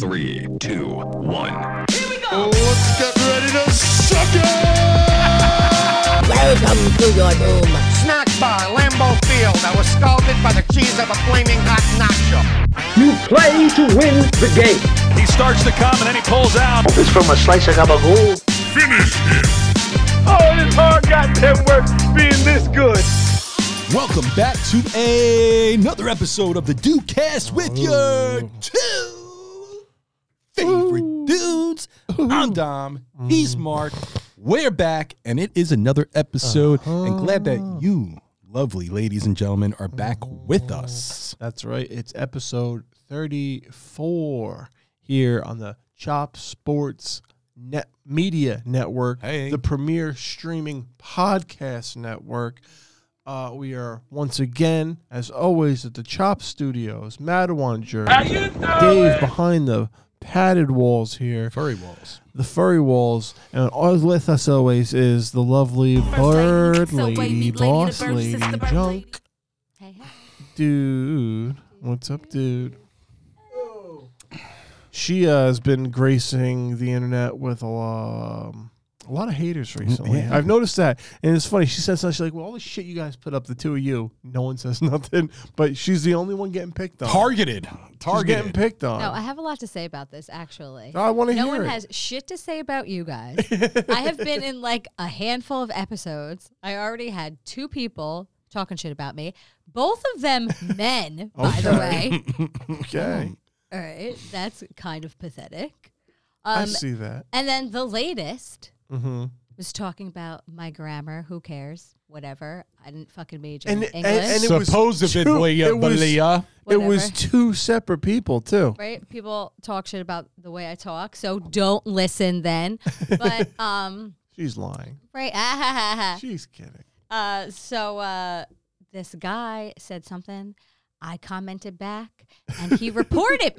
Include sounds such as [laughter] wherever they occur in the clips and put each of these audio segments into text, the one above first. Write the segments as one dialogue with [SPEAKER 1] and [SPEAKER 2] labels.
[SPEAKER 1] Three, two, one.
[SPEAKER 2] Let's get ready to suck it!
[SPEAKER 3] Welcome to your doom.
[SPEAKER 4] snack bar, Lambeau Field. I was scalded by the cheese of a flaming hot nacho.
[SPEAKER 5] You play to win the game.
[SPEAKER 6] He starts to come and then he pulls out.
[SPEAKER 5] It's from a slice of gabagool.
[SPEAKER 7] Welcome back to a- another episode of the Dudecast with your two favorite dudes. I'm Dom.
[SPEAKER 8] Mm.
[SPEAKER 7] He's Mark. We're back, and it is another episode. And glad
[SPEAKER 8] Uh-huh.
[SPEAKER 7] that you, lovely ladies and gentlemen, are back with us.
[SPEAKER 8] That's right. It's episode 34 here on the Chop Sports Net Media Network,
[SPEAKER 7] Hey.
[SPEAKER 8] the premier streaming podcast network. Uh, we are once again, as always, at the Chop Studios, Madawan Jersey. Dave behind the padded walls here,
[SPEAKER 7] Furry walls.
[SPEAKER 8] the furry walls, and all with us always is the lovely bird lady, boss lady, junk dude. What's up, dude? She uh, has been gracing the internet with a lot, um, a lot of haters recently.
[SPEAKER 7] yeah.
[SPEAKER 8] I've noticed that, and it's funny. She says something. She's like, "Well, all the shit you guys put up, the two of you, no one says [laughs] nothing." But she's the only one getting picked on.
[SPEAKER 7] Targeted.
[SPEAKER 8] She's getting
[SPEAKER 7] Targeted.
[SPEAKER 8] picked on.
[SPEAKER 9] No, I have a lot to say about this actually.
[SPEAKER 8] Oh. I want to
[SPEAKER 9] no
[SPEAKER 8] hear
[SPEAKER 9] one
[SPEAKER 8] it.
[SPEAKER 9] has shit to say about you guys.
[SPEAKER 8] [laughs]
[SPEAKER 9] I have been in like a handful of episodes. I already had two people talking shit about me. Both
[SPEAKER 8] [laughs]
[SPEAKER 9] of them men, by the way.
[SPEAKER 8] okay,
[SPEAKER 9] All right, that's kind of pathetic.
[SPEAKER 8] I
[SPEAKER 9] Um,
[SPEAKER 8] see that.
[SPEAKER 9] and then the latest
[SPEAKER 8] hmm
[SPEAKER 9] was talking about my grammar. Who cares? Whatever. I didn't fucking major
[SPEAKER 8] And-
[SPEAKER 9] in
[SPEAKER 8] and-
[SPEAKER 9] English.
[SPEAKER 8] and it was
[SPEAKER 7] Supposedly,
[SPEAKER 8] two- it was-
[SPEAKER 7] Valia.
[SPEAKER 8] uh, It was
[SPEAKER 9] Whatever.
[SPEAKER 8] two separate people too.
[SPEAKER 9] right? People talk shit about the way I talk, so don't
[SPEAKER 8] [laughs]
[SPEAKER 9] listen then. But um,
[SPEAKER 8] She's lying.
[SPEAKER 9] right? [laughs] Ah, ha, ha, ha.
[SPEAKER 8] She's kidding.
[SPEAKER 9] Uh, so uh, this guy said something. I commented back, and he reported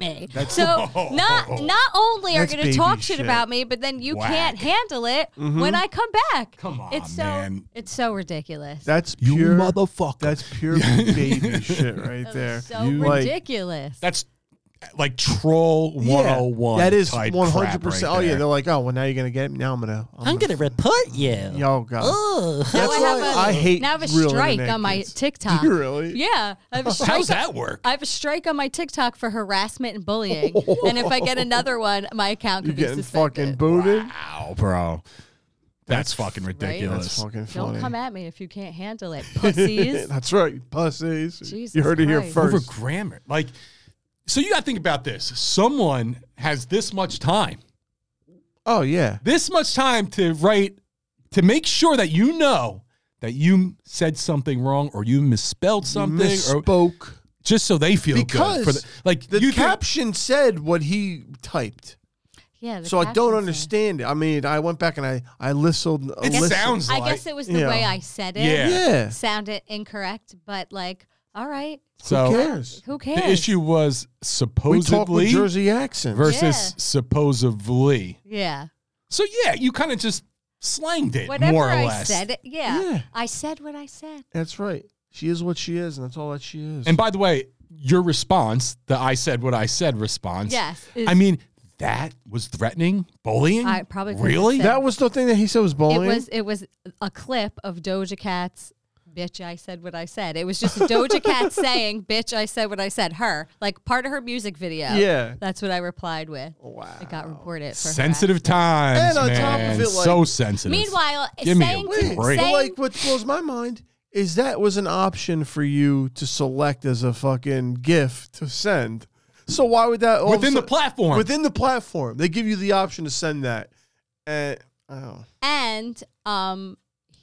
[SPEAKER 8] [laughs]
[SPEAKER 9] me. so not not only
[SPEAKER 8] Oh.
[SPEAKER 9] are
[SPEAKER 8] That's
[SPEAKER 9] going to
[SPEAKER 8] baby
[SPEAKER 9] talk shit,
[SPEAKER 8] shit. Mm-hmm.
[SPEAKER 9] about me, but then you can't handle it when I come back. Come
[SPEAKER 7] on,
[SPEAKER 9] it's so
[SPEAKER 7] man.
[SPEAKER 9] it's so ridiculous.
[SPEAKER 8] That's
[SPEAKER 7] You
[SPEAKER 8] pure
[SPEAKER 7] motherfucker.
[SPEAKER 8] That's pure [laughs] baby shit right
[SPEAKER 9] That was
[SPEAKER 8] there.
[SPEAKER 9] so
[SPEAKER 8] like-
[SPEAKER 9] ridiculous.
[SPEAKER 7] That's like troll
[SPEAKER 8] Yeah,
[SPEAKER 7] 101.
[SPEAKER 8] that is
[SPEAKER 7] type crap
[SPEAKER 8] one hundred
[SPEAKER 7] right
[SPEAKER 8] percent. Oh yeah,
[SPEAKER 7] there.
[SPEAKER 8] they're like, oh well, now you're gonna get me. Now I'm gonna. I'm, gonna.
[SPEAKER 3] report you.
[SPEAKER 8] Y'all got.
[SPEAKER 9] now
[SPEAKER 8] That's
[SPEAKER 9] I have
[SPEAKER 8] why
[SPEAKER 9] a
[SPEAKER 8] I hate
[SPEAKER 9] now I have a
[SPEAKER 8] real
[SPEAKER 9] strike
[SPEAKER 8] internet
[SPEAKER 9] on
[SPEAKER 8] [laughs]
[SPEAKER 9] my
[SPEAKER 8] kids.
[SPEAKER 9] TikTok.
[SPEAKER 8] You really?
[SPEAKER 9] Yeah,
[SPEAKER 8] [laughs]
[SPEAKER 9] I have a strike.
[SPEAKER 7] How's that work?
[SPEAKER 9] I have a strike on my TikTok for harassment
[SPEAKER 8] [laughs]
[SPEAKER 9] and bullying, and if I get another one, my account
[SPEAKER 8] You
[SPEAKER 9] could be
[SPEAKER 8] getting fucking
[SPEAKER 9] suspended.
[SPEAKER 8] booted?
[SPEAKER 7] Wow, bro. That's, fucking
[SPEAKER 8] That's
[SPEAKER 7] ridiculous.
[SPEAKER 8] fucking funny.
[SPEAKER 9] Don't come at me if you can't handle it,
[SPEAKER 7] [laughs]
[SPEAKER 9] pussies. [laughs]
[SPEAKER 8] That's right, you pussies. you
[SPEAKER 9] Jesus
[SPEAKER 8] heard it here
[SPEAKER 9] Christ.
[SPEAKER 8] first.
[SPEAKER 7] over grammar. Like, so you got to think about this. Someone has this much time,
[SPEAKER 8] oh yeah,
[SPEAKER 7] this much time to write, to make sure that you know that you said something wrong or you misspelled something, or
[SPEAKER 8] misspoke
[SPEAKER 7] just so they feel good. For
[SPEAKER 8] because
[SPEAKER 7] the, like
[SPEAKER 8] the
[SPEAKER 7] you think-
[SPEAKER 8] caption said what he typed.
[SPEAKER 9] yeah. the
[SPEAKER 8] so I don't
[SPEAKER 9] captions are-
[SPEAKER 8] understand it. I mean, I went back and I I listened.
[SPEAKER 7] it sounds
[SPEAKER 9] I
[SPEAKER 7] like
[SPEAKER 9] guess it was the
[SPEAKER 8] Yeah.
[SPEAKER 9] way I said it.
[SPEAKER 7] Yeah.
[SPEAKER 8] Yeah.
[SPEAKER 9] Sounded incorrect, but like, all right,
[SPEAKER 7] so.
[SPEAKER 8] Who cares?
[SPEAKER 9] who cares?
[SPEAKER 7] The issue was
[SPEAKER 8] We talk with
[SPEAKER 7] supposedly
[SPEAKER 8] Jersey accents.
[SPEAKER 7] versus
[SPEAKER 9] Yeah.
[SPEAKER 7] supposedly.
[SPEAKER 9] Yeah.
[SPEAKER 7] So yeah, you kind of just slanged it
[SPEAKER 9] Whatever
[SPEAKER 7] more or
[SPEAKER 9] I
[SPEAKER 7] less.
[SPEAKER 9] said, it, yeah,
[SPEAKER 8] Yeah.
[SPEAKER 9] I said what I said.
[SPEAKER 8] That's right. She is what she is, and that's all that she is.
[SPEAKER 7] And by the way, your response, the I said what I said response.
[SPEAKER 9] Yes,
[SPEAKER 7] I
[SPEAKER 9] is-
[SPEAKER 7] mean, that was threatening, bullying.
[SPEAKER 9] I probably could've
[SPEAKER 7] really.
[SPEAKER 9] said-
[SPEAKER 8] that was the thing that he said was
[SPEAKER 9] It
[SPEAKER 8] bullying.
[SPEAKER 9] was it was a clip of Doja Cat's bitch I said what I said. It was just
[SPEAKER 7] [laughs]
[SPEAKER 9] Doja Cat saying bitch I said what I said her like part of her music video.
[SPEAKER 8] Yeah.
[SPEAKER 9] That's what I replied with.
[SPEAKER 8] Wow.
[SPEAKER 9] It got reported for
[SPEAKER 7] sensitive times,
[SPEAKER 8] And on top of
[SPEAKER 7] man.
[SPEAKER 8] it, like-
[SPEAKER 7] so sensitive.
[SPEAKER 9] Meanwhile,
[SPEAKER 7] Give me a
[SPEAKER 9] saying
[SPEAKER 8] Wait,
[SPEAKER 9] to,
[SPEAKER 7] break.
[SPEAKER 9] saying,
[SPEAKER 8] like what blows my mind is that was an option for you to select as a fucking gift to send. So why would that all of a
[SPEAKER 7] Within the
[SPEAKER 8] sudden-
[SPEAKER 7] platform.
[SPEAKER 8] Within the platform, they give you the option to send that. And oh,
[SPEAKER 9] and um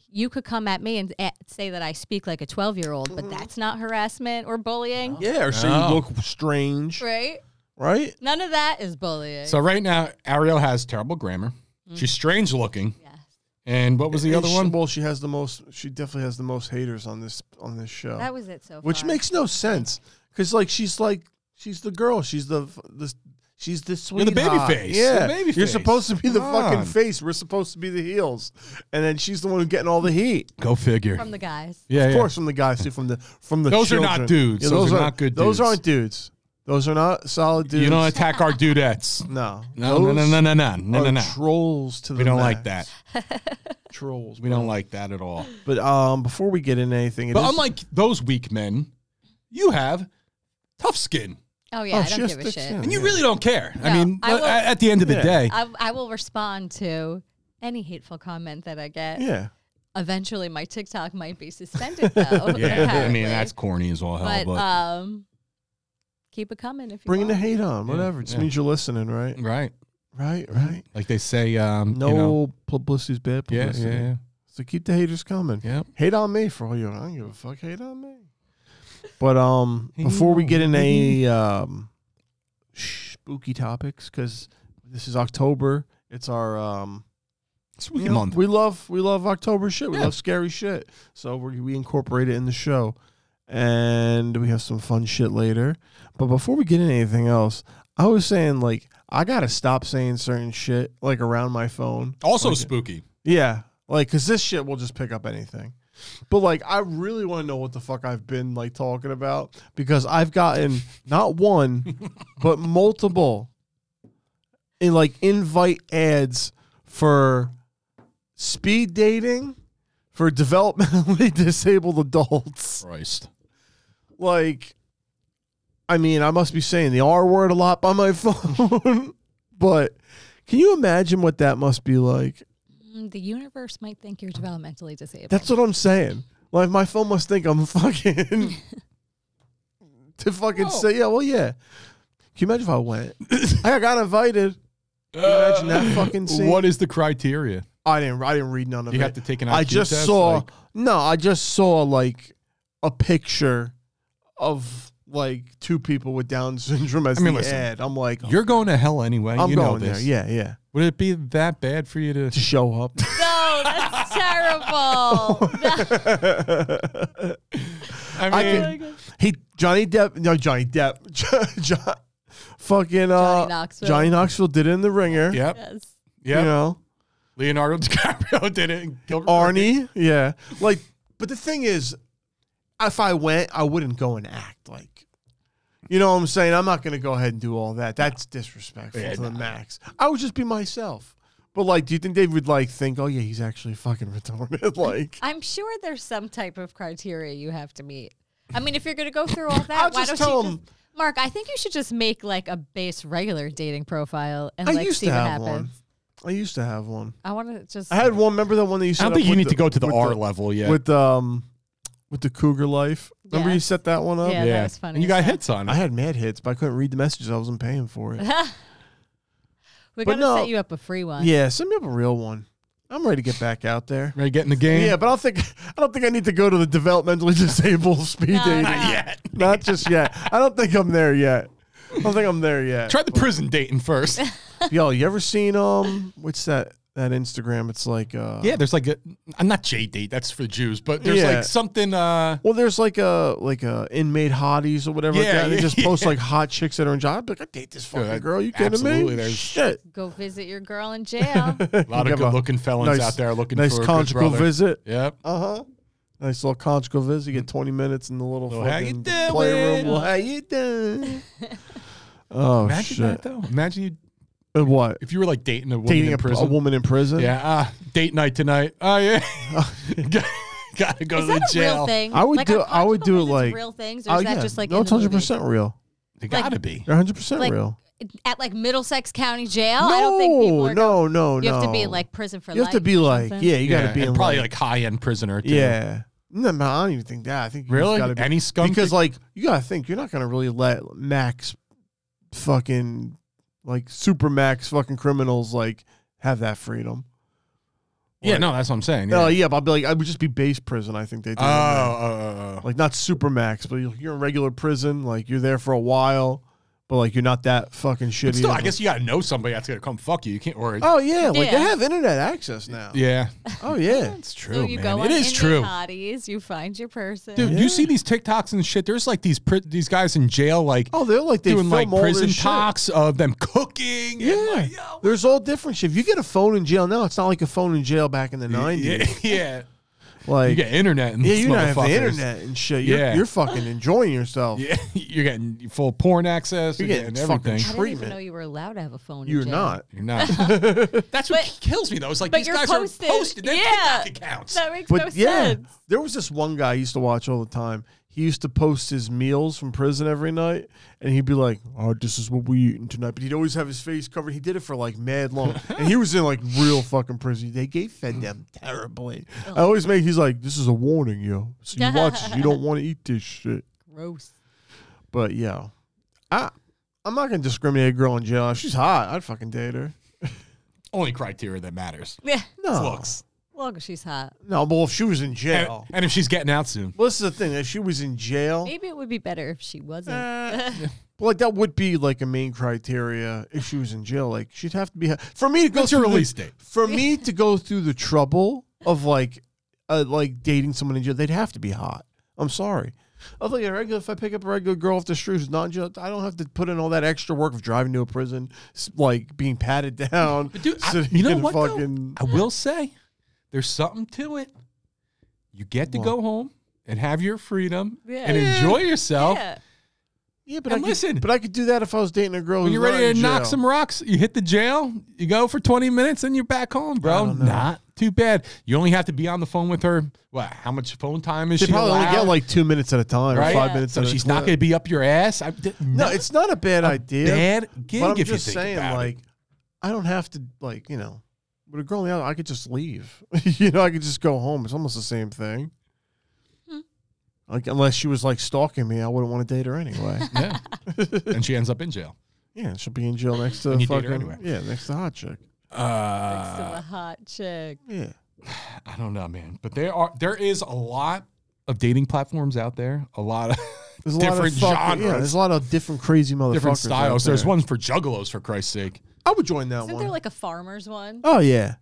[SPEAKER 9] you could come at me and a- say that I speak like a 12-year-old, but that's not harassment or bullying,
[SPEAKER 8] yeah, or say
[SPEAKER 7] No.
[SPEAKER 8] you look strange,
[SPEAKER 9] right?
[SPEAKER 8] Oh. right?
[SPEAKER 9] None of that is bullying.
[SPEAKER 7] so right now, Ariel has terrible grammar. She's strange looking.
[SPEAKER 9] Yes.
[SPEAKER 7] And what was the
[SPEAKER 8] And
[SPEAKER 7] other
[SPEAKER 8] she-
[SPEAKER 7] one?
[SPEAKER 8] Well, she has the most. She definitely has the most haters on this on this show.
[SPEAKER 9] That was it so far.
[SPEAKER 8] which makes no sense because like she's like she's the girl she's the f- the she's the
[SPEAKER 7] You're the
[SPEAKER 8] sweetheart.
[SPEAKER 7] baby face. You're
[SPEAKER 8] yeah
[SPEAKER 7] the baby
[SPEAKER 8] you're
[SPEAKER 7] face.
[SPEAKER 8] supposed to be the
[SPEAKER 7] Come on.
[SPEAKER 8] fucking face we're supposed to be the heels and then she's the one getting all the heat
[SPEAKER 7] Go figure.
[SPEAKER 9] from the guys.
[SPEAKER 7] yeah,
[SPEAKER 8] of
[SPEAKER 7] yeah.
[SPEAKER 8] course from the guys too from the from the
[SPEAKER 7] Those are not
[SPEAKER 8] children.
[SPEAKER 7] dudes. Those are
[SPEAKER 8] aren't-
[SPEAKER 7] not good
[SPEAKER 8] those
[SPEAKER 7] dudes.
[SPEAKER 8] aren't dudes Those are not solid dudes.
[SPEAKER 7] You don't attack our
[SPEAKER 8] [laughs]
[SPEAKER 7] dudettes.
[SPEAKER 8] No.
[SPEAKER 7] No, no, no, no, no, no,
[SPEAKER 8] Those
[SPEAKER 7] no, no,
[SPEAKER 8] are
[SPEAKER 7] no.
[SPEAKER 8] Trolls to the
[SPEAKER 7] We don't
[SPEAKER 8] max.
[SPEAKER 7] like that.
[SPEAKER 8] [laughs] Trolls.
[SPEAKER 7] We don't like that at all.
[SPEAKER 8] But um, before we get into anything, it
[SPEAKER 7] But
[SPEAKER 8] is-
[SPEAKER 7] unlike those weak men, you have tough skin,
[SPEAKER 9] Oh
[SPEAKER 8] Oh,
[SPEAKER 9] yeah, I
[SPEAKER 8] she
[SPEAKER 9] don't
[SPEAKER 8] has
[SPEAKER 9] give a
[SPEAKER 8] thick
[SPEAKER 9] shit.
[SPEAKER 8] skin.
[SPEAKER 7] and you really don't care. I
[SPEAKER 9] No,
[SPEAKER 7] mean,
[SPEAKER 9] I
[SPEAKER 7] but
[SPEAKER 9] will-
[SPEAKER 7] at at the end of the
[SPEAKER 8] Yeah.
[SPEAKER 7] day,
[SPEAKER 9] I, I will respond to any hateful comment that I get.
[SPEAKER 8] yeah,
[SPEAKER 9] Eventually, my TikTok might be suspended though.
[SPEAKER 7] yeah. I
[SPEAKER 9] apparently.
[SPEAKER 7] mean, that's corny as all hell.
[SPEAKER 9] But,
[SPEAKER 7] But,
[SPEAKER 9] um, keep it coming if you
[SPEAKER 8] bringing the
[SPEAKER 9] want.
[SPEAKER 8] hate on, whatever. It just
[SPEAKER 7] yeah.
[SPEAKER 8] means you're listening, right?
[SPEAKER 7] right,
[SPEAKER 8] Right, right.
[SPEAKER 7] like they say, um,
[SPEAKER 8] No
[SPEAKER 7] you know,
[SPEAKER 8] publicity's bad
[SPEAKER 7] yeah,
[SPEAKER 8] publicity.
[SPEAKER 7] yeah, yeah,
[SPEAKER 8] So keep the haters coming.
[SPEAKER 7] yeah.
[SPEAKER 8] Hate on me for all you. I don't give a fuck. Hate on me.
[SPEAKER 7] [laughs]
[SPEAKER 8] But um, before we get into any um, spooky topics, because this is October, it's our um,
[SPEAKER 7] Spooky
[SPEAKER 8] you know,
[SPEAKER 7] month.
[SPEAKER 8] We love we love October shit. We
[SPEAKER 7] Yeah.
[SPEAKER 8] love scary shit. So we we incorporate it in the show, and we have some fun shit later. But before we get into anything else, I was saying like I gotta stop saying certain shit like around my phone.
[SPEAKER 7] Also spooky.
[SPEAKER 8] Yeah, like because this shit will just pick up anything. But like, I really want to know what the fuck I've been like talking about because I've gotten not one, but multiple, in like invite ads for speed dating for developmentally [laughs] disabled adults.
[SPEAKER 7] Christ.
[SPEAKER 8] Like, I mean, I must be saying the R word a lot by my [laughs] phone, but can you imagine what that must be like?
[SPEAKER 9] Mm, The universe might think you're developmentally disabled.
[SPEAKER 8] That's what I'm saying. Like my phone must think I'm [laughs] fucking to fucking say yeah. Well, yeah. Can you imagine if I went? [coughs] I got invited. Can you imagine
[SPEAKER 7] [laughs]
[SPEAKER 8] that fucking scene?
[SPEAKER 7] Uh, What is the criteria?
[SPEAKER 8] I didn't. I didn't read none of
[SPEAKER 7] Do you
[SPEAKER 8] it.
[SPEAKER 7] have to take an IQ
[SPEAKER 8] I just
[SPEAKER 7] test?
[SPEAKER 8] saw.
[SPEAKER 7] Like,
[SPEAKER 8] no, I just saw like a picture of like two people with Down [laughs] syndrome as
[SPEAKER 7] I mean,
[SPEAKER 8] the
[SPEAKER 7] listen,
[SPEAKER 8] ad. I'm like,
[SPEAKER 7] you're going to hell anyway.
[SPEAKER 8] I'm
[SPEAKER 7] you know
[SPEAKER 8] going
[SPEAKER 7] this.
[SPEAKER 8] there. Yeah, yeah.
[SPEAKER 7] Would it be that bad for you to?
[SPEAKER 8] To show
[SPEAKER 7] [laughs]
[SPEAKER 8] up.
[SPEAKER 9] no, [laughs] that's terrible.
[SPEAKER 8] [laughs]
[SPEAKER 9] No.
[SPEAKER 8] I can, he Johnny Depp no Johnny Depp [laughs] John, fucking uh,
[SPEAKER 9] Johnny Knoxville.
[SPEAKER 8] Johnny Knoxville did it in the ringer.
[SPEAKER 7] Yep.
[SPEAKER 9] Yes.
[SPEAKER 7] Yep.
[SPEAKER 8] You know
[SPEAKER 7] Leonardo [laughs] DiCaprio did it. and Gilbert
[SPEAKER 8] Arnie. Yeah. Like, but the thing is, if I went, I wouldn't go and act like. You know what I'm saying? I'm not going to go ahead and do all that. That's disrespectful to the max. I would just be myself. But like, do you think they would like think, oh yeah, he's actually fucking retarded? [laughs] like,
[SPEAKER 9] I'm sure there's some type of criteria you have to meet. I mean, if you're going to
[SPEAKER 8] [laughs]
[SPEAKER 9] go through all that,
[SPEAKER 8] I'll
[SPEAKER 9] why
[SPEAKER 8] just
[SPEAKER 9] don't
[SPEAKER 8] tell
[SPEAKER 9] you?
[SPEAKER 8] 'em.
[SPEAKER 9] Just, Mark, I think you should just make like a base regular dating profile and
[SPEAKER 8] I
[SPEAKER 9] like
[SPEAKER 8] used
[SPEAKER 9] see
[SPEAKER 8] to
[SPEAKER 9] what
[SPEAKER 8] have
[SPEAKER 9] happens.
[SPEAKER 8] one. I used to have one.
[SPEAKER 9] I want to just.
[SPEAKER 8] I had one. Remember that one that you?
[SPEAKER 7] I
[SPEAKER 8] set
[SPEAKER 7] don't
[SPEAKER 8] up
[SPEAKER 7] think you
[SPEAKER 8] with
[SPEAKER 7] need to go to the
[SPEAKER 8] with
[SPEAKER 7] R level yet.
[SPEAKER 8] with um with the Cougar Life. Remember you
[SPEAKER 9] Yes.
[SPEAKER 8] set that one up?
[SPEAKER 9] Yeah. that was funny
[SPEAKER 7] And you got
[SPEAKER 9] as hell.
[SPEAKER 7] hits on
[SPEAKER 8] I
[SPEAKER 7] it.
[SPEAKER 8] had mad hits, but I couldn't read the messages. I wasn't paying for
[SPEAKER 9] [laughs]
[SPEAKER 8] it.
[SPEAKER 9] we
[SPEAKER 8] but
[SPEAKER 9] gotta
[SPEAKER 8] no.
[SPEAKER 9] set you up a free one.
[SPEAKER 8] yeah, send me up a real one. I'm ready to get back out there.
[SPEAKER 7] Ready to get in the game?
[SPEAKER 8] Yeah, but I don't think I don't think I need to go to the developmentally [laughs] disabled speed
[SPEAKER 9] No,
[SPEAKER 8] dating.
[SPEAKER 9] no.
[SPEAKER 7] yet.
[SPEAKER 8] Not just yet. I don't think I'm there yet. I don't think I'm there yet. [laughs]
[SPEAKER 7] Try the prison dating first.
[SPEAKER 8] Yo, you ever seen um what's that that Instagram? It's like uh
[SPEAKER 7] yeah, there's like a I'm not J date, that's for Jews, but there's
[SPEAKER 8] Yeah.
[SPEAKER 7] like something uh
[SPEAKER 8] Well, there's like a like a inmate hotties or whatever. like
[SPEAKER 7] Yeah,
[SPEAKER 8] that. and they
[SPEAKER 7] [laughs] yeah,
[SPEAKER 8] just post like hot chicks that are in job. Like I date this fucking
[SPEAKER 7] that-
[SPEAKER 8] girl. You kidding
[SPEAKER 7] absolutely,
[SPEAKER 8] me?
[SPEAKER 7] there's-
[SPEAKER 8] Shit.
[SPEAKER 9] Go visit your girl
[SPEAKER 8] [laughs]
[SPEAKER 9] in jail.
[SPEAKER 7] a lot of
[SPEAKER 8] Give a
[SPEAKER 7] good looking felons
[SPEAKER 8] nice-
[SPEAKER 7] out there looking
[SPEAKER 8] nice
[SPEAKER 7] for a good
[SPEAKER 8] conjugal
[SPEAKER 7] brother.
[SPEAKER 8] visit.
[SPEAKER 7] Yep.
[SPEAKER 8] Uh huh. Nice little conjugal visit. You get twenty minutes in the little
[SPEAKER 7] Little,
[SPEAKER 8] fucking
[SPEAKER 7] Mm. "How you doing?"
[SPEAKER 8] playroom. Well,
[SPEAKER 7] [laughs]
[SPEAKER 8] how you doing? oh
[SPEAKER 7] Imagine that
[SPEAKER 8] shit!
[SPEAKER 7] though. Imagine you
[SPEAKER 8] Uh, What?
[SPEAKER 7] if you were like dating a woman
[SPEAKER 8] Dating
[SPEAKER 7] in
[SPEAKER 8] a,
[SPEAKER 7] prison.
[SPEAKER 8] a woman in prison?
[SPEAKER 7] Yeah, ah, date night tonight. Oh
[SPEAKER 8] [laughs]
[SPEAKER 7] yeah. [laughs] Gotta go
[SPEAKER 9] Is
[SPEAKER 7] to
[SPEAKER 9] that a
[SPEAKER 7] jail.
[SPEAKER 9] real thing?
[SPEAKER 8] I would
[SPEAKER 9] Like,
[SPEAKER 8] do-
[SPEAKER 9] are
[SPEAKER 8] I would
[SPEAKER 9] conjugal
[SPEAKER 8] do it
[SPEAKER 9] visits
[SPEAKER 8] like-
[SPEAKER 9] real things, or
[SPEAKER 8] Oh
[SPEAKER 9] is that
[SPEAKER 8] yeah.
[SPEAKER 9] just like
[SPEAKER 8] no,
[SPEAKER 9] in
[SPEAKER 8] it's
[SPEAKER 9] the movie?
[SPEAKER 8] hundred percent real.
[SPEAKER 7] They
[SPEAKER 9] Like-
[SPEAKER 7] gotta be.
[SPEAKER 8] They're hundred percent
[SPEAKER 9] Like,
[SPEAKER 8] real.
[SPEAKER 9] at like Middlesex County Jail?
[SPEAKER 8] No,
[SPEAKER 9] I don't think people are
[SPEAKER 8] no, no,
[SPEAKER 9] going, You have to be
[SPEAKER 8] no.
[SPEAKER 9] in like prison for
[SPEAKER 8] You
[SPEAKER 9] life.
[SPEAKER 8] have to be
[SPEAKER 9] or
[SPEAKER 8] like,
[SPEAKER 9] something.
[SPEAKER 8] yeah, you got
[SPEAKER 7] Yeah,
[SPEAKER 8] to be
[SPEAKER 7] and
[SPEAKER 8] in
[SPEAKER 7] probably
[SPEAKER 8] like-
[SPEAKER 7] like high end prisoner too.
[SPEAKER 8] Yeah. No, no, I don't even think that. I think you just
[SPEAKER 7] Really?
[SPEAKER 8] gotta be-
[SPEAKER 7] Any scum
[SPEAKER 8] because
[SPEAKER 7] thing?
[SPEAKER 8] like you gotta think you're not gonna really let max fucking like super max fucking criminals like have that freedom.
[SPEAKER 7] Yeah, no, that's what I'm saying.
[SPEAKER 8] No,
[SPEAKER 7] Yeah.
[SPEAKER 8] Oh, yeah, but I'd be like I would just be base prison. I think they do.
[SPEAKER 7] Oh, oh, oh, oh.
[SPEAKER 8] like not super max, but you're you're in regular prison. Like you're there for a while, but like you're not that fucking shitty.
[SPEAKER 7] But still,
[SPEAKER 8] of
[SPEAKER 7] I
[SPEAKER 8] a-
[SPEAKER 7] guess you gotta know somebody that's gonna come fuck you. You can't or
[SPEAKER 8] Oh yeah, like they
[SPEAKER 9] Yeah.
[SPEAKER 8] have internet access now.
[SPEAKER 9] [laughs]
[SPEAKER 7] yeah,
[SPEAKER 8] Oh yeah.
[SPEAKER 7] it's
[SPEAKER 9] So you go on
[SPEAKER 7] It is
[SPEAKER 9] Indie
[SPEAKER 7] true,
[SPEAKER 9] Hotties, you find your person.
[SPEAKER 7] dude. You see these TikToks and shit. There's like these pri- these guys in jail, like
[SPEAKER 8] Oh, they're like they
[SPEAKER 7] doing
[SPEAKER 8] film
[SPEAKER 7] like
[SPEAKER 8] all
[SPEAKER 7] prison
[SPEAKER 8] this shit.
[SPEAKER 7] talks of them cooking.
[SPEAKER 8] Yeah,
[SPEAKER 7] and, like, yo, [laughs]
[SPEAKER 8] there's all different shit. If you get a phone in jail now, it's not like a phone in jail back in the nineties.
[SPEAKER 7] yeah, yeah.
[SPEAKER 8] Like,
[SPEAKER 7] You get internet and
[SPEAKER 8] yeah, you
[SPEAKER 7] not
[SPEAKER 8] don't have the internet and shit. You're,
[SPEAKER 7] Yeah.
[SPEAKER 8] you're fucking enjoying yourself.
[SPEAKER 7] Yeah, [laughs] you're getting full porn access. You're,
[SPEAKER 8] You're
[SPEAKER 7] getting,
[SPEAKER 8] getting
[SPEAKER 7] everything.
[SPEAKER 8] fucking
[SPEAKER 9] I didn't even
[SPEAKER 8] treatment.
[SPEAKER 9] know you were allowed to have a phone. in
[SPEAKER 8] You're
[SPEAKER 9] jail.
[SPEAKER 8] not.
[SPEAKER 7] You're not.
[SPEAKER 8] [laughs]
[SPEAKER 7] [laughs] That's what
[SPEAKER 9] But-
[SPEAKER 7] kills me though. It's like
[SPEAKER 9] But
[SPEAKER 7] these
[SPEAKER 9] you're
[SPEAKER 7] guys
[SPEAKER 9] posted.
[SPEAKER 7] are posted. They're
[SPEAKER 9] yeah,
[SPEAKER 7] TikTok accounts.
[SPEAKER 9] that makes
[SPEAKER 8] But
[SPEAKER 9] no
[SPEAKER 8] yeah,
[SPEAKER 9] sense.
[SPEAKER 8] there was this one guy I used to watch all the time. He used to post his meals from prison every night, and he'd be like, "Oh, this is what we eating tonight." But he'd always have his face covered. He did it for like
[SPEAKER 7] [laughs]
[SPEAKER 8] mad long, and he was in like real fucking prison. They gave fed them terribly. I always make he's like, "This is a warning, yo. So you watch, this. you
[SPEAKER 9] [laughs]
[SPEAKER 8] don't want to eat this shit."
[SPEAKER 9] Gross.
[SPEAKER 8] But yeah, I I'm not gonna discriminate a girl in jail. If she's hot, I'd fucking date her.
[SPEAKER 7] Only criteria that matters.
[SPEAKER 9] Yeah,
[SPEAKER 8] No,
[SPEAKER 7] Looks.
[SPEAKER 9] well, 'cause she's hot.
[SPEAKER 8] no. But if she was in
[SPEAKER 7] And,
[SPEAKER 8] jail,
[SPEAKER 7] and if she's getting out soon,
[SPEAKER 8] well, this is the thing. If she was in jail,
[SPEAKER 9] Maybe it would be better if she wasn't.
[SPEAKER 8] uh, Well, like that would be like a main criteria if she was in jail. Like she'd have to be for me to go
[SPEAKER 7] What's your
[SPEAKER 8] through the-
[SPEAKER 7] release date?
[SPEAKER 8] For me to go through the trouble of like, uh, like dating someone in jail, they'd have to be hot. I'm sorry. I like a regular. If I pick up a regular girl off the street who's not in jail, I don't have to put in all that extra work of driving to a prison, s- like being patted [laughs] down.
[SPEAKER 7] But dude, I-
[SPEAKER 8] [laughs] sitting
[SPEAKER 7] you know
[SPEAKER 8] in a
[SPEAKER 7] what? though?
[SPEAKER 8] Fucking,
[SPEAKER 7] I will say, there's something to it. You get to
[SPEAKER 8] What?
[SPEAKER 7] go home and have your freedom
[SPEAKER 9] Yeah.
[SPEAKER 7] and enjoy yourself.
[SPEAKER 9] yeah.
[SPEAKER 8] yeah, but I
[SPEAKER 7] And
[SPEAKER 8] could-
[SPEAKER 7] listen.
[SPEAKER 8] but I could do that if I was dating a girl.
[SPEAKER 7] When
[SPEAKER 8] who's
[SPEAKER 7] you're
[SPEAKER 8] not
[SPEAKER 7] ready
[SPEAKER 8] in
[SPEAKER 7] to knock
[SPEAKER 8] jail.
[SPEAKER 7] some rocks, you hit the jail, you go for 20 minutes, and you're back home, bro.
[SPEAKER 8] don't know.
[SPEAKER 7] Not too bad. You only have to be on the phone with her. What? How much phone time is
[SPEAKER 8] They
[SPEAKER 7] she
[SPEAKER 8] probably only
[SPEAKER 7] allowed?
[SPEAKER 8] get like two minutes at a time,
[SPEAKER 7] Right?
[SPEAKER 8] or five
[SPEAKER 9] Yeah.
[SPEAKER 8] minutes.
[SPEAKER 7] so
[SPEAKER 8] at a
[SPEAKER 7] she's not
[SPEAKER 8] time.
[SPEAKER 7] going to be up your ass. I,
[SPEAKER 8] No, it's not a bad idea.
[SPEAKER 7] bad gig
[SPEAKER 8] But I'm
[SPEAKER 7] if you
[SPEAKER 8] just
[SPEAKER 7] think
[SPEAKER 8] saying,
[SPEAKER 7] about it.
[SPEAKER 8] like, I don't have to, like, you know, with a girl in the alley, I could just leave. [laughs] you know, I could just go home. It's almost the same thing.
[SPEAKER 9] Hmm.
[SPEAKER 8] Like, unless she was like stalking me, I wouldn't want to date
[SPEAKER 7] [laughs]
[SPEAKER 8] her anyway.
[SPEAKER 7] Yeah. [laughs] and she ends up in jail.
[SPEAKER 8] yeah, she'll be in jail next to
[SPEAKER 7] And you date
[SPEAKER 8] fucking
[SPEAKER 7] her anyway.
[SPEAKER 8] yeah, next to hot chick.
[SPEAKER 9] Next
[SPEAKER 8] Uh,
[SPEAKER 9] to a hot chick.
[SPEAKER 8] Yeah,
[SPEAKER 7] I don't know, man. But there are there is a lot of dating platforms out there. A lot of
[SPEAKER 8] there's a
[SPEAKER 7] different
[SPEAKER 8] lot of fucking-
[SPEAKER 7] genres,
[SPEAKER 8] Yeah, there's a lot of different crazy motherfuckers.
[SPEAKER 7] different
[SPEAKER 8] out
[SPEAKER 7] styles. There's
[SPEAKER 8] there.
[SPEAKER 7] one for juggalos, for Christ's sake.
[SPEAKER 8] I would join that
[SPEAKER 9] Isn't
[SPEAKER 8] one.
[SPEAKER 9] there like a farmer's one?
[SPEAKER 8] oh yeah,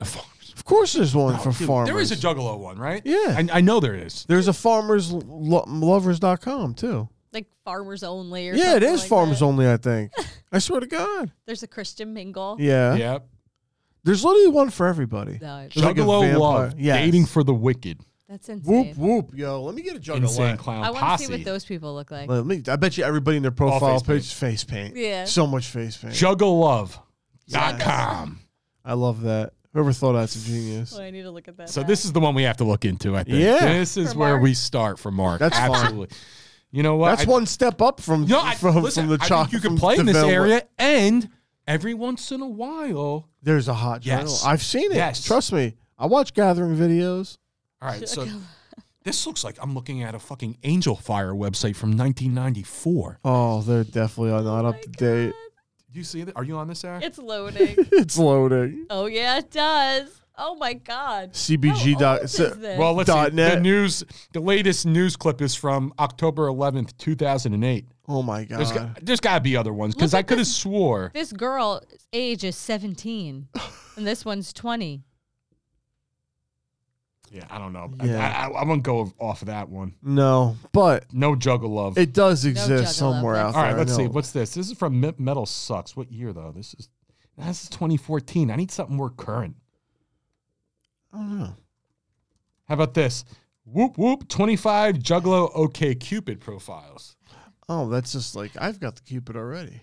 [SPEAKER 8] of course there's one for
[SPEAKER 7] Dude,
[SPEAKER 8] farmers.
[SPEAKER 7] There is a juggalo one, right?
[SPEAKER 8] Yeah.
[SPEAKER 7] I, I know there is.
[SPEAKER 8] there's a farmers lo- lovers.com too.
[SPEAKER 9] Like farmers only or
[SPEAKER 8] Yeah, it
[SPEAKER 9] something
[SPEAKER 8] is
[SPEAKER 9] like
[SPEAKER 8] farmers
[SPEAKER 9] that?
[SPEAKER 8] only. I
[SPEAKER 9] [laughs]
[SPEAKER 8] think. I swear to God.
[SPEAKER 9] There's a Christian mingle.
[SPEAKER 8] Yeah.
[SPEAKER 7] Yep.
[SPEAKER 8] There's literally one for everybody.
[SPEAKER 9] No, it's-
[SPEAKER 8] There's like a
[SPEAKER 7] Juggalo
[SPEAKER 8] vampire-
[SPEAKER 7] love.
[SPEAKER 8] Yes.
[SPEAKER 7] Dating for the wicked.
[SPEAKER 9] That's insane.
[SPEAKER 8] Whoop whoop, yo. Let me get a jug of
[SPEAKER 7] Insane
[SPEAKER 8] whack.
[SPEAKER 7] clown
[SPEAKER 9] I want
[SPEAKER 7] posse.
[SPEAKER 9] to see what those people look like.
[SPEAKER 8] Let me. I bet you everybody in their
[SPEAKER 7] face
[SPEAKER 8] profile
[SPEAKER 7] paint.
[SPEAKER 8] page is face paint.
[SPEAKER 9] Yeah.
[SPEAKER 8] So much face paint.
[SPEAKER 7] Juggalove.com.
[SPEAKER 8] I love that. Whoever thought that's a genius.
[SPEAKER 9] Oh, I need to look at that.
[SPEAKER 7] So
[SPEAKER 9] now.
[SPEAKER 7] this is the one we have to look into. I think.
[SPEAKER 8] Yeah.
[SPEAKER 7] This is
[SPEAKER 9] For
[SPEAKER 7] where
[SPEAKER 9] Mark?
[SPEAKER 7] we start for Mark.
[SPEAKER 8] That's fine.
[SPEAKER 7] absolutely. You know what?
[SPEAKER 8] That's
[SPEAKER 7] I-
[SPEAKER 8] one step up from
[SPEAKER 7] You know, I,
[SPEAKER 8] from,
[SPEAKER 7] listen,
[SPEAKER 8] from the
[SPEAKER 7] I
[SPEAKER 8] chalk.
[SPEAKER 7] think you
[SPEAKER 8] from
[SPEAKER 7] can play in this
[SPEAKER 8] develop-
[SPEAKER 7] area, and every once in a while.
[SPEAKER 8] There's a hot
[SPEAKER 7] Yes.
[SPEAKER 8] journal. I've seen it.
[SPEAKER 7] Yes.
[SPEAKER 8] Trust me. I watch gathering videos.
[SPEAKER 7] All right, so this looks like I'm looking at a fucking Angel Fire website from 1994.
[SPEAKER 8] Oh, they're definitely not
[SPEAKER 9] Oh
[SPEAKER 8] up to date.
[SPEAKER 7] Do you see that? Are you on this, Sarah?
[SPEAKER 9] It's loading.
[SPEAKER 8] [laughs] It's loading.
[SPEAKER 9] oh yeah, it does. Oh my god.
[SPEAKER 8] CBG
[SPEAKER 9] How
[SPEAKER 8] dot-
[SPEAKER 9] old is
[SPEAKER 8] so-
[SPEAKER 9] this?
[SPEAKER 7] well, Oh, let's
[SPEAKER 8] Dot
[SPEAKER 7] see. The
[SPEAKER 8] net.
[SPEAKER 7] news, the latest news clip is from October 11th, 2008.
[SPEAKER 8] Oh my god.
[SPEAKER 7] There's got, there's got to be other ones because
[SPEAKER 9] Look
[SPEAKER 7] I
[SPEAKER 9] at
[SPEAKER 7] could have
[SPEAKER 9] this-
[SPEAKER 7] swore.
[SPEAKER 9] this girl's age is 17, and this one's 20.
[SPEAKER 7] Yeah, I don't know.
[SPEAKER 8] Yeah.
[SPEAKER 7] I, I, I won't go off of that one.
[SPEAKER 8] no, but
[SPEAKER 7] No juggle love.
[SPEAKER 8] it does exist
[SPEAKER 9] juggalo,
[SPEAKER 8] somewhere
[SPEAKER 9] but-
[SPEAKER 8] out
[SPEAKER 7] All
[SPEAKER 8] there.
[SPEAKER 7] right,
[SPEAKER 8] I
[SPEAKER 7] let's see.
[SPEAKER 8] know.
[SPEAKER 7] What's this? This is from Me- Metal Sucks. What year though? This is this is 2014. I need something more current.
[SPEAKER 8] I don't know.
[SPEAKER 7] How about this? Whoop whoop 25 Juggalo OK Cupid profiles.
[SPEAKER 8] Oh, that's just like I've got the Cupid already.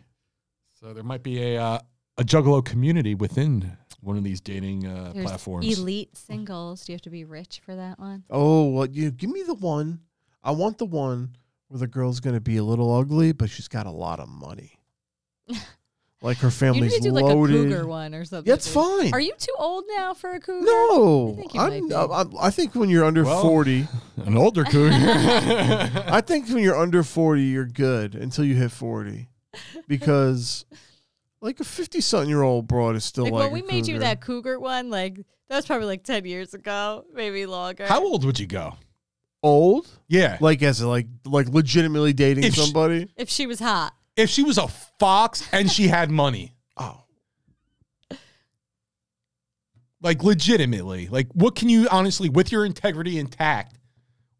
[SPEAKER 7] So there might be a uh, a Juggalo community within one of these dating uh,
[SPEAKER 9] There's
[SPEAKER 7] platforms.
[SPEAKER 9] elite singles. Do you have to be rich for that one?
[SPEAKER 8] Oh well, you give me the one. I want the one where the girl's gonna be a little ugly, but she's got a lot of
[SPEAKER 9] [laughs]
[SPEAKER 8] money. like her
[SPEAKER 9] You need
[SPEAKER 8] family's
[SPEAKER 9] to do
[SPEAKER 8] loaded.
[SPEAKER 9] like a cougar one or something.
[SPEAKER 8] Yeah, it's
[SPEAKER 9] dude.
[SPEAKER 8] fine.
[SPEAKER 9] Are you too old now for a cougar? I
[SPEAKER 8] No,
[SPEAKER 9] think you
[SPEAKER 8] I'm,
[SPEAKER 9] might be.
[SPEAKER 8] I'm- I think when you're under
[SPEAKER 7] Well- [laughs]
[SPEAKER 8] forty,
[SPEAKER 7] An older
[SPEAKER 9] [laughs]
[SPEAKER 7] cougar.
[SPEAKER 8] I think when you're under forty, you're good until you hit
[SPEAKER 9] [laughs]
[SPEAKER 8] forty, because like a fifty-something-year-old broad is still
[SPEAKER 9] Like
[SPEAKER 8] like.
[SPEAKER 9] when
[SPEAKER 8] a
[SPEAKER 9] we made you
[SPEAKER 8] cougar.
[SPEAKER 9] that cougar one, like that was probably like 10 years ago, maybe longer.
[SPEAKER 7] How old would you go?
[SPEAKER 8] old,
[SPEAKER 7] Yeah.
[SPEAKER 8] like as a, like like legitimately dating
[SPEAKER 7] If she-
[SPEAKER 8] somebody.
[SPEAKER 9] If she was hot.
[SPEAKER 7] If she was a fox and she had money.
[SPEAKER 8] oh,
[SPEAKER 7] like legitimately like what can you honestly with your integrity intact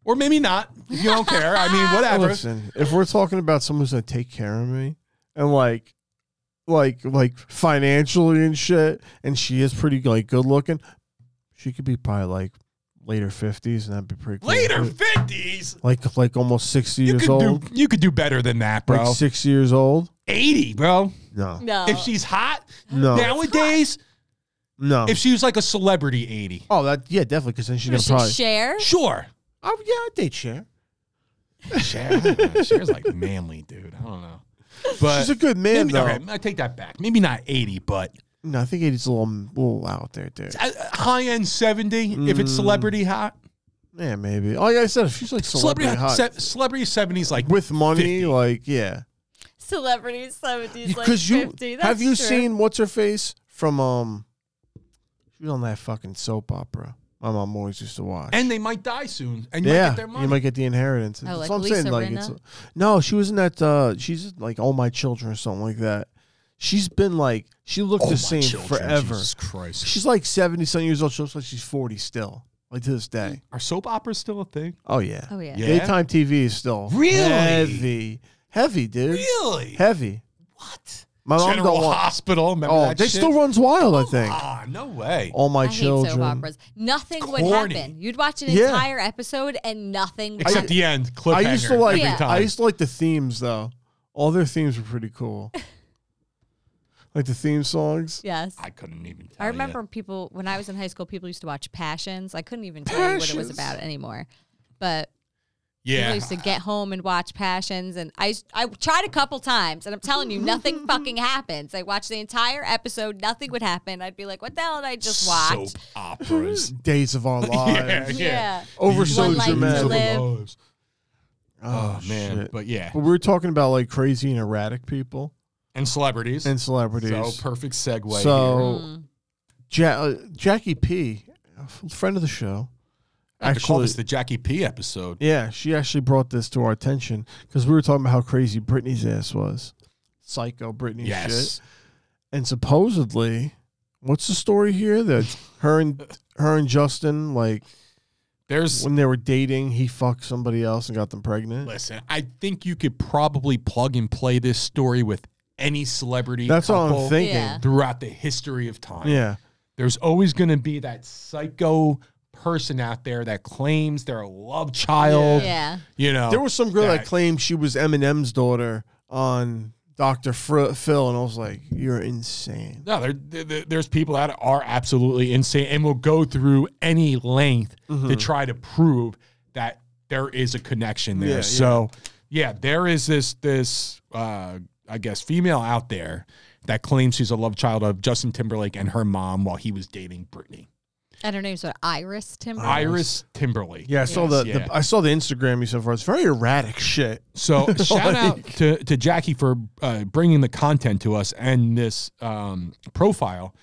[SPEAKER 7] or maybe not if you don't care i mean whatever
[SPEAKER 8] Listen, if we're talking about someone who's gonna take care of me and like like like financially and shit, and she is pretty like good looking, she could be probably like later fifties, and that'd be pretty cool.
[SPEAKER 7] Later fifties.
[SPEAKER 8] like like almost sixty
[SPEAKER 7] You
[SPEAKER 8] years
[SPEAKER 7] could do
[SPEAKER 8] old,
[SPEAKER 7] you could do better than that, bro.
[SPEAKER 8] like six years old.
[SPEAKER 7] Eighty, bro.
[SPEAKER 8] No,
[SPEAKER 9] No.
[SPEAKER 7] If she's hot
[SPEAKER 8] No.
[SPEAKER 7] nowadays,
[SPEAKER 8] no.
[SPEAKER 7] if she was like a celebrity eighty,
[SPEAKER 8] oh, that yeah, definitely. Because then she's gonna
[SPEAKER 9] Should
[SPEAKER 8] probably.
[SPEAKER 9] share?
[SPEAKER 7] sure.
[SPEAKER 8] oh yeah, I'd date Cher.
[SPEAKER 7] Cher, I don't know. Cher's like manly, dude. I don't know. But
[SPEAKER 8] She's a good man
[SPEAKER 7] maybe,
[SPEAKER 8] though.
[SPEAKER 7] okay, I take that back. Maybe not eighty, but
[SPEAKER 8] No, I think it's a little, little out there, dude.
[SPEAKER 7] high end Uh, seventy. If it's celebrity hot,
[SPEAKER 8] Yeah, maybe. Oh yeah, I said if she's like Mm. celebrity, hot,
[SPEAKER 7] se- celebrity seventies, like
[SPEAKER 8] with money,
[SPEAKER 7] 50.
[SPEAKER 8] like yeah.
[SPEAKER 9] Celebrities, seventies, like
[SPEAKER 8] Because you
[SPEAKER 9] 50. That's
[SPEAKER 8] have you
[SPEAKER 9] true.
[SPEAKER 8] seen what's her face from um, she was on that fucking soap opera. My mom always used to watch.
[SPEAKER 7] and they might die soon, and you might
[SPEAKER 8] yeah,
[SPEAKER 7] get their money.
[SPEAKER 8] you might get the inheritance.
[SPEAKER 9] Oh, like
[SPEAKER 8] what
[SPEAKER 9] Lisa Rinna?
[SPEAKER 8] no, she was in that. Uh, she's like all my children or something like that. She's been like she looked
[SPEAKER 7] Oh, my
[SPEAKER 8] the same
[SPEAKER 7] children,
[SPEAKER 8] forever.
[SPEAKER 7] Jesus Christ.
[SPEAKER 8] She's like seventy some years old. She looks like she's forty still, like to this day.
[SPEAKER 7] Are soap operas still a thing?
[SPEAKER 8] Oh yeah.
[SPEAKER 9] Mm. Oh, yeah.
[SPEAKER 7] Yeah.
[SPEAKER 8] Daytime TV is still
[SPEAKER 7] Really?
[SPEAKER 8] heavy, heavy, dude.
[SPEAKER 7] Really?
[SPEAKER 8] Heavy.
[SPEAKER 7] What?
[SPEAKER 8] My mom
[SPEAKER 7] General
[SPEAKER 8] don't want.
[SPEAKER 7] Hospital. Remember
[SPEAKER 8] Oh,
[SPEAKER 7] that
[SPEAKER 8] they
[SPEAKER 7] shit?
[SPEAKER 8] still Oh, runs wild. I think.
[SPEAKER 7] Ah, no way.
[SPEAKER 8] All my
[SPEAKER 9] I
[SPEAKER 8] children.
[SPEAKER 9] hate soap operas. Nothing would
[SPEAKER 7] Corny.
[SPEAKER 9] happen. You'd watch an
[SPEAKER 8] Yeah.
[SPEAKER 9] entire episode and nothing.
[SPEAKER 7] Except
[SPEAKER 9] would-
[SPEAKER 7] the end cliffhanger.
[SPEAKER 8] I used to like.
[SPEAKER 9] every
[SPEAKER 8] Yeah.
[SPEAKER 9] time.
[SPEAKER 8] I used to like the themes though. All their themes were pretty
[SPEAKER 9] [laughs]
[SPEAKER 8] cool. like the theme songs.
[SPEAKER 9] [laughs] yes.
[SPEAKER 7] I couldn't even. Tell
[SPEAKER 9] I
[SPEAKER 7] ya.
[SPEAKER 9] remember people when I was in high school. People used to watch Passions. I couldn't even tell you what it was
[SPEAKER 8] Passions.
[SPEAKER 9] about anymore. But people
[SPEAKER 7] Yeah.
[SPEAKER 9] used to get home and watch Passions, and I used- I tried a couple times, and I'm telling you, nothing fucking happens. I watched the entire episode, nothing would happen. I'd be like, "What the hell did I just watch?"
[SPEAKER 7] [laughs] Soap
[SPEAKER 9] [laughs]
[SPEAKER 7] operas.
[SPEAKER 8] Days of
[SPEAKER 7] [laughs]
[SPEAKER 8] Our
[SPEAKER 7] yeah, yeah.
[SPEAKER 8] Lives.
[SPEAKER 9] Yeah.
[SPEAKER 8] Over
[SPEAKER 7] These
[SPEAKER 8] Soldier
[SPEAKER 7] are the
[SPEAKER 8] Man.
[SPEAKER 7] lives.
[SPEAKER 9] Live.
[SPEAKER 8] Oh,
[SPEAKER 7] man,
[SPEAKER 8] shit. But,
[SPEAKER 7] but yeah,
[SPEAKER 8] we were talking about like crazy and erratic people
[SPEAKER 7] and celebrities.
[SPEAKER 8] and celebrities.
[SPEAKER 7] So perfect segue. here.
[SPEAKER 8] So, Ja- uh, Jackie P, a f- friend of the show,
[SPEAKER 7] I have to call
[SPEAKER 8] actually-
[SPEAKER 7] this the Jackie P episode.
[SPEAKER 8] yeah, she actually brought this to our attention because we were talking about how crazy Britney's ass was, psycho Britney shit.
[SPEAKER 7] Yes.
[SPEAKER 8] and supposedly what's the story
[SPEAKER 7] [laughs]
[SPEAKER 8] here that her and her and Justin like
[SPEAKER 7] There's
[SPEAKER 8] when they were dating he fucked somebody else and got them pregnant
[SPEAKER 7] listen. I think you could probably plug and play this story with any celebrity.
[SPEAKER 8] that's all
[SPEAKER 7] couple
[SPEAKER 8] I'm thinking
[SPEAKER 9] Yeah.
[SPEAKER 8] yeah,
[SPEAKER 7] Throughout the history of time. there's always going to be that psycho person out there that claims they're a love child.
[SPEAKER 9] Yeah.
[SPEAKER 7] You know,
[SPEAKER 8] there was some girl that
[SPEAKER 7] that-
[SPEAKER 8] claimed she was Eminem's daughter on Dr. Fr- Phil and I was like you're insane
[SPEAKER 7] no, there, there- there's people that are absolutely insane and will go through any length
[SPEAKER 8] Mm-hmm.
[SPEAKER 7] to try to prove that there is a connection there.
[SPEAKER 8] Yeah,
[SPEAKER 7] so, yeah. there is this this uh, I guess female out there that claims she's a love child of Justin Timberlake and her mom while he was dating Britney.
[SPEAKER 9] And her name's what Iris Timber.
[SPEAKER 7] Iris Timberlake.
[SPEAKER 8] yeah I saw the,
[SPEAKER 7] yeah.
[SPEAKER 8] the I saw the Instagram you sent for us very erratic shit [laughs]
[SPEAKER 7] So shout out to, to Jackie for uh, bringing the content to us and this um, profile,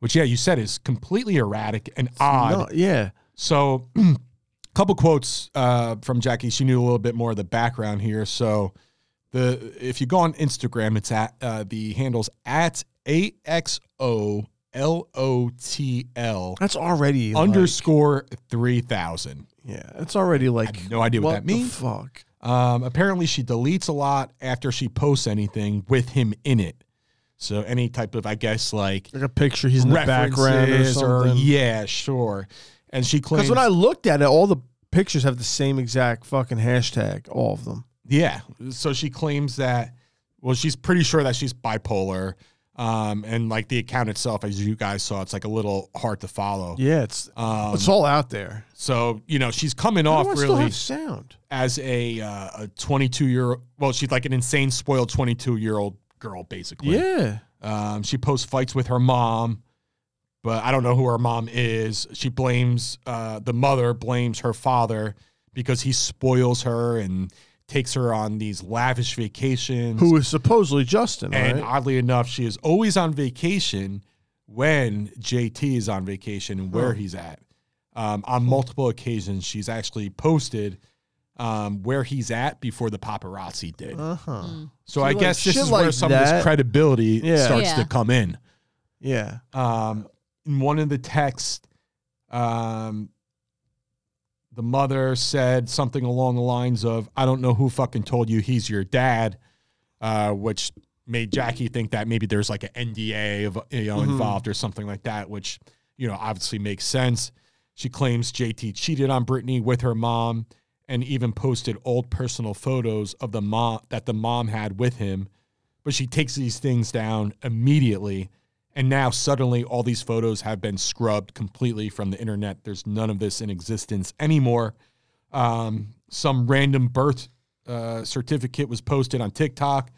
[SPEAKER 7] which yeah, you said is completely erratic and odd.
[SPEAKER 8] no, yeah
[SPEAKER 7] So, [clears throat] a couple quotes uh, from Jackie. She knew a little bit more of the background here. So, the if you go on Instagram, it's at uh, the handles at a x o l o t l
[SPEAKER 8] that's already like-
[SPEAKER 7] underscore three thousand.
[SPEAKER 8] yeah that's already like
[SPEAKER 7] have no idea what that means.
[SPEAKER 8] the fuck
[SPEAKER 7] Um, apparently, she deletes a lot after she posts anything with him in it. So any type of, I guess, like
[SPEAKER 8] like a picture he's in the background or
[SPEAKER 7] references
[SPEAKER 8] something
[SPEAKER 7] yeah, sure. And she claims,
[SPEAKER 8] Because when I looked at it, all the pictures have the same exact fucking hashtag, all of them.
[SPEAKER 7] yeah. So she claims that, well, she's pretty sure that she's bipolar. Um, and like the account itself, as you guys saw, it's like a little hard to follow.
[SPEAKER 8] Yeah, it's
[SPEAKER 7] Um,
[SPEAKER 8] it's all out there.
[SPEAKER 7] so you know, she's coming
[SPEAKER 8] How
[SPEAKER 7] off
[SPEAKER 8] do I
[SPEAKER 7] really
[SPEAKER 8] still have sound?
[SPEAKER 7] as a uh, a 22 year well, she's like an insane spoiled 22 year old girl basically.
[SPEAKER 8] Yeah,
[SPEAKER 7] Um, she posts fights with her mom, but I don't know who her mom is. She blames uh, the mother blames her father because he spoils her and takes her on these lavish vacations.
[SPEAKER 8] who is supposedly Justin?
[SPEAKER 7] and
[SPEAKER 8] right?
[SPEAKER 7] oddly enough, she is always on vacation when JT is on vacation and where he's at. Um, on
[SPEAKER 8] Hmm.
[SPEAKER 7] multiple occasions, she's actually posted um, where he's at before the paparazzi did.
[SPEAKER 8] Uh huh.
[SPEAKER 7] So
[SPEAKER 8] So,
[SPEAKER 7] I
[SPEAKER 8] like,
[SPEAKER 7] guess this
[SPEAKER 8] shit
[SPEAKER 7] is where
[SPEAKER 8] like
[SPEAKER 7] some of
[SPEAKER 8] that-
[SPEAKER 7] this credibility
[SPEAKER 8] Yeah.
[SPEAKER 7] starts
[SPEAKER 9] Yeah.
[SPEAKER 7] to come in.
[SPEAKER 8] Yeah.
[SPEAKER 7] Um, in one of the texts, um, the mother said something along the lines of, I don't know who fucking told you he's your dad, uh, which made Jackie think that maybe there's like an NDA of, you know, involved or something like that, which, you know, obviously makes sense. She claims JT cheated on Brittany with her mom and even posted old personal photos of the mom that the mom had with him. But she takes these things down immediately. And now suddenly all these photos have been scrubbed completely from the internet. There's none of this in existence anymore. Um, some random birth uh, certificate was posted on TikTok.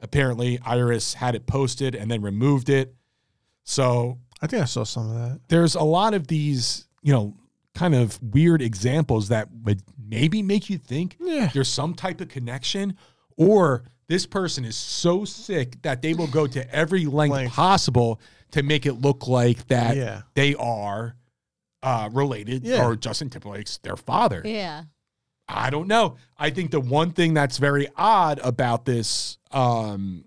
[SPEAKER 7] Apparently, Iris had it posted and then removed it. So
[SPEAKER 8] I think I saw some of that.
[SPEAKER 7] there's a lot of these, you know, kind of weird examples that would maybe make you think
[SPEAKER 8] Yeah.
[SPEAKER 7] there's some type of connection or this person is so sick that they will go to every length,
[SPEAKER 8] Length.
[SPEAKER 7] possible to make it look like that
[SPEAKER 8] Yeah.
[SPEAKER 7] they are uh, related
[SPEAKER 8] Yeah.
[SPEAKER 7] or Justin Timberlake's their father.
[SPEAKER 9] Yeah.
[SPEAKER 7] I don't know. I think the one thing that's very odd about this um,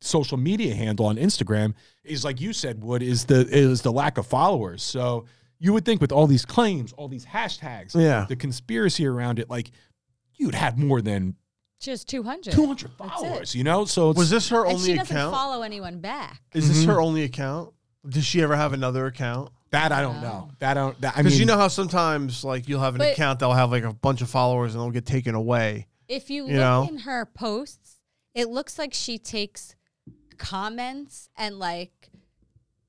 [SPEAKER 7] social media handle on Instagram is, like you said, Wood, is the is the lack of followers. So you would think with all these claims, all these hashtags,
[SPEAKER 8] Yeah.
[SPEAKER 7] the conspiracy around it, like you'd have more than
[SPEAKER 9] Just 200.
[SPEAKER 7] 200
[SPEAKER 9] That's it.
[SPEAKER 7] followers. You know, so it's,
[SPEAKER 8] Was this her
[SPEAKER 9] And
[SPEAKER 8] only
[SPEAKER 9] she doesn't
[SPEAKER 8] account?
[SPEAKER 9] follow anyone back.
[SPEAKER 8] Is this
[SPEAKER 7] Mm-hmm.
[SPEAKER 8] her only account? Does she ever have another account?
[SPEAKER 7] that I don't know. That I don't. That, I
[SPEAKER 8] Because
[SPEAKER 7] mean,
[SPEAKER 8] you know how sometimes like you'll have an
[SPEAKER 9] But-
[SPEAKER 8] account that'll have like a bunch of followers and they'll get taken away.
[SPEAKER 9] If you,
[SPEAKER 8] You
[SPEAKER 9] look
[SPEAKER 8] know?
[SPEAKER 9] in her posts, it looks like she takes comments and like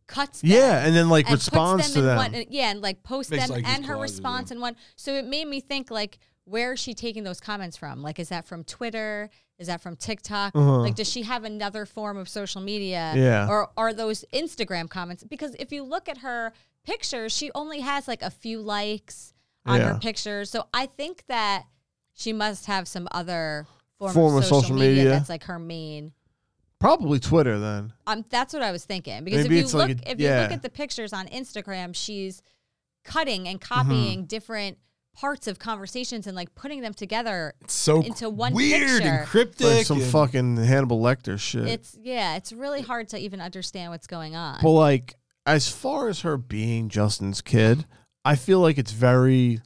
[SPEAKER 9] cuts them
[SPEAKER 8] Yeah, and then like
[SPEAKER 9] and
[SPEAKER 8] responds
[SPEAKER 9] puts
[SPEAKER 8] to
[SPEAKER 9] them in
[SPEAKER 8] them.
[SPEAKER 9] One, yeah, and like posts
[SPEAKER 7] Makes
[SPEAKER 9] them
[SPEAKER 7] like these
[SPEAKER 9] and her
[SPEAKER 7] collages,
[SPEAKER 9] response in one. So it made me think like, where is she taking those comments from? Like, is that from Twitter? Is that from TikTok? Like, does she have another form of social media?
[SPEAKER 8] Uh-huh. Yeah.
[SPEAKER 9] Or are those Instagram comments? Because if you look at her pictures, she only has like a few likes on
[SPEAKER 8] Yeah.
[SPEAKER 9] her pictures. So I think that she must have some other form,
[SPEAKER 8] Form
[SPEAKER 9] of social, media,
[SPEAKER 8] media.
[SPEAKER 9] that's like her main.
[SPEAKER 8] Probably Twitter then.
[SPEAKER 9] Um, that's what I was thinking because
[SPEAKER 8] Maybe
[SPEAKER 9] if you
[SPEAKER 8] it's
[SPEAKER 9] look
[SPEAKER 8] like a-
[SPEAKER 9] if you look
[SPEAKER 8] yeah.
[SPEAKER 9] at the pictures on Instagram, she's cutting and
[SPEAKER 8] Mm-hmm.
[SPEAKER 9] copying different parts of conversations and like putting them together.
[SPEAKER 7] so
[SPEAKER 9] into one
[SPEAKER 7] weird
[SPEAKER 9] picture.
[SPEAKER 7] and cryptic.
[SPEAKER 8] Like some
[SPEAKER 7] and-
[SPEAKER 8] fucking Hannibal Lecter shit.
[SPEAKER 9] It's yeah, it's really hard to even understand what's going on.
[SPEAKER 8] but like as far as her being Justin's kid, I feel like it's very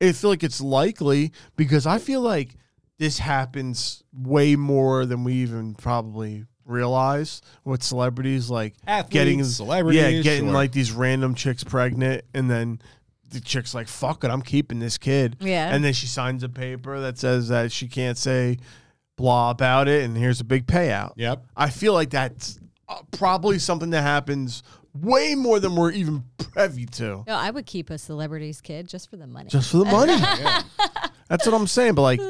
[SPEAKER 8] I feel like it's likely because I feel like this happens way more than we even probably realize with celebrities like
[SPEAKER 7] Athletes,
[SPEAKER 8] getting yeah,
[SPEAKER 7] celebrities,
[SPEAKER 8] getting
[SPEAKER 7] sure.
[SPEAKER 8] like these random chicks pregnant and then the chick's like, fuck it, I'm keeping this kid.
[SPEAKER 9] Yeah.
[SPEAKER 8] And then she signs a paper that says that she can't say blah about it and here's a big payout.
[SPEAKER 7] Yep.
[SPEAKER 8] I feel like that's uh, probably something that happens way more than we're even privy to.
[SPEAKER 9] no, I would keep a celebrity's kid just for the money.
[SPEAKER 8] Just for the
[SPEAKER 9] [laughs]
[SPEAKER 8] money. That's what I'm saying. But like,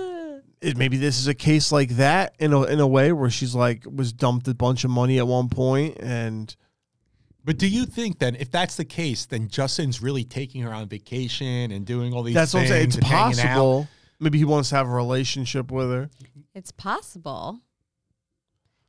[SPEAKER 8] it, maybe this is a case like that in a in a way where she's like was dumped a bunch of money at one point and
[SPEAKER 7] But do you think then, if that's the case, then Justin's really taking her on vacation and doing all these?
[SPEAKER 8] that's what I'm
[SPEAKER 7] things
[SPEAKER 8] saying. It's
[SPEAKER 7] and hanging out?
[SPEAKER 8] possible. Maybe he wants to have a relationship with her.
[SPEAKER 9] It's possible.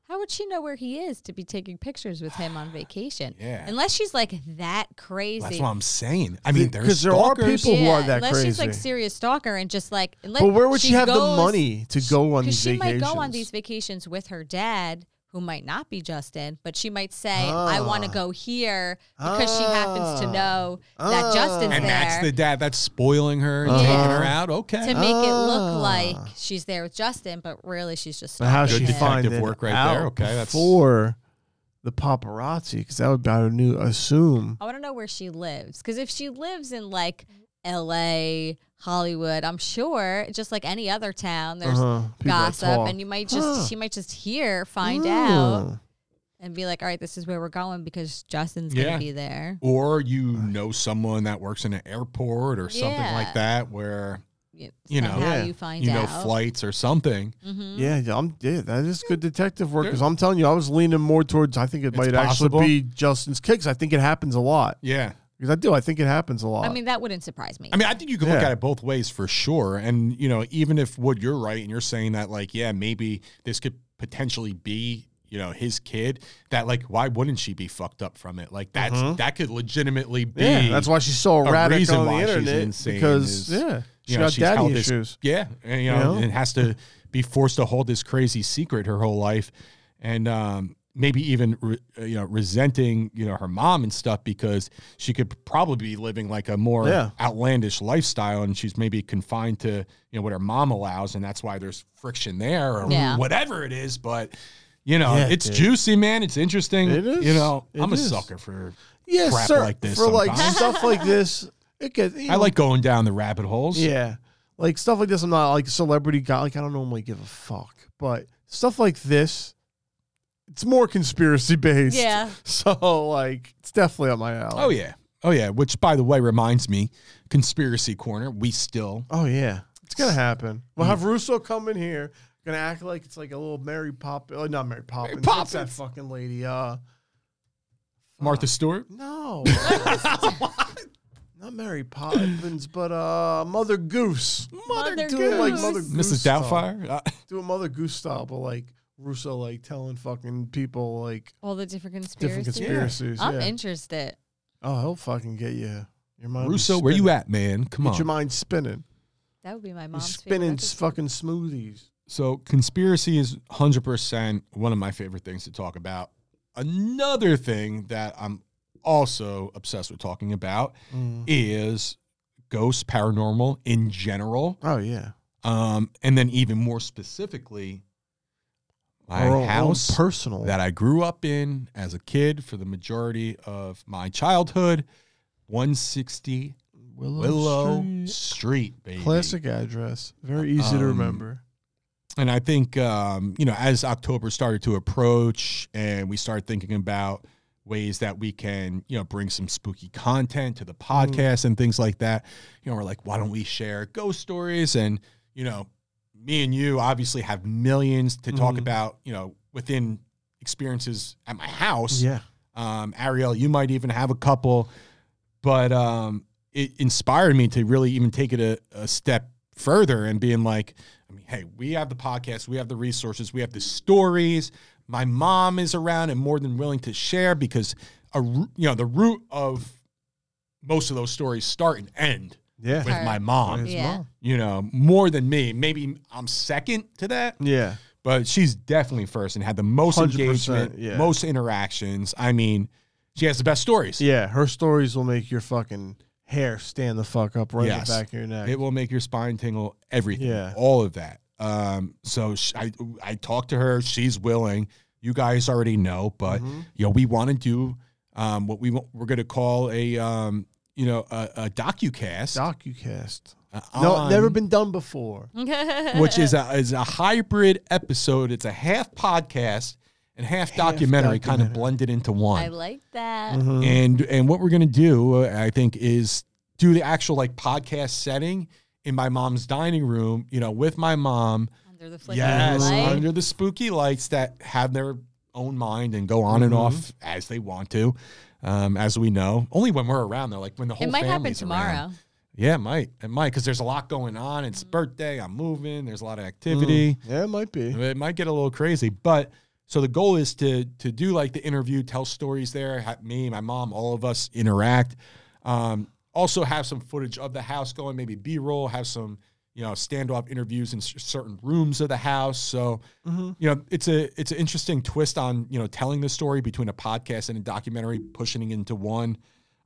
[SPEAKER 9] How would she know where he is to be taking pictures with him on vacation?
[SPEAKER 8] [sighs]
[SPEAKER 7] Yeah.
[SPEAKER 9] Unless she's like that crazy.
[SPEAKER 7] That's what I'm saying. I mean, there's
[SPEAKER 8] 'Cause there are
[SPEAKER 7] stalkers.
[SPEAKER 8] people- who are that
[SPEAKER 9] unless she's like
[SPEAKER 8] crazy.
[SPEAKER 9] serious stalker and just like. Unless
[SPEAKER 8] But where would she, have the
[SPEAKER 9] goes-
[SPEAKER 8] money to go on
[SPEAKER 9] Because
[SPEAKER 8] these
[SPEAKER 9] she
[SPEAKER 8] vacations?
[SPEAKER 9] might go on these vacations with her dad, who might not be Justin, but she might say, "I want to
[SPEAKER 8] Ah.
[SPEAKER 9] go here," because she happens to
[SPEAKER 8] Ah.
[SPEAKER 9] know that Justin's
[SPEAKER 7] and
[SPEAKER 9] there
[SPEAKER 7] that's the dad that's spoiling her, and
[SPEAKER 9] Yeah.
[SPEAKER 7] taking her out. Okay,
[SPEAKER 9] to make it look
[SPEAKER 8] Ah.
[SPEAKER 9] like she's there with Justin, but really she's just.
[SPEAKER 8] But how
[SPEAKER 9] stalking
[SPEAKER 8] she
[SPEAKER 9] him.
[SPEAKER 7] detective
[SPEAKER 8] find it
[SPEAKER 7] work right
[SPEAKER 8] out
[SPEAKER 7] there. Okay, that's-
[SPEAKER 8] for the paparazzi because that would be I would new assume.
[SPEAKER 9] I want to know where she lives because if she lives in like L.A., Hollywood, I'm sure just like any other town, there's
[SPEAKER 8] Uh-huh. People that
[SPEAKER 9] gossip,
[SPEAKER 8] talk.
[SPEAKER 9] and you might just
[SPEAKER 8] Huh.
[SPEAKER 9] she might just hear, find out,
[SPEAKER 8] Mm.
[SPEAKER 9] and be like, "All right, this is where we're going because Justin's
[SPEAKER 7] Yeah.
[SPEAKER 9] gonna be there."
[SPEAKER 7] or you know someone that works in an airport or something
[SPEAKER 9] Yeah.
[SPEAKER 7] like that, where
[SPEAKER 9] You,
[SPEAKER 7] You know.
[SPEAKER 9] somehow
[SPEAKER 8] Yeah.
[SPEAKER 9] you find
[SPEAKER 7] you know
[SPEAKER 9] out. Mm.
[SPEAKER 7] flights or something.
[SPEAKER 8] Yeah, yeah, I'm. Yeah, that is good detective work. Because I'm telling you, I was leaning more towards. I think it
[SPEAKER 7] It's
[SPEAKER 8] might
[SPEAKER 7] possible.
[SPEAKER 8] actually be Justin's kicks. I think it happens a lot.
[SPEAKER 7] Yeah,
[SPEAKER 8] Because I do. I think it happens a lot.
[SPEAKER 9] I mean, that wouldn't surprise me.
[SPEAKER 7] I mean, I think you can look
[SPEAKER 8] Yeah.
[SPEAKER 7] at it both ways for sure. And you know, even if Wood, you're right, and you're saying that, like, yeah, maybe this could potentially be, you know, his kid. That, like, why wouldn't she be fucked up from it? Like, that's that could legitimately be.
[SPEAKER 8] Mm-hmm. yeah, that's why she's so
[SPEAKER 7] a
[SPEAKER 8] erratic
[SPEAKER 7] reason
[SPEAKER 8] on
[SPEAKER 7] why
[SPEAKER 8] the
[SPEAKER 7] she's
[SPEAKER 8] internet.
[SPEAKER 7] insane
[SPEAKER 8] because
[SPEAKER 7] is,
[SPEAKER 8] yeah, she
[SPEAKER 7] you know,
[SPEAKER 8] got
[SPEAKER 7] she's held
[SPEAKER 8] daddy
[SPEAKER 7] this-
[SPEAKER 8] issues.
[SPEAKER 7] yeah, and, you know,
[SPEAKER 8] You know?
[SPEAKER 7] and has to be forced to hold this crazy secret her whole life, and um, maybe even re, uh, you know resenting you know her mom and stuff because she could probably be living like a more
[SPEAKER 8] Yeah.
[SPEAKER 7] outlandish lifestyle, and she's maybe confined to you know what her mom allows, and that's why there's friction there or
[SPEAKER 9] Yeah.
[SPEAKER 7] whatever it is, but. You know,
[SPEAKER 8] Yeah,
[SPEAKER 7] it's
[SPEAKER 8] dude.
[SPEAKER 7] juicy, man. It's interesting.
[SPEAKER 8] It is.
[SPEAKER 7] You know,
[SPEAKER 8] It
[SPEAKER 7] I'm a
[SPEAKER 8] is.
[SPEAKER 7] sucker for
[SPEAKER 8] Yes,
[SPEAKER 7] crap
[SPEAKER 8] sir.
[SPEAKER 7] like this
[SPEAKER 8] for like
[SPEAKER 7] sometimes.
[SPEAKER 8] stuff like this. it gets. you
[SPEAKER 7] I
[SPEAKER 8] know,
[SPEAKER 7] like going down the rabbit holes.
[SPEAKER 8] Yeah. Like stuff like this, I'm not like a celebrity guy. Like I don't normally give a fuck, but stuff like this, it's more conspiracy based.
[SPEAKER 9] Yeah.
[SPEAKER 8] [laughs] So like, it's definitely on my alley.
[SPEAKER 7] Oh yeah. Oh yeah. Which by the way reminds me, conspiracy corner. We still
[SPEAKER 8] Oh yeah, it's gonna happen.
[SPEAKER 9] Mm.
[SPEAKER 8] We'll have Russo come in here, gonna act like it's like a little Mary Poppins. Uh, not Mary Poppins. Mary that
[SPEAKER 7] Poppins.
[SPEAKER 8] fucking lady. Uh,
[SPEAKER 7] Martha Stewart.
[SPEAKER 9] [laughs]
[SPEAKER 8] no. Not Mary Poppins, but uh, Mother Goose.
[SPEAKER 9] Mother
[SPEAKER 8] Do it like
[SPEAKER 9] Goose.
[SPEAKER 8] Mother Goose.
[SPEAKER 7] Mrs.
[SPEAKER 8] style.
[SPEAKER 7] Doubtfire. Uh,
[SPEAKER 8] Do a Mother Goose style, but like Russo, like telling fucking people like
[SPEAKER 9] All the different
[SPEAKER 8] different
[SPEAKER 9] conspiracies.
[SPEAKER 8] conspiracies.
[SPEAKER 9] I'm
[SPEAKER 8] Yeah.
[SPEAKER 9] interested.
[SPEAKER 8] oh, he'll fucking get you. Your mind. be
[SPEAKER 7] Russo, where you
[SPEAKER 8] spinning.
[SPEAKER 7] at, man? Come
[SPEAKER 8] Get your
[SPEAKER 7] on.
[SPEAKER 8] mind spinning.
[SPEAKER 9] That would be my
[SPEAKER 8] You're
[SPEAKER 9] mom's
[SPEAKER 8] spinning
[SPEAKER 9] favorite.
[SPEAKER 8] s-
[SPEAKER 9] [laughs]
[SPEAKER 8] fucking smoothies.
[SPEAKER 7] So conspiracy is hundred percent one of my favorite things to talk about. Another thing that I'm also obsessed with talking about
[SPEAKER 8] Mm.
[SPEAKER 7] is ghosts, paranormal in general,
[SPEAKER 8] Oh yeah.
[SPEAKER 7] um, and then even more specifically, my
[SPEAKER 8] Our own- own
[SPEAKER 7] house
[SPEAKER 8] personal.
[SPEAKER 7] that I grew up in as a kid for the majority of my childhood, 160
[SPEAKER 8] Willow,
[SPEAKER 7] Willow
[SPEAKER 8] Street.
[SPEAKER 7] Street, baby.
[SPEAKER 8] Oh, Classic address. Very easy to
[SPEAKER 7] Um,
[SPEAKER 8] remember.
[SPEAKER 7] And I think, um, you know, as October started to approach and we started thinking about ways that we can, you know, bring some spooky content
[SPEAKER 8] Mm.
[SPEAKER 7] to the podcast and things like that, you know, we're like, why don't we share ghost stories? And, you know, me and you obviously have millions to talk
[SPEAKER 8] Mhm.
[SPEAKER 7] about, you know, within experiences at my house.
[SPEAKER 8] Yeah.
[SPEAKER 7] Um, Ariel, you might even have a couple, but um, it inspired me to really even take it a, a step further and being like, I mean, hey, we have the podcast, we have the resources, we have the stories. My mom is around and more than willing to share because a ru- you know the root of most of those stories start and end
[SPEAKER 8] Yeah. [laughs]
[SPEAKER 7] with my mom.
[SPEAKER 8] His
[SPEAKER 9] Yeah.
[SPEAKER 8] mom.
[SPEAKER 7] You know more than me. Maybe I'm second to that
[SPEAKER 8] Yeah.
[SPEAKER 7] but she's definitely first and had the most
[SPEAKER 8] 100%,
[SPEAKER 7] engagement,
[SPEAKER 8] yeah.
[SPEAKER 7] most interactions. I mean, she has the best stories.
[SPEAKER 8] Yeah. Her stories will make your fucking hair stand the fuck up right
[SPEAKER 7] Yes.
[SPEAKER 8] in the back of your neck.
[SPEAKER 7] It will make your spine tingle. Everything,
[SPEAKER 8] Yeah.
[SPEAKER 7] all of that. Um, so sh I I talked to her. She's willing. You guys already know, but
[SPEAKER 8] Mm-hmm.
[SPEAKER 7] you know we want to do um, what we want, we're going to call a um, you know a, a docucast.
[SPEAKER 8] DocuCast.
[SPEAKER 7] uh,
[SPEAKER 8] No,
[SPEAKER 7] on-
[SPEAKER 8] never been done before.
[SPEAKER 7] which is a is a hybrid episode. It's a half podcast and half, documentary, kind of
[SPEAKER 8] documentary.
[SPEAKER 7] blended into one.
[SPEAKER 9] I like that.
[SPEAKER 8] Mm-hmm.
[SPEAKER 7] and and what we're gonna do uh, i think is do the actual like podcast setting in my mom's dining room you know with my mom
[SPEAKER 9] Under the flickering
[SPEAKER 7] yes
[SPEAKER 9] light.
[SPEAKER 7] under the spooky lights that have their own mind and go on and off as they want to um, as we know only when we're around though like when the whole
[SPEAKER 9] it might happen
[SPEAKER 7] family's
[SPEAKER 9] tomorrow. Mm-hmm.
[SPEAKER 7] around. yeah it might it might because there's a lot going on it's birthday i'm moving there's a lot of activity
[SPEAKER 8] Yeah, it might be.
[SPEAKER 7] it might get a little crazy, but so the goal is to to do like the interview, tell stories there. Have me, my mom, all of us interact. Um, also have some footage of the house going, maybe B roll. Have some you know standoff interviews in cer- certain rooms of the house. So you know it's a it's an interesting twist on you know telling the story between a podcast and a documentary, pushing it into one.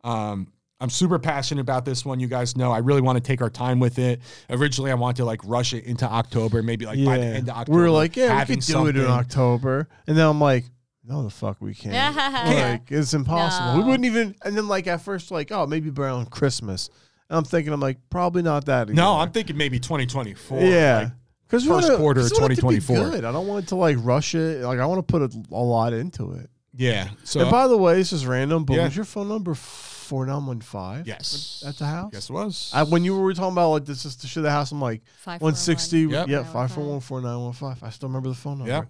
[SPEAKER 7] Um, I'm super passionate about this one. You guys know I really want to take our time with it. Originally, I wanted to like rush it into October, maybe like by the
[SPEAKER 8] Yeah.
[SPEAKER 7] end of October.
[SPEAKER 8] we were like, yeah, we
[SPEAKER 7] having
[SPEAKER 8] could do it in
[SPEAKER 7] something.
[SPEAKER 8] October. And then I'm like, no, the fuck we can't.
[SPEAKER 9] [laughs] Can't.
[SPEAKER 8] Like, it's impossible. We
[SPEAKER 9] No.
[SPEAKER 8] wouldn't even. And then, like, at first, like, oh, maybe around Christmas. And I'm thinking, I'm like, probably not that.
[SPEAKER 7] No,
[SPEAKER 8] either.
[SPEAKER 7] I'm thinking maybe 2024.
[SPEAKER 8] Yeah.
[SPEAKER 7] Like,
[SPEAKER 8] Because
[SPEAKER 7] first quarter of 2024.
[SPEAKER 8] I don't want it to like rush it. Like I want to put a, a lot into it.
[SPEAKER 7] yeah. So
[SPEAKER 8] and by the way, this is random, but
[SPEAKER 7] Yeah.
[SPEAKER 8] was your phone number four nine one five?
[SPEAKER 7] yes,
[SPEAKER 8] At the house.
[SPEAKER 7] yes, it was.
[SPEAKER 8] I, when you were talking about like this is the shit of the house, I'm like
[SPEAKER 9] Five, four,
[SPEAKER 8] one sixty.
[SPEAKER 7] one. Yep.
[SPEAKER 8] Yeah, five four one four nine one five. I still remember the phone number.
[SPEAKER 7] Yep.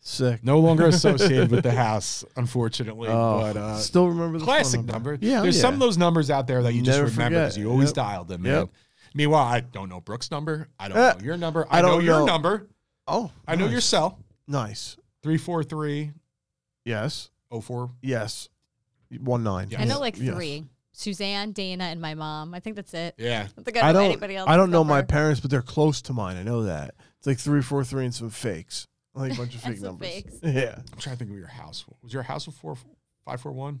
[SPEAKER 8] Sick.
[SPEAKER 7] no longer associated with the house, unfortunately.
[SPEAKER 8] [laughs] Oh,
[SPEAKER 7] but uh,
[SPEAKER 8] still remember the phone
[SPEAKER 7] classic number.
[SPEAKER 8] Yeah, oh,
[SPEAKER 7] There's
[SPEAKER 8] yeah.
[SPEAKER 7] some of those numbers out there that you just
[SPEAKER 8] Never
[SPEAKER 7] remember because
[SPEAKER 8] forget.
[SPEAKER 7] you always
[SPEAKER 8] Yep.
[SPEAKER 7] dialed them. Man.
[SPEAKER 8] Yep.
[SPEAKER 7] Meanwhile, I don't know Brooks' number. I don't
[SPEAKER 8] Eh,
[SPEAKER 7] know your number. I,
[SPEAKER 8] I
[SPEAKER 7] know
[SPEAKER 8] don't
[SPEAKER 7] your
[SPEAKER 8] know.
[SPEAKER 7] number.
[SPEAKER 8] Oh,
[SPEAKER 7] I know
[SPEAKER 8] nice.
[SPEAKER 7] your cell.
[SPEAKER 8] nice.
[SPEAKER 7] 343
[SPEAKER 8] Yes,
[SPEAKER 7] 04.
[SPEAKER 8] yes, one nine.
[SPEAKER 7] Yeah.
[SPEAKER 9] I know like
[SPEAKER 8] Yes.
[SPEAKER 9] three. Suzanne, Dana, and my mom. I think that's it.
[SPEAKER 7] Yeah.
[SPEAKER 9] I don't think I know
[SPEAKER 8] I don't.
[SPEAKER 9] anybody else.
[SPEAKER 8] I don't know my parents, but they're close to mine. I know that. It's like three, four, three, and some fakes. Like a bunch
[SPEAKER 9] [laughs]
[SPEAKER 8] of
[SPEAKER 9] And
[SPEAKER 8] fake
[SPEAKER 9] some
[SPEAKER 8] numbers.
[SPEAKER 9] fakes.
[SPEAKER 8] [laughs] Yeah.
[SPEAKER 7] I'm trying to think of your house. Was your house a 4 541?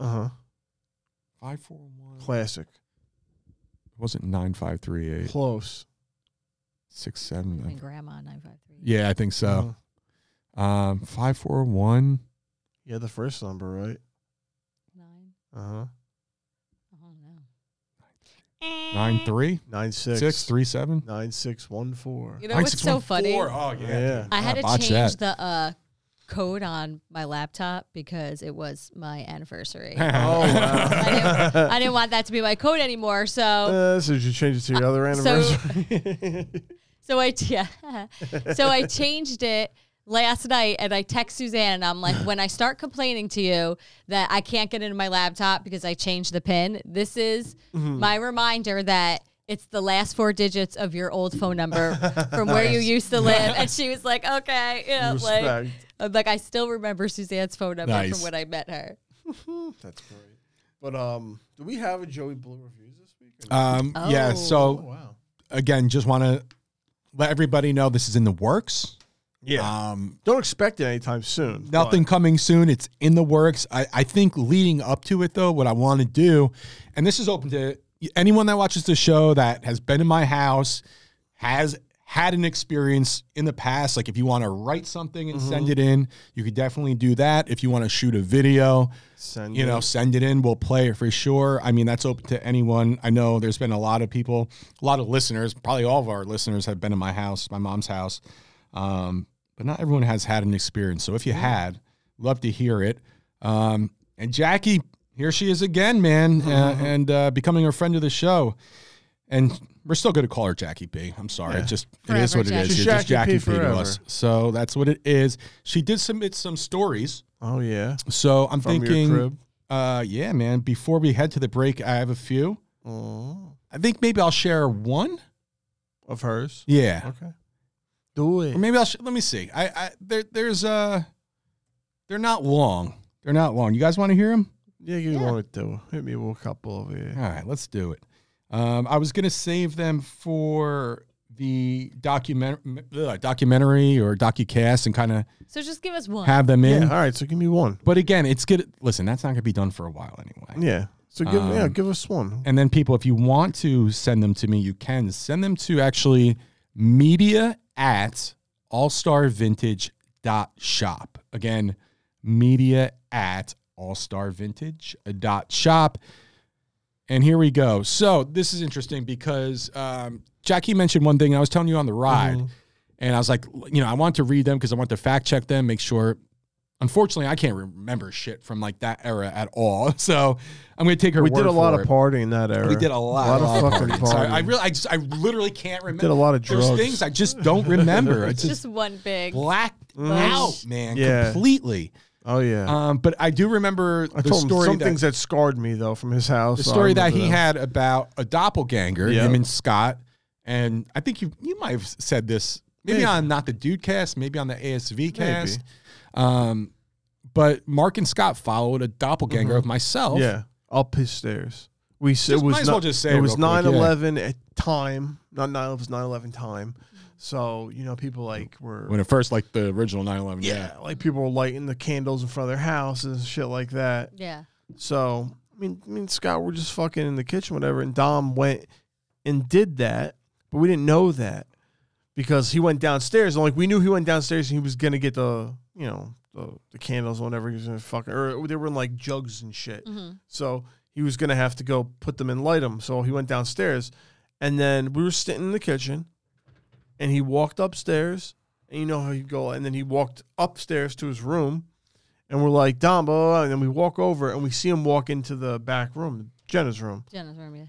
[SPEAKER 8] Uh huh.
[SPEAKER 7] 541.
[SPEAKER 8] Classic.
[SPEAKER 7] It wasn't 9538
[SPEAKER 8] Close.
[SPEAKER 7] 67.
[SPEAKER 9] My grandma, 953.
[SPEAKER 7] Yeah, I think so.
[SPEAKER 8] Uh-huh.
[SPEAKER 7] Um, 541.
[SPEAKER 8] Yeah, the first number, right?
[SPEAKER 9] Nine.
[SPEAKER 8] Uh huh.
[SPEAKER 9] Oh, no.
[SPEAKER 7] Nine three
[SPEAKER 8] Nine six
[SPEAKER 7] six three seven.
[SPEAKER 8] nine six one four.
[SPEAKER 9] You know what's so funny?
[SPEAKER 7] Oh yeah.
[SPEAKER 8] Yeah.
[SPEAKER 9] I had
[SPEAKER 7] I
[SPEAKER 9] to
[SPEAKER 7] botched
[SPEAKER 9] change
[SPEAKER 7] that.
[SPEAKER 9] the uh, code on my laptop because it was my anniversary.
[SPEAKER 8] Oh wow.
[SPEAKER 9] I, didn't, I didn't want that to be my code anymore, so [laughs]
[SPEAKER 8] Uh, [laughs] so you change it to your other
[SPEAKER 9] so- [laughs]
[SPEAKER 8] anniversary.
[SPEAKER 9] So I [laughs] yeah. so I changed it last night and I text Suzanne and
[SPEAKER 8] [laughs]
[SPEAKER 9] I'm like, when I start complaining to you that I can't get into my laptop because I changed the pin, this is
[SPEAKER 8] Mm-hmm.
[SPEAKER 9] my reminder that it's the last four digits of your old phone number from where
[SPEAKER 8] [laughs]
[SPEAKER 9] you used to live. And she was like, Okay, you know, like
[SPEAKER 8] Respect.
[SPEAKER 9] I'm like, I still remember Suzanne's phone number
[SPEAKER 7] Nice.
[SPEAKER 9] from when I met her.
[SPEAKER 8] That's great. But um, do we have a Joey Blue reviews this week? or no?
[SPEAKER 7] Um, Yeah. So
[SPEAKER 8] Oh, wow.
[SPEAKER 7] again, just want to let everybody know this is in the works.
[SPEAKER 8] Yeah.
[SPEAKER 7] Um,
[SPEAKER 8] Don't expect it anytime soon.
[SPEAKER 7] nothing
[SPEAKER 8] but-
[SPEAKER 7] coming soon. It's in the works. I, I think leading up to it though, what I want to do, and this is open to anyone that watches the show that has been in my house, has had an experience in the past. Like if you want to write something and send it in, you could definitely do that. If you want to shoot a video,
[SPEAKER 8] Send
[SPEAKER 7] you know,
[SPEAKER 8] it.
[SPEAKER 7] send it in. We'll play it for sure. I mean, that's open to anyone. I know there's been a lot of people, a lot of listeners, probably all of our listeners have been in my house, my mom's house. Um, but not everyone has had an experience. So if you had, love to hear it. Um, and Jackie, here she is again,
[SPEAKER 8] [laughs]
[SPEAKER 7] man, uh, and uh, becoming a friend of the show. And we're still going to call her Jackie B. I'm sorry. It's just, it is
[SPEAKER 9] Forever
[SPEAKER 7] what it is.
[SPEAKER 9] Jackie.
[SPEAKER 7] You're just
[SPEAKER 8] Jackie
[SPEAKER 7] Jackie
[SPEAKER 8] P
[SPEAKER 7] P to
[SPEAKER 8] forever.
[SPEAKER 7] us. So that's what it is. She did submit some stories.
[SPEAKER 8] Oh yeah.
[SPEAKER 7] So I'm
[SPEAKER 8] From your
[SPEAKER 7] thinking,
[SPEAKER 8] crib?
[SPEAKER 7] uh, yeah, man. Before we head to the break, I have a few.
[SPEAKER 8] Oh,
[SPEAKER 7] I think maybe I'll share one.
[SPEAKER 8] of hers.
[SPEAKER 7] Yeah,
[SPEAKER 8] Okay. Do it.
[SPEAKER 7] or maybe I'll. Sh- let me see. I, I there, there's uh, they're not long. They're not long. You guys want to hear them?
[SPEAKER 8] yeah, give me one or two. Hit me with a couple of it.
[SPEAKER 7] All right, let's do it. Um, I was gonna save them for the document ugh, documentary or docucast and kind of
[SPEAKER 9] So just give us one.
[SPEAKER 7] have them in.
[SPEAKER 8] Yeah. All right. So give me one.
[SPEAKER 7] But again, it's good. Listen, that's not gonna be done for a while anyway.
[SPEAKER 8] Yeah. So give yeah,
[SPEAKER 7] Um,
[SPEAKER 8] give us one.
[SPEAKER 7] And then people, if you want to send them to me, you can send them to actually media at allstarvintage.shop. Again, media at allstarvintage.shop. And here we go. So this is interesting because um, Jackie mentioned one thing. I was telling you on the ride,
[SPEAKER 8] Mm-hmm.
[SPEAKER 7] and I was like, you know, I want to read them because I want to fact check them, make sure unfortunately, I can't remember shit from like that era at all. [laughs] So I'm gonna take her.
[SPEAKER 8] We did
[SPEAKER 7] word
[SPEAKER 8] a lot
[SPEAKER 7] for
[SPEAKER 8] of
[SPEAKER 7] it.
[SPEAKER 8] partying in that era.
[SPEAKER 7] We did a lot,
[SPEAKER 8] A lot of fucking
[SPEAKER 7] So I, I
[SPEAKER 8] partying.
[SPEAKER 7] really, I just, I literally can't remember.
[SPEAKER 8] a lot of
[SPEAKER 7] There's
[SPEAKER 8] drugs.
[SPEAKER 7] things I just don't
[SPEAKER 8] [laughs]
[SPEAKER 7] remember. It's just
[SPEAKER 9] just one big
[SPEAKER 7] blacked out, man,
[SPEAKER 8] Mm. Yeah.
[SPEAKER 7] completely.
[SPEAKER 8] Oh yeah.
[SPEAKER 7] Um, but I do remember
[SPEAKER 8] I
[SPEAKER 7] the
[SPEAKER 8] told him
[SPEAKER 7] story
[SPEAKER 8] some
[SPEAKER 7] that
[SPEAKER 8] things that scarred me though from his house.
[SPEAKER 7] the
[SPEAKER 8] so I
[SPEAKER 7] story that
[SPEAKER 8] remember
[SPEAKER 7] he
[SPEAKER 8] them.
[SPEAKER 7] had about a doppelganger,
[SPEAKER 8] Yeah.
[SPEAKER 7] him and Scott. And I think you you might have said this maybe,
[SPEAKER 8] Maybe.
[SPEAKER 7] on not the dude cast, maybe on the ASV cast. Um, but Mark and Scott followed a doppelganger of myself.
[SPEAKER 8] Mm-hmm. Yeah, up his stairs. We s-
[SPEAKER 7] Just
[SPEAKER 8] it was
[SPEAKER 7] might as well
[SPEAKER 8] not-
[SPEAKER 7] just say it
[SPEAKER 8] it was
[SPEAKER 7] real quick,
[SPEAKER 8] nine
[SPEAKER 7] yeah.
[SPEAKER 8] eleven at time. Not nine. It was nine eleven time. So you know, people like were
[SPEAKER 7] When it first, like the original 911. Yeah.
[SPEAKER 8] yeah, like people were lighting the candles in front of their houses and shit like that.
[SPEAKER 9] Yeah.
[SPEAKER 8] So I mean, me and Scott were just fucking in the kitchen, whatever. And Dom went and did that, but we didn't know that because he went downstairs. And like we knew he went downstairs and he was gonna get the you know the, the candles, or whatever he was gonna fucking or they were in like jugs and shit. So he was gonna have to go put them and light them. So he went downstairs, and then we were sitting in the kitchen, and he walked upstairs. And you know how you go, and then he walked upstairs to his room, and we're like Dom, blah, blah, blah," and then we walk over and we see him walk into the back room, Jenna's room.
[SPEAKER 9] Jenna's room, yeah.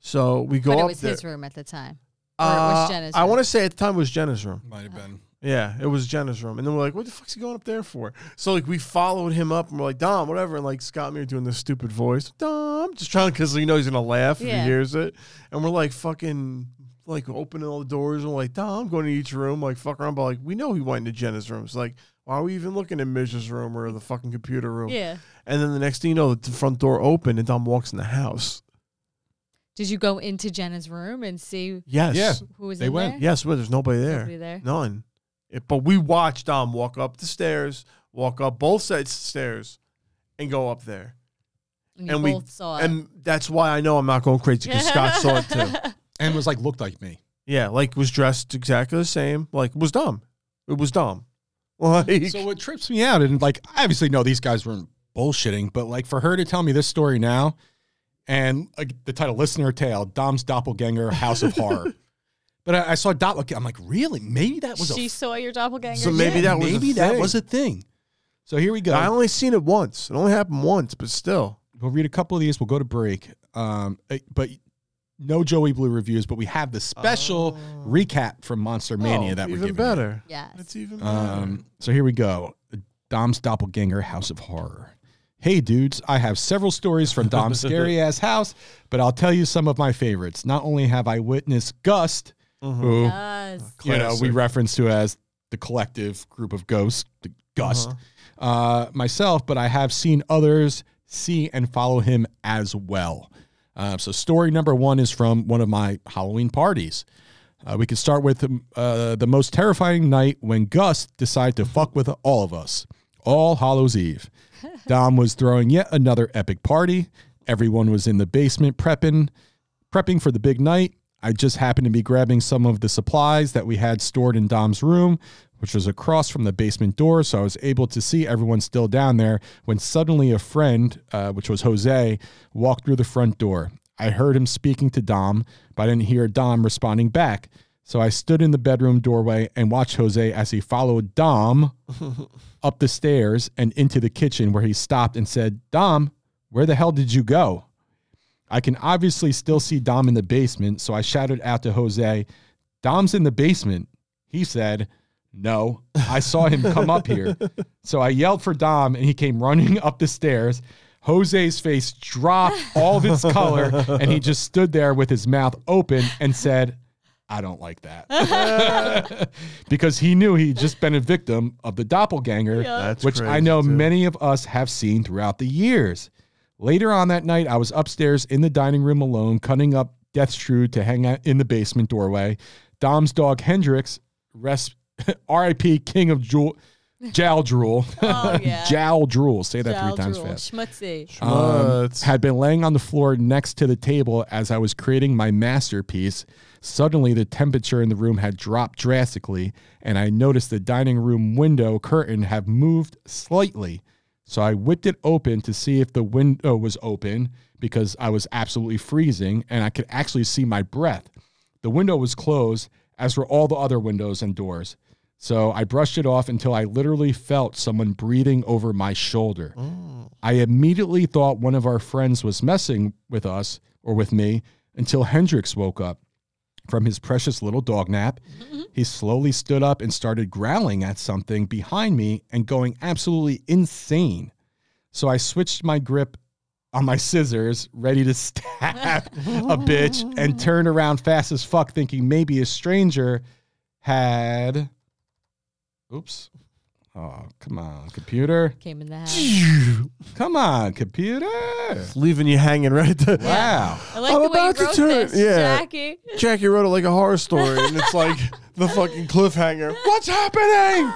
[SPEAKER 8] So we go
[SPEAKER 9] But it
[SPEAKER 8] up
[SPEAKER 9] was
[SPEAKER 8] there.
[SPEAKER 9] his room at the time. Or it was
[SPEAKER 8] Uh,
[SPEAKER 9] Jenna's
[SPEAKER 8] I
[SPEAKER 9] room.
[SPEAKER 8] want to say at the time it was Jenna's room.
[SPEAKER 7] Might have been.
[SPEAKER 8] Yeah, it was Jenna's room. And then we're like, what the fuck's he going up there for? So like we followed him up and we're like, Dom, whatever. And like Scott and me are doing this stupid voice. Dom, just trying because you know he's gonna laugh if
[SPEAKER 9] Yeah.
[SPEAKER 8] he hears it. And we're like fucking like opening all the doors and we're like, Dom, I'm going to each room, like fuck around. But like we know he went into Jenna's room. So like, why are we even looking at Mish's room or the fucking computer room?
[SPEAKER 9] Yeah.
[SPEAKER 8] And then the next thing you know, the front door opened and Dom walks in the house.
[SPEAKER 9] Did you go into Jenna's room and see
[SPEAKER 8] Yes.
[SPEAKER 7] Yeah.
[SPEAKER 9] who was
[SPEAKER 7] They
[SPEAKER 9] in
[SPEAKER 7] went.
[SPEAKER 9] there?
[SPEAKER 8] Yes, but there's nobody there.
[SPEAKER 9] Nobody there?
[SPEAKER 8] None. It- but we watched Dom walk up the stairs, walk up both sides of the stairs, and go up there.
[SPEAKER 9] And, you
[SPEAKER 8] and we-
[SPEAKER 9] both saw it.
[SPEAKER 8] And that's why I know I'm not going crazy because Scott saw it too.
[SPEAKER 9] [laughs]
[SPEAKER 7] And was like, looked like me.
[SPEAKER 8] Yeah, like was dressed exactly the same. Like was Dom. It was Dom. [laughs] Like
[SPEAKER 7] So what trips me out, and like, I obviously know these guys weren't bullshitting, but like for her to tell me this story now, and like the title "Listener Tale: Dom's Doppelganger House of
[SPEAKER 8] [laughs]
[SPEAKER 7] Horror." But I, I saw doppelganger. I'm like, really? Maybe that was a
[SPEAKER 9] she saw your doppelganger.
[SPEAKER 8] So maybe that was a
[SPEAKER 7] maybe that
[SPEAKER 8] thing.
[SPEAKER 7] was a thing. So here we go.
[SPEAKER 8] I only seen it once. It only happened once, but still.
[SPEAKER 7] we'll read a couple of these. We'll go to break. Um, eh, but no Joey Blue reviews. But we have the special recap from Monster Mania
[SPEAKER 8] Oh,
[SPEAKER 7] that we're
[SPEAKER 8] even
[SPEAKER 7] giving. you.
[SPEAKER 8] better.
[SPEAKER 9] Yes.
[SPEAKER 8] It's even better.
[SPEAKER 7] Um, so here we go. Dom's doppelganger, House of Horror. Hey dudes, I have several stories from Dom's scary ass house, but I'll tell you some of my favorites. Not only have I witnessed Gust, who
[SPEAKER 9] Yes.
[SPEAKER 7] you know uh, we
[SPEAKER 8] Classic.
[SPEAKER 7] reference to as the collective group of ghosts, the Gust, uh myself, but I have seen others see and follow him as well. Uh, so story number one is from one of my Halloween parties. Uh, we could start with um, uh, the most terrifying night when Gus decided to fuck with all of us. All Hallows Eve. Dom was throwing yet another epic party. Everyone was in the basement prepping, prepping for the big night. I just happened to be grabbing some of the supplies that we had stored in Dom's room, which was across from the basement door, so I was able to see everyone still down there. When suddenly a friend, uh, which was Jose, walked through the front door. I heard him speaking to Dom, but I didn't hear Dom responding back. So I stood in the bedroom doorway and watched Jose as he followed Dom up the stairs and into the kitchen where he stopped and said, Dom, where the hell did you go? I can obviously still see Dom in the basement, so I shouted out to Jose, Dom's in the basement. He said, No, I saw him come up
[SPEAKER 8] [laughs]
[SPEAKER 7] here. So I yelled for Dom and he came running [laughs] up the stairs. Jose's face dropped all of its color and he just stood there with his mouth open and said, I don't like
[SPEAKER 8] [laughs]
[SPEAKER 7] that. because he knew he'd just been a victim of the doppelganger,
[SPEAKER 8] That's
[SPEAKER 7] which I
[SPEAKER 8] crazy,
[SPEAKER 7] know
[SPEAKER 8] too.
[SPEAKER 7] many of us have seen throughout the years. Later on that night, I was upstairs in the dining room alone, cutting up Death's True to hang out in the basement doorway. Dom's dog Hendrix, [laughs] rest, R.I.P. King of Jewel, Jowl Drool,
[SPEAKER 9] Oh,
[SPEAKER 7] [laughs]
[SPEAKER 9] yeah.
[SPEAKER 7] Jowl Drool. Say that
[SPEAKER 9] Jal
[SPEAKER 7] three times
[SPEAKER 9] drool.
[SPEAKER 7] fast.
[SPEAKER 9] Schmutzy.
[SPEAKER 7] Um,
[SPEAKER 8] Schmutz.
[SPEAKER 7] had been laying on the floor next to the table as I was creating my masterpiece. Suddenly, the temperature in the room had dropped drastically, and I noticed the dining room window curtain had moved slightly. So I whipped it open to see if the window was open because I was absolutely freezing and I could actually see my breath. The window was closed, as were all the other windows and doors. So I brushed it off until I literally felt someone breathing over my shoulder. I immediately thought one of our friends was messing with us or with me until Hendrix woke up from his precious little dog nap. He slowly stood up and started growling at something behind me and going absolutely insane. So I switched my grip on my scissors, ready to [laughs] stab a bitch, and turned around fast as fuck, thinking maybe a stranger had. Oops. Oh, come on, computer.
[SPEAKER 9] Came in the house.
[SPEAKER 7] Come on, computer.
[SPEAKER 8] It's leaving you hanging right there.
[SPEAKER 7] Wow.
[SPEAKER 9] I like
[SPEAKER 8] I'm
[SPEAKER 9] the way
[SPEAKER 8] about to
[SPEAKER 9] you wrote
[SPEAKER 8] turn-
[SPEAKER 9] this,
[SPEAKER 8] yeah.
[SPEAKER 9] Jackie.
[SPEAKER 8] Jackie wrote it like a horror story, and it's
[SPEAKER 9] [laughs]
[SPEAKER 8] like the fucking cliffhanger. What's happening?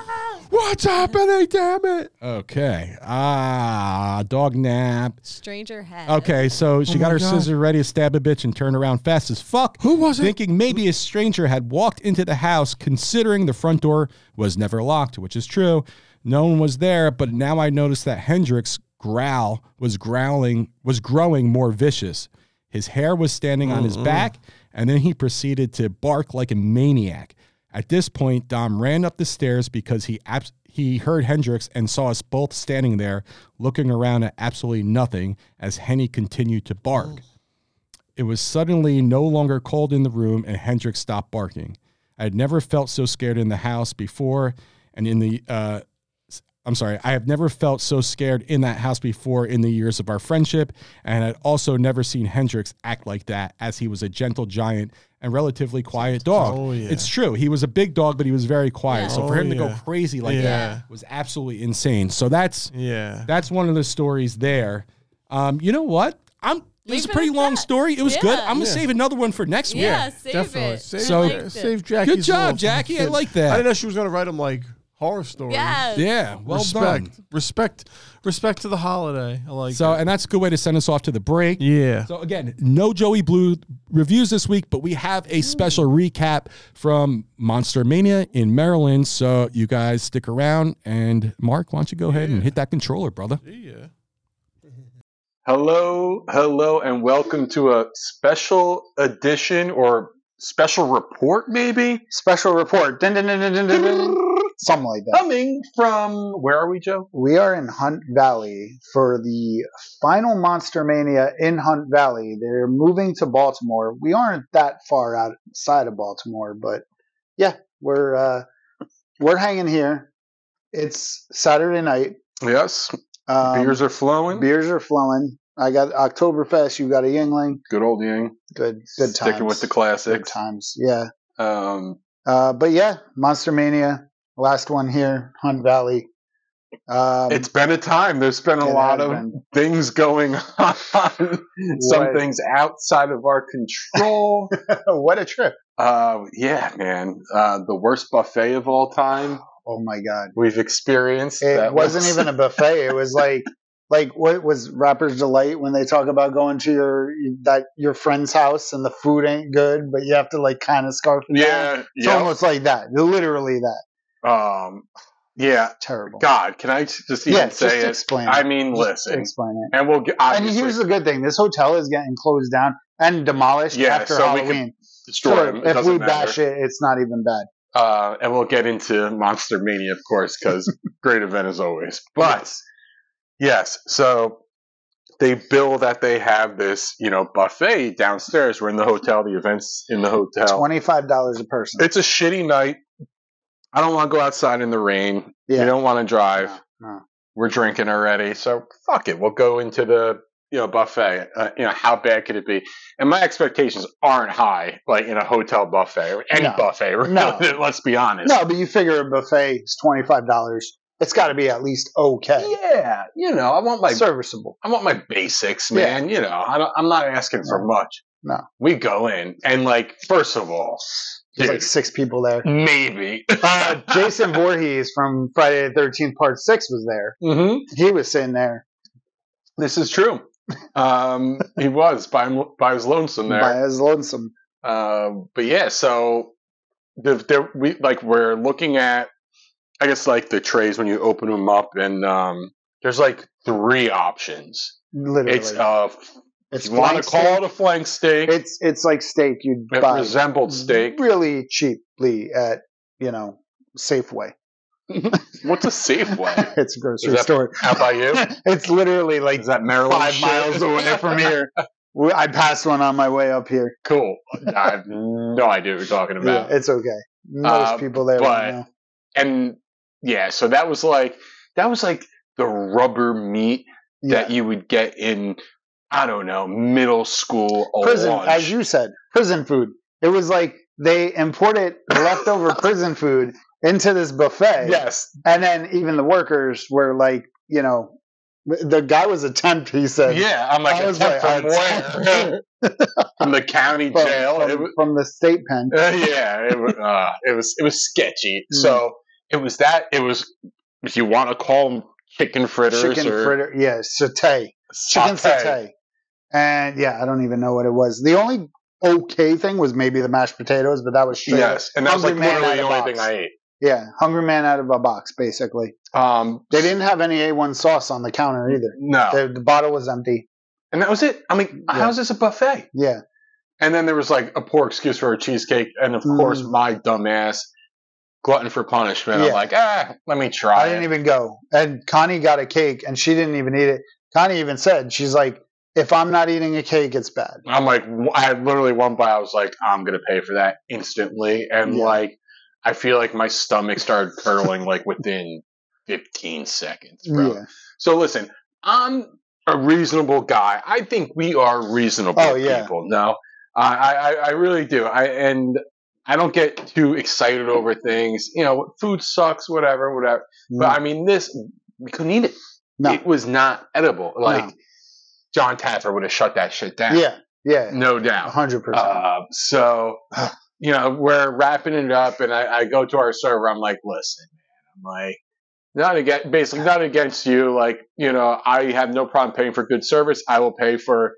[SPEAKER 8] What's happening? Damn it!
[SPEAKER 7] Okay. Ah, dog nap.
[SPEAKER 9] Stranger hat.
[SPEAKER 7] Okay, so she
[SPEAKER 8] Oh
[SPEAKER 7] got
[SPEAKER 8] my
[SPEAKER 7] her
[SPEAKER 8] God.
[SPEAKER 7] scissor ready to stab a bitch and turn around fast as fuck.
[SPEAKER 8] Who was it?
[SPEAKER 7] Thinking maybe a stranger had walked into the house, considering the front door was never locked, which is true. No one was there, but now I noticed that Hendrix growl was growling was growing more vicious. His hair was standing on his back, and then he proceeded to bark like a maniac. At this point, Dom ran up the stairs because he abs- he heard Hendrix and saw us both standing there, looking around at absolutely nothing as Henny continued to bark. It was suddenly no longer cold in the room, and Hendrix stopped barking. I had never felt so scared in the house before, and in the uh, s- I'm sorry, I have never felt so scared in that house before in the years of our friendship, and I'd also never seen Hendrix act like that, as he was a gentle giant and relatively quiet dog.
[SPEAKER 8] Oh, yeah.
[SPEAKER 7] It's true, he was a big dog, but he was very quiet. So for
[SPEAKER 8] Oh,
[SPEAKER 7] him to go
[SPEAKER 8] yeah.
[SPEAKER 7] crazy like
[SPEAKER 8] Yeah.
[SPEAKER 7] that was absolutely insane. So that's
[SPEAKER 8] Yeah.
[SPEAKER 7] that's one of the stories there. Um, you know what? I'm. It was
[SPEAKER 9] Leave
[SPEAKER 7] a
[SPEAKER 9] it
[SPEAKER 7] pretty
[SPEAKER 9] at
[SPEAKER 7] long
[SPEAKER 9] that.
[SPEAKER 7] story. It was
[SPEAKER 9] Yeah.
[SPEAKER 7] good. I'm gonna save another one for next week.
[SPEAKER 9] Yeah, save
[SPEAKER 8] Definitely.
[SPEAKER 9] it.
[SPEAKER 8] Save,
[SPEAKER 7] So-
[SPEAKER 9] I
[SPEAKER 7] liked
[SPEAKER 8] save
[SPEAKER 9] it.
[SPEAKER 8] Jackie's
[SPEAKER 7] Good job,
[SPEAKER 8] little
[SPEAKER 7] Jackie. I
[SPEAKER 8] thing.
[SPEAKER 7] like that.
[SPEAKER 8] I didn't know she was gonna write them like horror story.
[SPEAKER 9] Yes.
[SPEAKER 7] Yeah, well
[SPEAKER 8] respect,
[SPEAKER 7] done.
[SPEAKER 8] respect, respect to the holiday. I like
[SPEAKER 7] So,
[SPEAKER 8] it.
[SPEAKER 7] and that's a good way to send us off to the break.
[SPEAKER 8] yeah.
[SPEAKER 7] So again, no Joey Blue reviews this week, but we have
[SPEAKER 9] Mm.
[SPEAKER 7] a special recap from Monster Mania in Maryland. So you guys stick around. And Mark, why don't you go ahead and hit that controller, brother?
[SPEAKER 8] yeah.
[SPEAKER 10] Hello, hello, and welcome to a special edition or special report, maybe?
[SPEAKER 11] Special report. Dun, dun, dun, dun, dun, dun, dun. Something like that.
[SPEAKER 10] Coming from where are we, Joe?
[SPEAKER 11] We are in Hunt Valley for the final Monster Mania in Hunt Valley. They're moving to Baltimore. We aren't that far outside of Baltimore, but yeah, we're uh, we're hanging here. It's Saturday night.
[SPEAKER 10] Yes,
[SPEAKER 11] Um,
[SPEAKER 10] beers are flowing.
[SPEAKER 11] beers are flowing. I got Oktoberfest. You got a Yingling.
[SPEAKER 10] Good old Ying.
[SPEAKER 11] Good, good times.
[SPEAKER 10] Sticking with the
[SPEAKER 11] good
[SPEAKER 10] classics.
[SPEAKER 11] times. Yeah.
[SPEAKER 10] Um,
[SPEAKER 11] Uh, but yeah, Monster Mania, last one here, Hunt Valley. Um,
[SPEAKER 10] it's been a time. There's been a
[SPEAKER 11] it
[SPEAKER 10] lot
[SPEAKER 11] has
[SPEAKER 10] of
[SPEAKER 11] been.
[SPEAKER 10] things going [laughs] on. Some
[SPEAKER 11] What?
[SPEAKER 10] things outside of our control.
[SPEAKER 11] Oh, what a trip!
[SPEAKER 10] uh, yeah, man. Uh, the worst buffet of all time
[SPEAKER 11] Oh my god,
[SPEAKER 10] we've experienced.
[SPEAKER 11] it
[SPEAKER 10] That
[SPEAKER 11] wasn't
[SPEAKER 10] was- [laughs]
[SPEAKER 11] even a buffet. It was like like what was Rapper's Delight when they talk about going to your that your friend's house and the food ain't good, but you have to like kind of scarf it down.
[SPEAKER 10] Yeah,
[SPEAKER 11] It's
[SPEAKER 10] yeah.
[SPEAKER 11] almost like that, literally that.
[SPEAKER 10] Um, yeah.
[SPEAKER 11] Terrible.
[SPEAKER 10] God, can I just even
[SPEAKER 11] yeah, just
[SPEAKER 10] say it?
[SPEAKER 11] explain.
[SPEAKER 10] I
[SPEAKER 11] it.
[SPEAKER 10] mean,
[SPEAKER 11] Just
[SPEAKER 10] listen,
[SPEAKER 11] explain it.
[SPEAKER 10] and we'll get.
[SPEAKER 11] And
[SPEAKER 10] Obviously,
[SPEAKER 11] here's the good thing: this hotel is getting closed down and demolished
[SPEAKER 10] Yeah,
[SPEAKER 11] after
[SPEAKER 10] so we
[SPEAKER 11] Halloween.
[SPEAKER 10] could destroy
[SPEAKER 11] Sure,
[SPEAKER 10] them. It
[SPEAKER 11] if
[SPEAKER 10] doesn't
[SPEAKER 11] we
[SPEAKER 10] matter.
[SPEAKER 11] bash it, it's not even bad.
[SPEAKER 10] uh, and we'll get into Monster Mania, of course,
[SPEAKER 11] [laughs]
[SPEAKER 10] because great event as always. But yes. so they bill that they have this, you know, buffet downstairs. We're in the hotel. The events in the hotel.
[SPEAKER 11] Twenty five dollars a person.
[SPEAKER 10] It's a shitty night. I don't want to go outside in the rain.
[SPEAKER 11] Yeah.
[SPEAKER 10] We don't want to drive.
[SPEAKER 11] No, no.
[SPEAKER 10] We're drinking already, so fuck it. We'll go into the you know buffet. Uh, you know how bad could it be? And my expectations aren't high, like in a hotel buffet or any
[SPEAKER 11] No.
[SPEAKER 10] buffet. [laughs] Really,
[SPEAKER 11] No.
[SPEAKER 10] let's be honest.
[SPEAKER 11] no, but you figure a buffet is twenty five dollars. It's got to be at least okay,
[SPEAKER 10] Yeah, you know, I want my
[SPEAKER 11] serviceable.
[SPEAKER 10] I want my basics,
[SPEAKER 11] Yeah.
[SPEAKER 10] man. You know, I don't, I'm not asking for much.
[SPEAKER 11] No.
[SPEAKER 10] we go in and like first of all,
[SPEAKER 11] There's
[SPEAKER 10] dude,
[SPEAKER 11] like six people
[SPEAKER 10] [laughs]
[SPEAKER 11] there.
[SPEAKER 10] maybe.
[SPEAKER 11] Uh, Jason Voorhees from Friday the Thirteenth Part Six was there.
[SPEAKER 10] [laughs] mm-hmm.
[SPEAKER 11] He was sitting there
[SPEAKER 10] This is true. Um, he was by by his lonesome
[SPEAKER 11] by
[SPEAKER 10] there.
[SPEAKER 11] his lonesome.
[SPEAKER 10] Um, but yeah, so the, the, we like we're looking at, I guess like the trays when you open them up, and um, there's like three options.
[SPEAKER 11] Literally,
[SPEAKER 10] It's uh,
[SPEAKER 11] It's
[SPEAKER 10] you want
[SPEAKER 11] flank
[SPEAKER 10] to call
[SPEAKER 11] steak.
[SPEAKER 10] it a flank steak. It,
[SPEAKER 11] It's it's like steak you'd buy [laughs]
[SPEAKER 10] resembled steak.
[SPEAKER 11] really cheaply at you know Safeway.
[SPEAKER 10] What's a
[SPEAKER 11] [laughs]
[SPEAKER 10] Safeway?
[SPEAKER 11] it's a grocery
[SPEAKER 10] Is that-
[SPEAKER 11] store.
[SPEAKER 10] How
[SPEAKER 11] [laughs]
[SPEAKER 10] about you?
[SPEAKER 11] It's literally like
[SPEAKER 10] Is that Maryland?
[SPEAKER 11] five
[SPEAKER 10] shit?
[SPEAKER 11] miles away from here. We- I passed one on my way up here.
[SPEAKER 10] [laughs] Cool. I have no idea what you're talking about.
[SPEAKER 11] It's okay. Most
[SPEAKER 10] Uh,
[SPEAKER 11] people there
[SPEAKER 10] but-
[SPEAKER 11] right now.
[SPEAKER 10] and yeah, so that was like that was like the rubber meat
[SPEAKER 11] Yeah.
[SPEAKER 10] that you would get in I don't know middle school or
[SPEAKER 11] prison,
[SPEAKER 10] lunch.
[SPEAKER 11] as you said, prison food. It was like they imported
[SPEAKER 10] [laughs]
[SPEAKER 11] leftover prison food into this buffet,
[SPEAKER 10] yes,
[SPEAKER 11] and then even the workers were like, you know, the guy was a temp. He said,
[SPEAKER 10] yeah. I'm like,
[SPEAKER 11] I was
[SPEAKER 10] "Attempt
[SPEAKER 11] like,
[SPEAKER 10] from where? [laughs] from the county
[SPEAKER 11] from,
[SPEAKER 10] jail.
[SPEAKER 11] from,
[SPEAKER 10] It was-
[SPEAKER 11] from the state pen.
[SPEAKER 10] uh, yeah, it was, uh, it was it was sketchy.
[SPEAKER 11] Mm.
[SPEAKER 10] So it was that. It was if you want to call them chicken fritters
[SPEAKER 11] Chicken
[SPEAKER 10] or
[SPEAKER 11] fritter, yeah, satay. chicken
[SPEAKER 10] satay.
[SPEAKER 11] satay. And yeah, I don't even know what it was. The only okay thing was maybe the mashed potatoes, but that was straight.
[SPEAKER 10] Yes, and that was like
[SPEAKER 11] Hungry man
[SPEAKER 10] literally the
[SPEAKER 11] out of
[SPEAKER 10] only thing
[SPEAKER 11] box.
[SPEAKER 10] I ate.
[SPEAKER 11] Yeah, hungry man out of a box, basically.
[SPEAKER 10] Um,
[SPEAKER 11] They didn't have any A1 sauce on the counter either.
[SPEAKER 10] no,
[SPEAKER 11] The, the bottle was empty.
[SPEAKER 10] and that was it. I mean,
[SPEAKER 11] Yeah.
[SPEAKER 10] how's this a buffet?
[SPEAKER 11] Yeah,
[SPEAKER 10] And then there was like a poor excuse for a cheesecake, and of
[SPEAKER 11] Mm.
[SPEAKER 10] course my dumbass glutton for punishment.
[SPEAKER 11] Yeah.
[SPEAKER 10] I'm like, ah, let me try.
[SPEAKER 11] I didn't even go. And Connie got a cake, and she didn't even eat it. Connie even said, she's like, if I'm not eating a cake, it's bad.
[SPEAKER 10] I'm like, w- I had literally one bite. I was like, I'm gonna pay for that instantly, and
[SPEAKER 11] Yeah.
[SPEAKER 10] like, I feel like my stomach started curdling like within 15 seconds, bro.
[SPEAKER 11] Yeah.
[SPEAKER 10] So listen, I'm a reasonable guy. I think we are reasonable
[SPEAKER 11] Oh, yeah.
[SPEAKER 10] people. No, I, I, I- I really do. I and I don't get too excited over things. You know, food sucks, whatever, whatever. But I mean, this we couldn't eat it.
[SPEAKER 11] Mm. No.
[SPEAKER 10] It was not edible. Like
[SPEAKER 11] No.
[SPEAKER 10] John Taffer would have shut that shit down.
[SPEAKER 11] yeah, yeah,
[SPEAKER 10] no doubt.
[SPEAKER 11] 100%.
[SPEAKER 10] Uh, so, [sighs] you know, we're wrapping it up, and I, I go to our server. I'm like, listen, man. I'm like, not against, basically, not against you. Like, you know, I have no problem paying for good service. I will pay for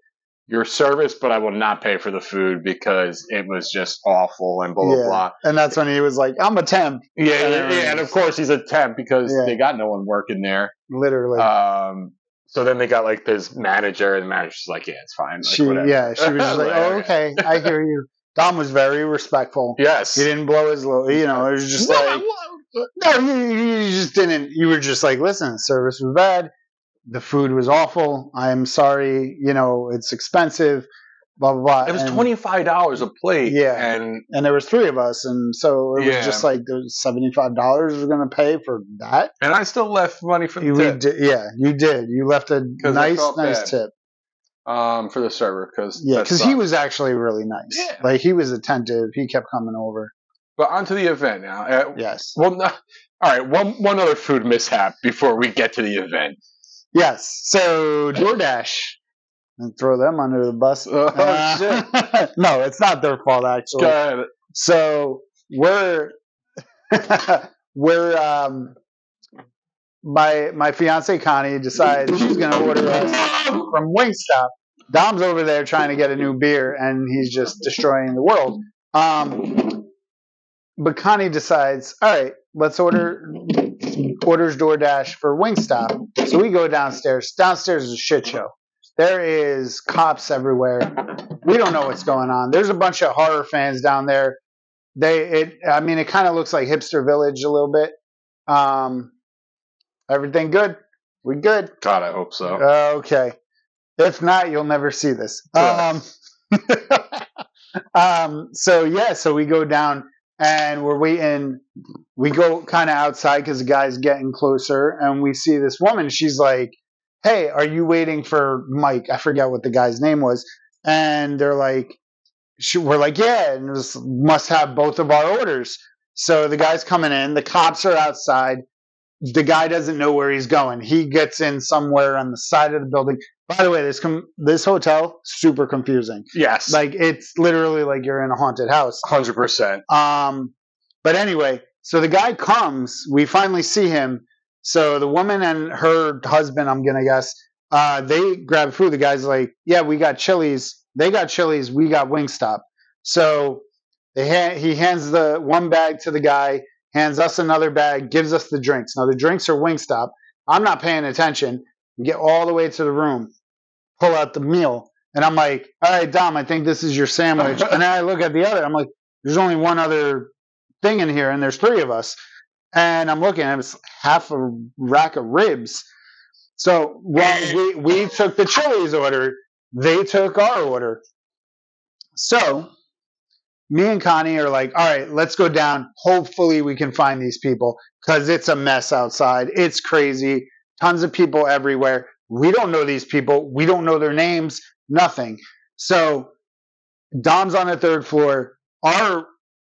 [SPEAKER 10] your service, but I will not pay for the food because it was just awful and blah blah
[SPEAKER 11] Yeah.
[SPEAKER 10] blah.
[SPEAKER 11] and that's when he was like, I'm a temp,
[SPEAKER 10] Yeah,
[SPEAKER 11] And
[SPEAKER 10] yeah,
[SPEAKER 11] then-
[SPEAKER 10] and of course he's a temp because
[SPEAKER 11] Yeah.
[SPEAKER 10] they got no one working there.
[SPEAKER 11] literally.
[SPEAKER 10] Um, So then they got like this manager, and the manager's like, "Yeah, it's fine." Like,
[SPEAKER 11] she,
[SPEAKER 10] whatever.
[SPEAKER 11] yeah, she
[SPEAKER 10] [laughs]
[SPEAKER 11] was just like, "Oh,
[SPEAKER 10] okay."
[SPEAKER 11] okay, I hear you." Dom was very respectful.
[SPEAKER 10] Yes.
[SPEAKER 11] He didn't blow his load. You know, it was just
[SPEAKER 10] No, I-
[SPEAKER 11] like no, you, you you just didn't. You were just like, "Listen, service was bad. The food was awful. I'm sorry. You know, it's expensive. Blah blah blah."
[SPEAKER 10] It was
[SPEAKER 11] And-
[SPEAKER 10] twenty five dollars a plate.
[SPEAKER 11] Yeah.
[SPEAKER 10] and
[SPEAKER 11] and there was three of us, and so it was
[SPEAKER 10] Yeah.
[SPEAKER 11] just like there was seventy five dollars we're gonna pay for that.
[SPEAKER 10] and I still left money for
[SPEAKER 11] You,
[SPEAKER 10] the
[SPEAKER 11] we
[SPEAKER 10] tip,
[SPEAKER 11] did, yeah, you did. You left a
[SPEAKER 10] 'Cause I
[SPEAKER 11] nice,
[SPEAKER 10] felt
[SPEAKER 11] nice
[SPEAKER 10] bad.
[SPEAKER 11] tip.
[SPEAKER 10] um for the server because
[SPEAKER 11] Yeah, because he was actually really nice.
[SPEAKER 10] Yeah.
[SPEAKER 11] Like he was attentive. He kept coming over.
[SPEAKER 10] But onto the event now. Uh,
[SPEAKER 11] Yes.
[SPEAKER 10] Well, no, all right. One one other food mishap before we get to the event.
[SPEAKER 11] Yes. So DoorDash. And throw them under the [laughs] bus.
[SPEAKER 10] Oh,
[SPEAKER 11] Uh, [laughs] no, it's not their fault actually.
[SPEAKER 10] God,
[SPEAKER 11] So we're [laughs] we're um my my fiance Connie decides she's gonna order us from Wingstop. Dom's over there trying to get a new beer and he's just destroying the world. Um but Connie decides, all right, let's order orders DoorDash for Wingstop. So we go downstairs. Downstairs is a shit show. There is cops everywhere. We don't know what's going on. There's a bunch of horror fans down there. They it I mean it kind of looks like hipster village a little bit. Um everything good? We good.
[SPEAKER 10] God, I hope so.
[SPEAKER 11] Okay. If not, you'll never see this. Um, [laughs] um, so yeah, so we go down and we're waiting. We go kind of outside because the guy's getting closer, and we see this woman. She's like, "Hey, are you waiting for Mike?" I forget what the guy's name was, and they're like, she, "We're like, yeah," and it was, must have both of our orders. So the guy's coming in. The cops are outside the guy doesn't know where he's going. He gets in somewhere on the side of the building. By the way, this com- this hotel super confusing.
[SPEAKER 10] yes, like
[SPEAKER 11] Like it's literally like you're in a haunted house.
[SPEAKER 10] hundred percent.
[SPEAKER 11] Um, but anyway, so the guy comes. We finally see him. So the woman and her husband, I'm gonna guess, uh, they grab food. The guy's like, "Yeah, we got Chili's. They got Chili's. We got Wingstop." So they ha- he hands the one bag to the guy, hands us another bag, gives us the drinks. Now the drinks are Wingstop. I'm not paying attention. We get all the way to the room, pull out the meal, and I'm like, "All right, Dom, I think this is your sandwich." and then I look at the other. I'm like there's only one other thing in here, and there's three of us. And I'm looking, and it's half a rack of ribs. So well, we we took the Chili's order. They took our order. So me and Connie are like, all right, let's go down. Hopefully we can find these people because it's a mess outside. It's crazy. Tons of people everywhere. We don't know these people. We don't know their names. Nothing. So Dom's on the third floor. Our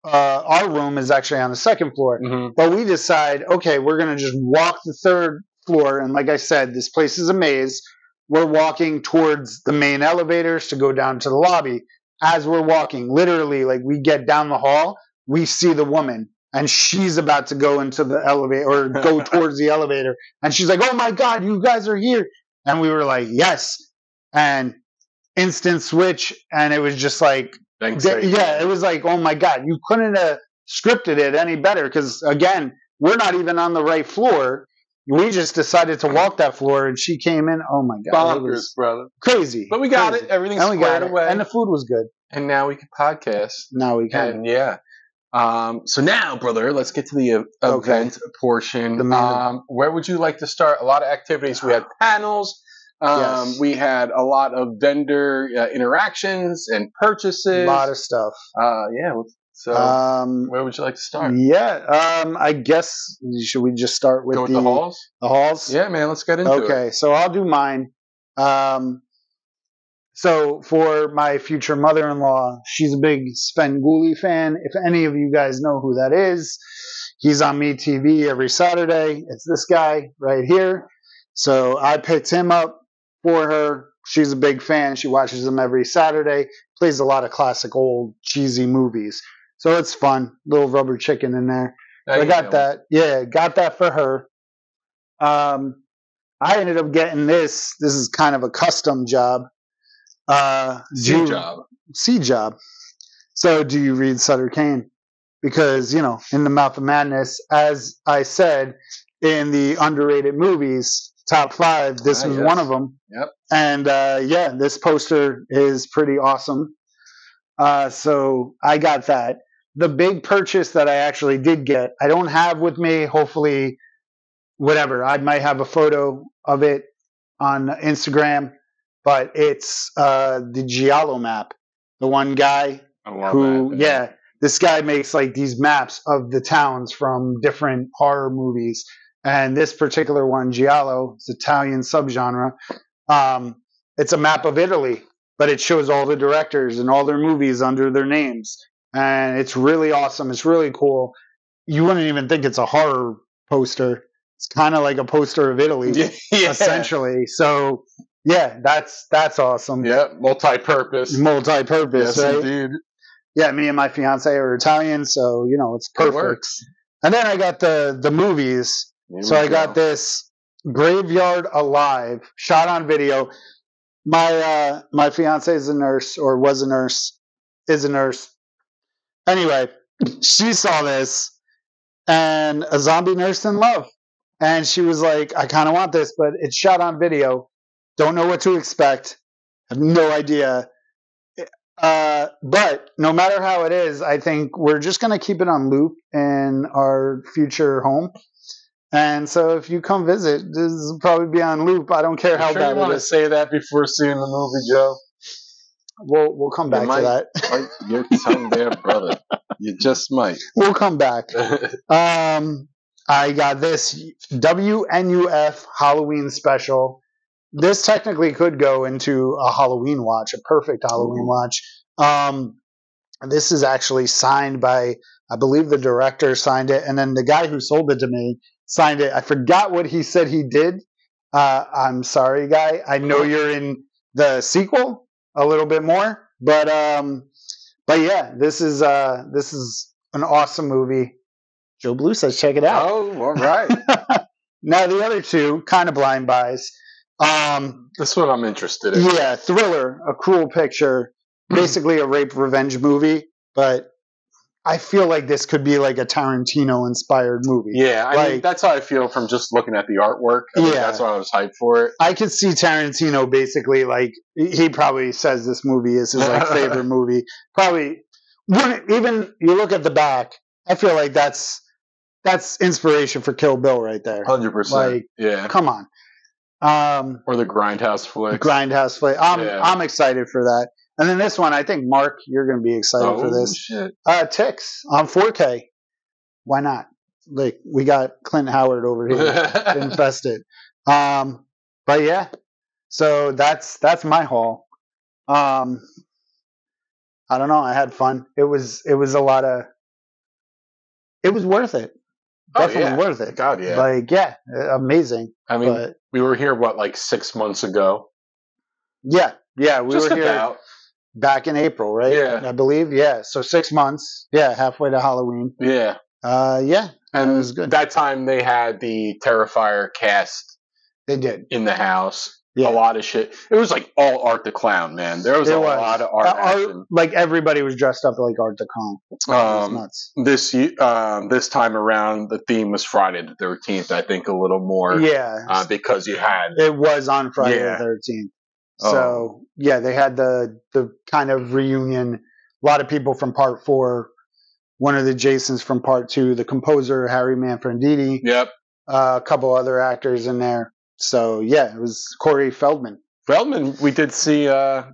[SPEAKER 11] uh, our room is actually on the second floor.
[SPEAKER 10] hmm
[SPEAKER 11] Um, But we decide, okay, we're going to just walk the third floor. And like I said, this place is a maze. We're walking towards the main elevators to go down to the lobby. As we're walking, literally, like we get down the hall, we see the woman and she's about to go into the elevator or go towards the elevator. And she's like, oh my God, you guys are here. And we were like, yes. And instant switch. And it was just like,
[SPEAKER 10] Thanks.
[SPEAKER 11] Th- yeah, it was like, oh my god, you couldn't have scripted it any better because again, we're not even on the right floor. We just decided to walk that floor, and she came in. Oh my god, it
[SPEAKER 10] bonkers,
[SPEAKER 11] was
[SPEAKER 10] brother.
[SPEAKER 11] crazy.
[SPEAKER 10] But we got
[SPEAKER 11] crazy.
[SPEAKER 10] it. Everything's
[SPEAKER 11] and we got
[SPEAKER 10] squared
[SPEAKER 11] it,
[SPEAKER 10] away,
[SPEAKER 11] and the food was good.
[SPEAKER 10] and now we can podcast.
[SPEAKER 11] Now we can.
[SPEAKER 10] And yeah. Um, so now, brother, let's get to the ev-
[SPEAKER 11] Okay.
[SPEAKER 10] event portion.
[SPEAKER 11] The main
[SPEAKER 10] um, where would you like to start? A lot of
[SPEAKER 11] [sighs]
[SPEAKER 10] activities. We had panels. Um,
[SPEAKER 11] Yes.
[SPEAKER 10] We had a lot of vendor uh, interactions and
[SPEAKER 11] A
[SPEAKER 10] purchases.
[SPEAKER 11] lot of stuff.
[SPEAKER 10] uh, yeah. So
[SPEAKER 11] Um,
[SPEAKER 10] where would you like to start?
[SPEAKER 11] yeah, um, I guess should we just start with,
[SPEAKER 10] Go with the, halls.
[SPEAKER 11] The halls?
[SPEAKER 10] Yeah, man. Let's get into it.
[SPEAKER 11] okay, so I'll do mine. Um, so for my future mother-in-law, she's a big Sven Gulli fan. If any of you guys know who that is, he's on me TV every Saturday. It's this guy right here. So I picked him up for her. She's a big fan. She watches him every Saturday. Plays a lot of classic old cheesy movies. So it's fun. Little rubber chicken in there.
[SPEAKER 10] Now
[SPEAKER 11] I
[SPEAKER 10] you
[SPEAKER 11] got
[SPEAKER 10] know.
[SPEAKER 11] that. Yeah, got that for her. Um, I ended up getting this. This is kind of a custom job. Uh,
[SPEAKER 10] Good
[SPEAKER 11] do-
[SPEAKER 10] job.
[SPEAKER 11] C job. So, do you read Sutter Kane? Because you know, in the Mouth of Madness, as I said in the underrated movies, top five. This
[SPEAKER 10] Ah,
[SPEAKER 11] was
[SPEAKER 10] yes.
[SPEAKER 11] one of them.
[SPEAKER 10] Yep.
[SPEAKER 11] And uh, yeah, this poster is pretty awesome. Uh, so I got that. The big purchase that I actually did get, I don't have with me. Hopefully, whatever. I might have a photo of it on Instagram, but it's uh, the Giallo map. The one guy
[SPEAKER 10] I love
[SPEAKER 11] who
[SPEAKER 10] that. [laughs]
[SPEAKER 11] yeah this guy makes like these maps of the towns from different horror movies and this particular one giallo it's italian subgenre um, it's a map of italy but it shows all the directors and all their movies under their names and it's really awesome it's really cool you wouldn't even think it's a horror poster it's kind of like a poster of italy
[SPEAKER 10] [laughs] yeah, yeah.
[SPEAKER 11] essentially so yeah that's that's awesome
[SPEAKER 10] Yeah, multi-purpose.
[SPEAKER 11] multi-purpose
[SPEAKER 10] Yes,
[SPEAKER 11] right?
[SPEAKER 10] indeed.
[SPEAKER 11] yeah, me and my fiance are Italian, so you know it's
[SPEAKER 10] It
[SPEAKER 11] perfect.
[SPEAKER 10] works.
[SPEAKER 11] and then I got the the movies.
[SPEAKER 10] Here
[SPEAKER 11] so
[SPEAKER 10] we
[SPEAKER 11] I got
[SPEAKER 10] go.
[SPEAKER 11] this Graveyard Alive shot on video. My uh my fiance is a nurse or was a nurse, is a nurse. Anyway, she saw this and a zombie nurse in love. And she was like, I kind of want this, but it's shot on video. Don't know what to expect. Have no idea. Uh, but no matter how it is, I think we're just going to keep it on loop in our future home. And so if you come visit, this will probably be on loop. I don't care
[SPEAKER 10] You
[SPEAKER 11] how
[SPEAKER 10] sure you
[SPEAKER 11] bad
[SPEAKER 10] want
[SPEAKER 11] it
[SPEAKER 10] to
[SPEAKER 11] is.
[SPEAKER 10] say that before seeing the movie, Joe?
[SPEAKER 11] We'll, we'll come
[SPEAKER 10] You
[SPEAKER 11] back
[SPEAKER 10] might-
[SPEAKER 11] to that. [laughs]
[SPEAKER 10] Bite your tongue there, brother. You just might.
[SPEAKER 11] We'll come back.
[SPEAKER 10] That's
[SPEAKER 11] Um, I got this WNUF Halloween special. This technically could go into a Halloween watch, a perfect Halloween watch. Um, this is actually signed by, I believe the director signed it, and then the guy who sold it to me signed it. I forgot what he said he did. Uh, I'm sorry, guy. I know you're in the sequel a little bit more, but um, but yeah, this is uh, this is an awesome movie. Joe Blue says, check it out.
[SPEAKER 10] Oh, all right.
[SPEAKER 11] [laughs] now the other two, kind of blind buys. Um,
[SPEAKER 10] That's what I'm interested in.
[SPEAKER 11] yeah, thriller, a cruel picture,
[SPEAKER 10] Hmm.
[SPEAKER 11] basically a rape revenge movie, but I feel like this could be like a Tarantino inspired movie.
[SPEAKER 10] Yeah, I mean
[SPEAKER 11] Like-
[SPEAKER 10] that's how I feel from just looking at the artwork. I think
[SPEAKER 11] Yeah.
[SPEAKER 10] that's why I was hyped for it.
[SPEAKER 11] I could see Tarantino basically like he probably says this movie is his
[SPEAKER 10] [laughs]
[SPEAKER 11] like favorite movie. Probably wouldn't even you look at the back. I feel like that's that's inspiration for Kill Bill right there.
[SPEAKER 10] Hundred percent.
[SPEAKER 11] Like-
[SPEAKER 10] Oh, Yeah,
[SPEAKER 11] Come on. Um,
[SPEAKER 10] or the grindhouse flicks.
[SPEAKER 11] Grindhouse play. I'm
[SPEAKER 10] Yeah.
[SPEAKER 11] I'm excited for that. And then this one, I think Mark, you're going to be excited
[SPEAKER 10] oh
[SPEAKER 11] for this. [laughs]
[SPEAKER 10] shit!
[SPEAKER 11] Uh, Ticks on 4K. Why not? Like we got Clint Howard over
[SPEAKER 10] [laughs]
[SPEAKER 11] here infested. Um, but yeah, so that's that's my haul. Um, I don't know. I had fun. It was it was a lot of. It was worth it.
[SPEAKER 10] Oh,
[SPEAKER 11] Definitely
[SPEAKER 10] yeah.
[SPEAKER 11] worth it.
[SPEAKER 10] God, yeah.
[SPEAKER 11] Like yeah, amazing.
[SPEAKER 10] I mean,
[SPEAKER 11] but
[SPEAKER 10] we were here what like six months ago.
[SPEAKER 11] yeah, yeah, we
[SPEAKER 10] just
[SPEAKER 11] were here.
[SPEAKER 10] about.
[SPEAKER 11] back in April, right?
[SPEAKER 10] Yeah.
[SPEAKER 11] I believe. Yeah. So six months. Yeah, halfway to Halloween.
[SPEAKER 10] Yeah,
[SPEAKER 11] Uh, yeah,
[SPEAKER 10] and
[SPEAKER 11] That was good.
[SPEAKER 10] that time they had the Terrifier cast
[SPEAKER 11] they did.
[SPEAKER 10] in the house.
[SPEAKER 11] Yeah.
[SPEAKER 10] A lot of shit. It was like all art the clown, man. There was
[SPEAKER 11] It
[SPEAKER 10] a
[SPEAKER 11] was.
[SPEAKER 10] lot of art
[SPEAKER 11] Uh, art-
[SPEAKER 10] action.
[SPEAKER 11] like everybody was dressed up like Art the Con. it was
[SPEAKER 10] Um,
[SPEAKER 11] nuts.
[SPEAKER 10] this ye- um, this time around, the theme was Friday the Thirteenth. I think a little more
[SPEAKER 11] Yeah,
[SPEAKER 10] uh, because you had
[SPEAKER 11] it was on Friday
[SPEAKER 10] Yeah.
[SPEAKER 11] the thirteenth.
[SPEAKER 10] Oh.
[SPEAKER 11] So yeah, they had the the kind of reunion. A lot of people from Part Four, one of the Jasons from Part Two, the composer Harry Manfredini,
[SPEAKER 10] yep
[SPEAKER 11] uh, a couple other actors in there. So yeah, it was Corey Feldman.
[SPEAKER 10] Feldman. We did see uh,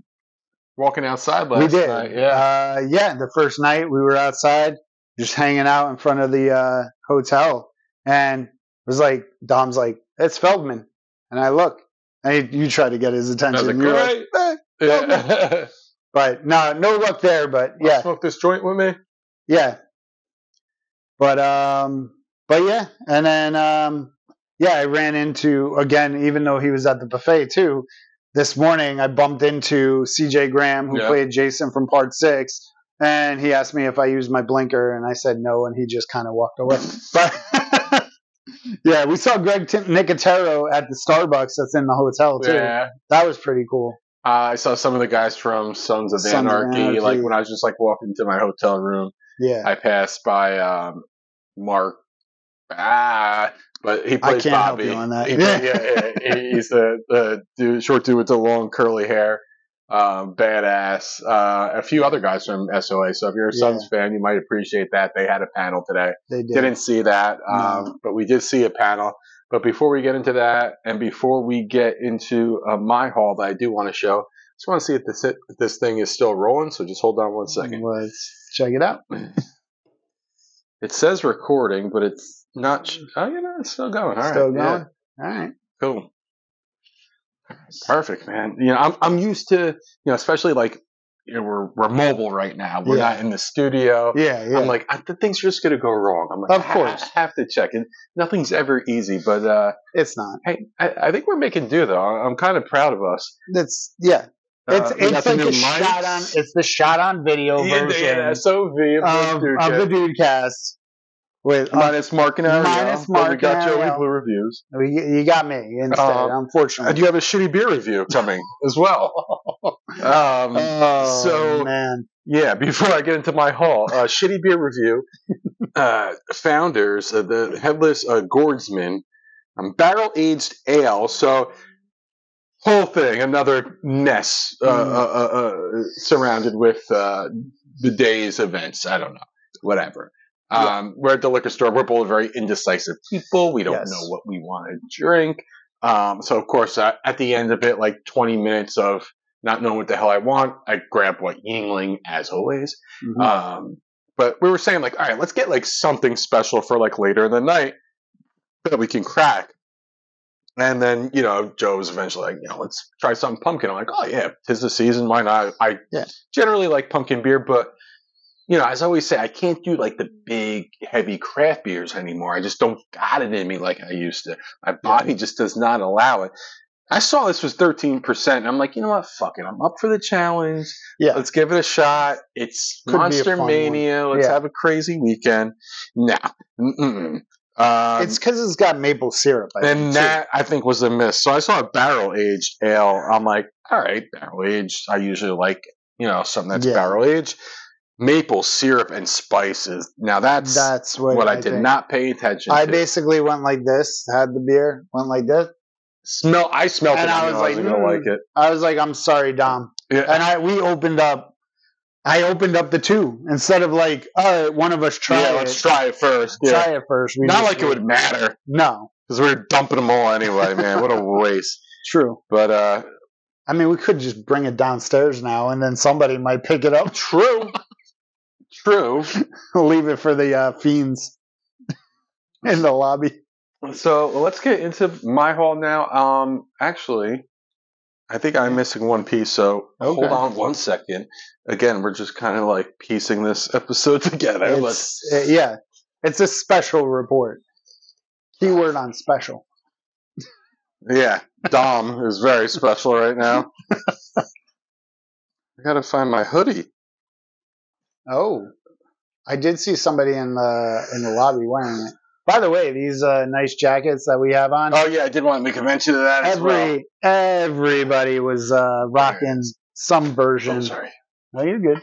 [SPEAKER 10] walking outside last
[SPEAKER 11] we did.
[SPEAKER 10] night. Yeah,
[SPEAKER 11] Uh, yeah, the first night we were outside, just hanging out in front of the uh, hotel, and it was like Dom's like, "It's Feldman," and I look, and you try to get his
[SPEAKER 10] I was
[SPEAKER 11] attention.
[SPEAKER 10] like,
[SPEAKER 11] You're like, "Eh."
[SPEAKER 10] "Great." [laughs] yeah.
[SPEAKER 11] but no, no luck there. But
[SPEAKER 10] yeah.
[SPEAKER 11] yeah,
[SPEAKER 10] Smoke this joint with me.
[SPEAKER 11] yeah. But um, but yeah, and then um, yeah, I ran into again, even though he was at the buffet too. This morning, I bumped into C.J. Graham, who
[SPEAKER 10] Yeah.
[SPEAKER 11] played Jason from Part Six, and he asked me if I used my blinker, and I said no, and he just kind of walked away. But [laughs] yeah, we saw Greg Tim- Nicotero at the Starbucks that's in the hotel too.
[SPEAKER 10] Yeah.
[SPEAKER 11] That was pretty cool.
[SPEAKER 10] Uh, I saw some of the guys from Sons of,
[SPEAKER 11] Sons of
[SPEAKER 10] Anarchy,
[SPEAKER 11] Anarchy.
[SPEAKER 10] Like when I was just like walking to my hotel room,
[SPEAKER 11] Yeah,
[SPEAKER 10] I passed by um, Mark. Ah, But he plays
[SPEAKER 11] can't help
[SPEAKER 10] Bobby.
[SPEAKER 11] you on that. [laughs]
[SPEAKER 10] He- yeah, yeah, he- he's the, the dude, short dude with the long curly hair, um, badass. Uh, a few other guys from SOA. So if you're a
[SPEAKER 11] Yeah.
[SPEAKER 10] Suns fan, you might appreciate that. They had a panel today.
[SPEAKER 11] They did.
[SPEAKER 10] Didn't see that, um,
[SPEAKER 11] No.
[SPEAKER 10] but we did see a panel. But before we get into that, and before we get into uh, my haul that I do want to show, just want to see if this if this thing is still rolling. So just hold on one second.
[SPEAKER 11] Let's check it out.
[SPEAKER 10] It says recording, but it's not. sh- Oh, you know, it's still going. All right,
[SPEAKER 11] Still
[SPEAKER 10] yeah.
[SPEAKER 11] going. All right.
[SPEAKER 10] Cool. Perfect, man. You know, I'm I'm used to you know, especially like you know, we're we're mobile right now. We're
[SPEAKER 11] Yeah.
[SPEAKER 10] not in the studio.
[SPEAKER 11] Yeah, yeah.
[SPEAKER 10] I'm like, I, the thing's just gonna go wrong. I'm like,
[SPEAKER 11] Of course.
[SPEAKER 10] I, have to check. And nothing's ever easy, but uh,
[SPEAKER 11] it's not.
[SPEAKER 10] hey, I, I think we're making do though. I- I'm kind of proud of us.
[SPEAKER 11] It's yeah.
[SPEAKER 10] Uh,
[SPEAKER 11] It's
[SPEAKER 10] we got
[SPEAKER 11] it's
[SPEAKER 10] the
[SPEAKER 11] like
[SPEAKER 10] new
[SPEAKER 11] a shot on.
[SPEAKER 10] mics.
[SPEAKER 11] It's the shot on Um, video
[SPEAKER 10] [laughs] yeah,
[SPEAKER 11] version
[SPEAKER 10] yeah, SOV of,
[SPEAKER 11] of,
[SPEAKER 10] Dude
[SPEAKER 11] of the
[SPEAKER 10] Kid.
[SPEAKER 11] dude cast. With uh,
[SPEAKER 10] minus Mark and Ariel.
[SPEAKER 11] Minus
[SPEAKER 10] but we
[SPEAKER 11] Mark
[SPEAKER 10] got
[SPEAKER 11] and
[SPEAKER 10] Joey
[SPEAKER 11] Ariel.
[SPEAKER 10] Blue reviews.
[SPEAKER 11] you you got me instead.
[SPEAKER 10] Um, I
[SPEAKER 11] unfortunately.
[SPEAKER 10] do have a shitty beer review [laughs] coming as well. um,
[SPEAKER 11] oh
[SPEAKER 10] so-
[SPEAKER 11] man,
[SPEAKER 10] Yeah, before I get into my haul, uh, shitty beer review. [laughs] Uh, founders, uh, the headless uh, Gordsman, um, barrel aged ale. So, whole thing, another mess uh,
[SPEAKER 11] Mm.
[SPEAKER 10] uh, uh, uh, surrounded with uh, the day's events. I don't know, whatever. Um, We're at the liquor store. We're both very indecisive people. We don't
[SPEAKER 11] Yes.
[SPEAKER 10] know what we want to drink. Um, so, of course, uh, at the end of it, like 20 minutes of not knowing what the hell I want, I grab what Yingling, as always.
[SPEAKER 11] Mhm.
[SPEAKER 10] Um, but we were saying like, all right, let's get like something special for like later in the night that we can crack. And then you know, Joe was eventually like, you know, let's try something pumpkin. I'm like, oh yeah, tis the season. Why not? I
[SPEAKER 11] Yeah.
[SPEAKER 10] generally like pumpkin beer, but you know, as I always say, I can't do like the big heavy craft beers anymore. I just don't got it in me like I used to. My body just does not allow it. I saw this was 13%. And I'm like, you know what? Fuck it. I'm up for the challenge.
[SPEAKER 11] yeah,
[SPEAKER 10] Let's give it a shot. It's
[SPEAKER 11] Could be a
[SPEAKER 10] Monster
[SPEAKER 11] fun one.
[SPEAKER 10] Mania. Let's
[SPEAKER 11] Yeah.
[SPEAKER 10] have a crazy weekend. Nah. Mm-mm. Um,
[SPEAKER 11] it's because it's got maple syrup. I think,
[SPEAKER 10] and
[SPEAKER 11] too.
[SPEAKER 10] that I think was a miss. So I saw a barrel aged ale. I'm like, all right, barrel aged. I usually like you know something that's
[SPEAKER 11] Yeah.
[SPEAKER 10] barrel aged, maple syrup and spices. Now that's,
[SPEAKER 11] that's what,
[SPEAKER 10] what, I, did
[SPEAKER 11] think.
[SPEAKER 10] not pay attention.
[SPEAKER 11] I
[SPEAKER 10] to.
[SPEAKER 11] basically went like this, had the beer, went like this.
[SPEAKER 10] smell. I smelled
[SPEAKER 11] And
[SPEAKER 10] it.
[SPEAKER 11] I
[SPEAKER 10] I
[SPEAKER 11] was
[SPEAKER 10] was
[SPEAKER 11] like,
[SPEAKER 10] like, gonna
[SPEAKER 11] "Mm."
[SPEAKER 10] like it.
[SPEAKER 11] I was like, I'm sorry, Dom.
[SPEAKER 10] Yeah.
[SPEAKER 11] And I we opened up. I opened up the two instead of like, all right, one of us try
[SPEAKER 10] yeah,
[SPEAKER 11] it.
[SPEAKER 10] let's try it first. Yeah.
[SPEAKER 11] Try it first. We
[SPEAKER 10] not
[SPEAKER 11] just-
[SPEAKER 10] like it would matter
[SPEAKER 11] No,
[SPEAKER 10] because we are dumping them all anyway, man.
[SPEAKER 11] [laughs]
[SPEAKER 10] What a waste.
[SPEAKER 11] true.
[SPEAKER 10] But uh,
[SPEAKER 11] I mean, we could just bring it downstairs now, and then somebody might pick it up, [laughs]
[SPEAKER 10] true, true.
[SPEAKER 11] leave it for the uh, fiends [laughs] in the lobby.
[SPEAKER 10] So let's get into my haul now. Um, actually, I think I'm missing one piece. So hold
[SPEAKER 11] Okay.
[SPEAKER 10] on one second. Again, we're just kind of like piecing this [laughs] episode together. Let's-
[SPEAKER 11] It's, uh, yeah, it's a special report. Keyword on special.
[SPEAKER 10] yeah, Dom is very special
[SPEAKER 11] [laughs]
[SPEAKER 10] right now. I gotta find my hoodie.
[SPEAKER 11] Oh, I did see somebody in the in the lobby wearing it. By the way, these uh, nice jackets that we have on.
[SPEAKER 10] Oh yeah, I did want to make a mention of that as well.
[SPEAKER 11] every everybody was uh, rocking some
[SPEAKER 10] I'm
[SPEAKER 11] version.
[SPEAKER 10] sorry.
[SPEAKER 11] No, you're good.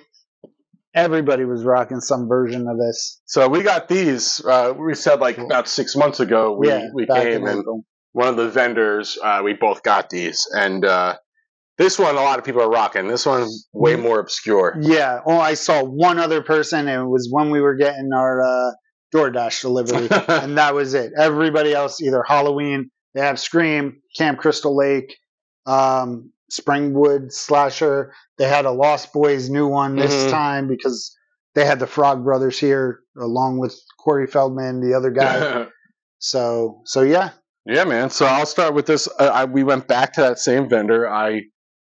[SPEAKER 11] Everybody was rocking some version of this.
[SPEAKER 10] So we got these. Uh, we said like about six months ago. We
[SPEAKER 11] yeah,
[SPEAKER 10] we
[SPEAKER 11] back
[SPEAKER 10] came
[SPEAKER 11] in
[SPEAKER 10] and
[SPEAKER 11] April.
[SPEAKER 10] one of the vendors, uh, we both got these, and uh, this one a lot of people are rocking. This one way
[SPEAKER 11] Mm.
[SPEAKER 10] more obscure.
[SPEAKER 11] Yeah. Oh, I saw one other person, and it was when we were getting our uh, DoorDash
[SPEAKER 10] [laughs]
[SPEAKER 11] delivery, Mm. and that was it. Everybody else either Halloween, they have Scream, Camp Crystal Lake, um, Springwood Slasher. They had a Lost Boys new one this
[SPEAKER 10] Mhm.
[SPEAKER 11] time because they had the Frog Brothers here along with Corey Feldman, the
[SPEAKER 10] [laughs]
[SPEAKER 11] other guy. So, so yeah,
[SPEAKER 10] yeah, man. So I'll start with this. Uh, I, we went back to that same vendor. I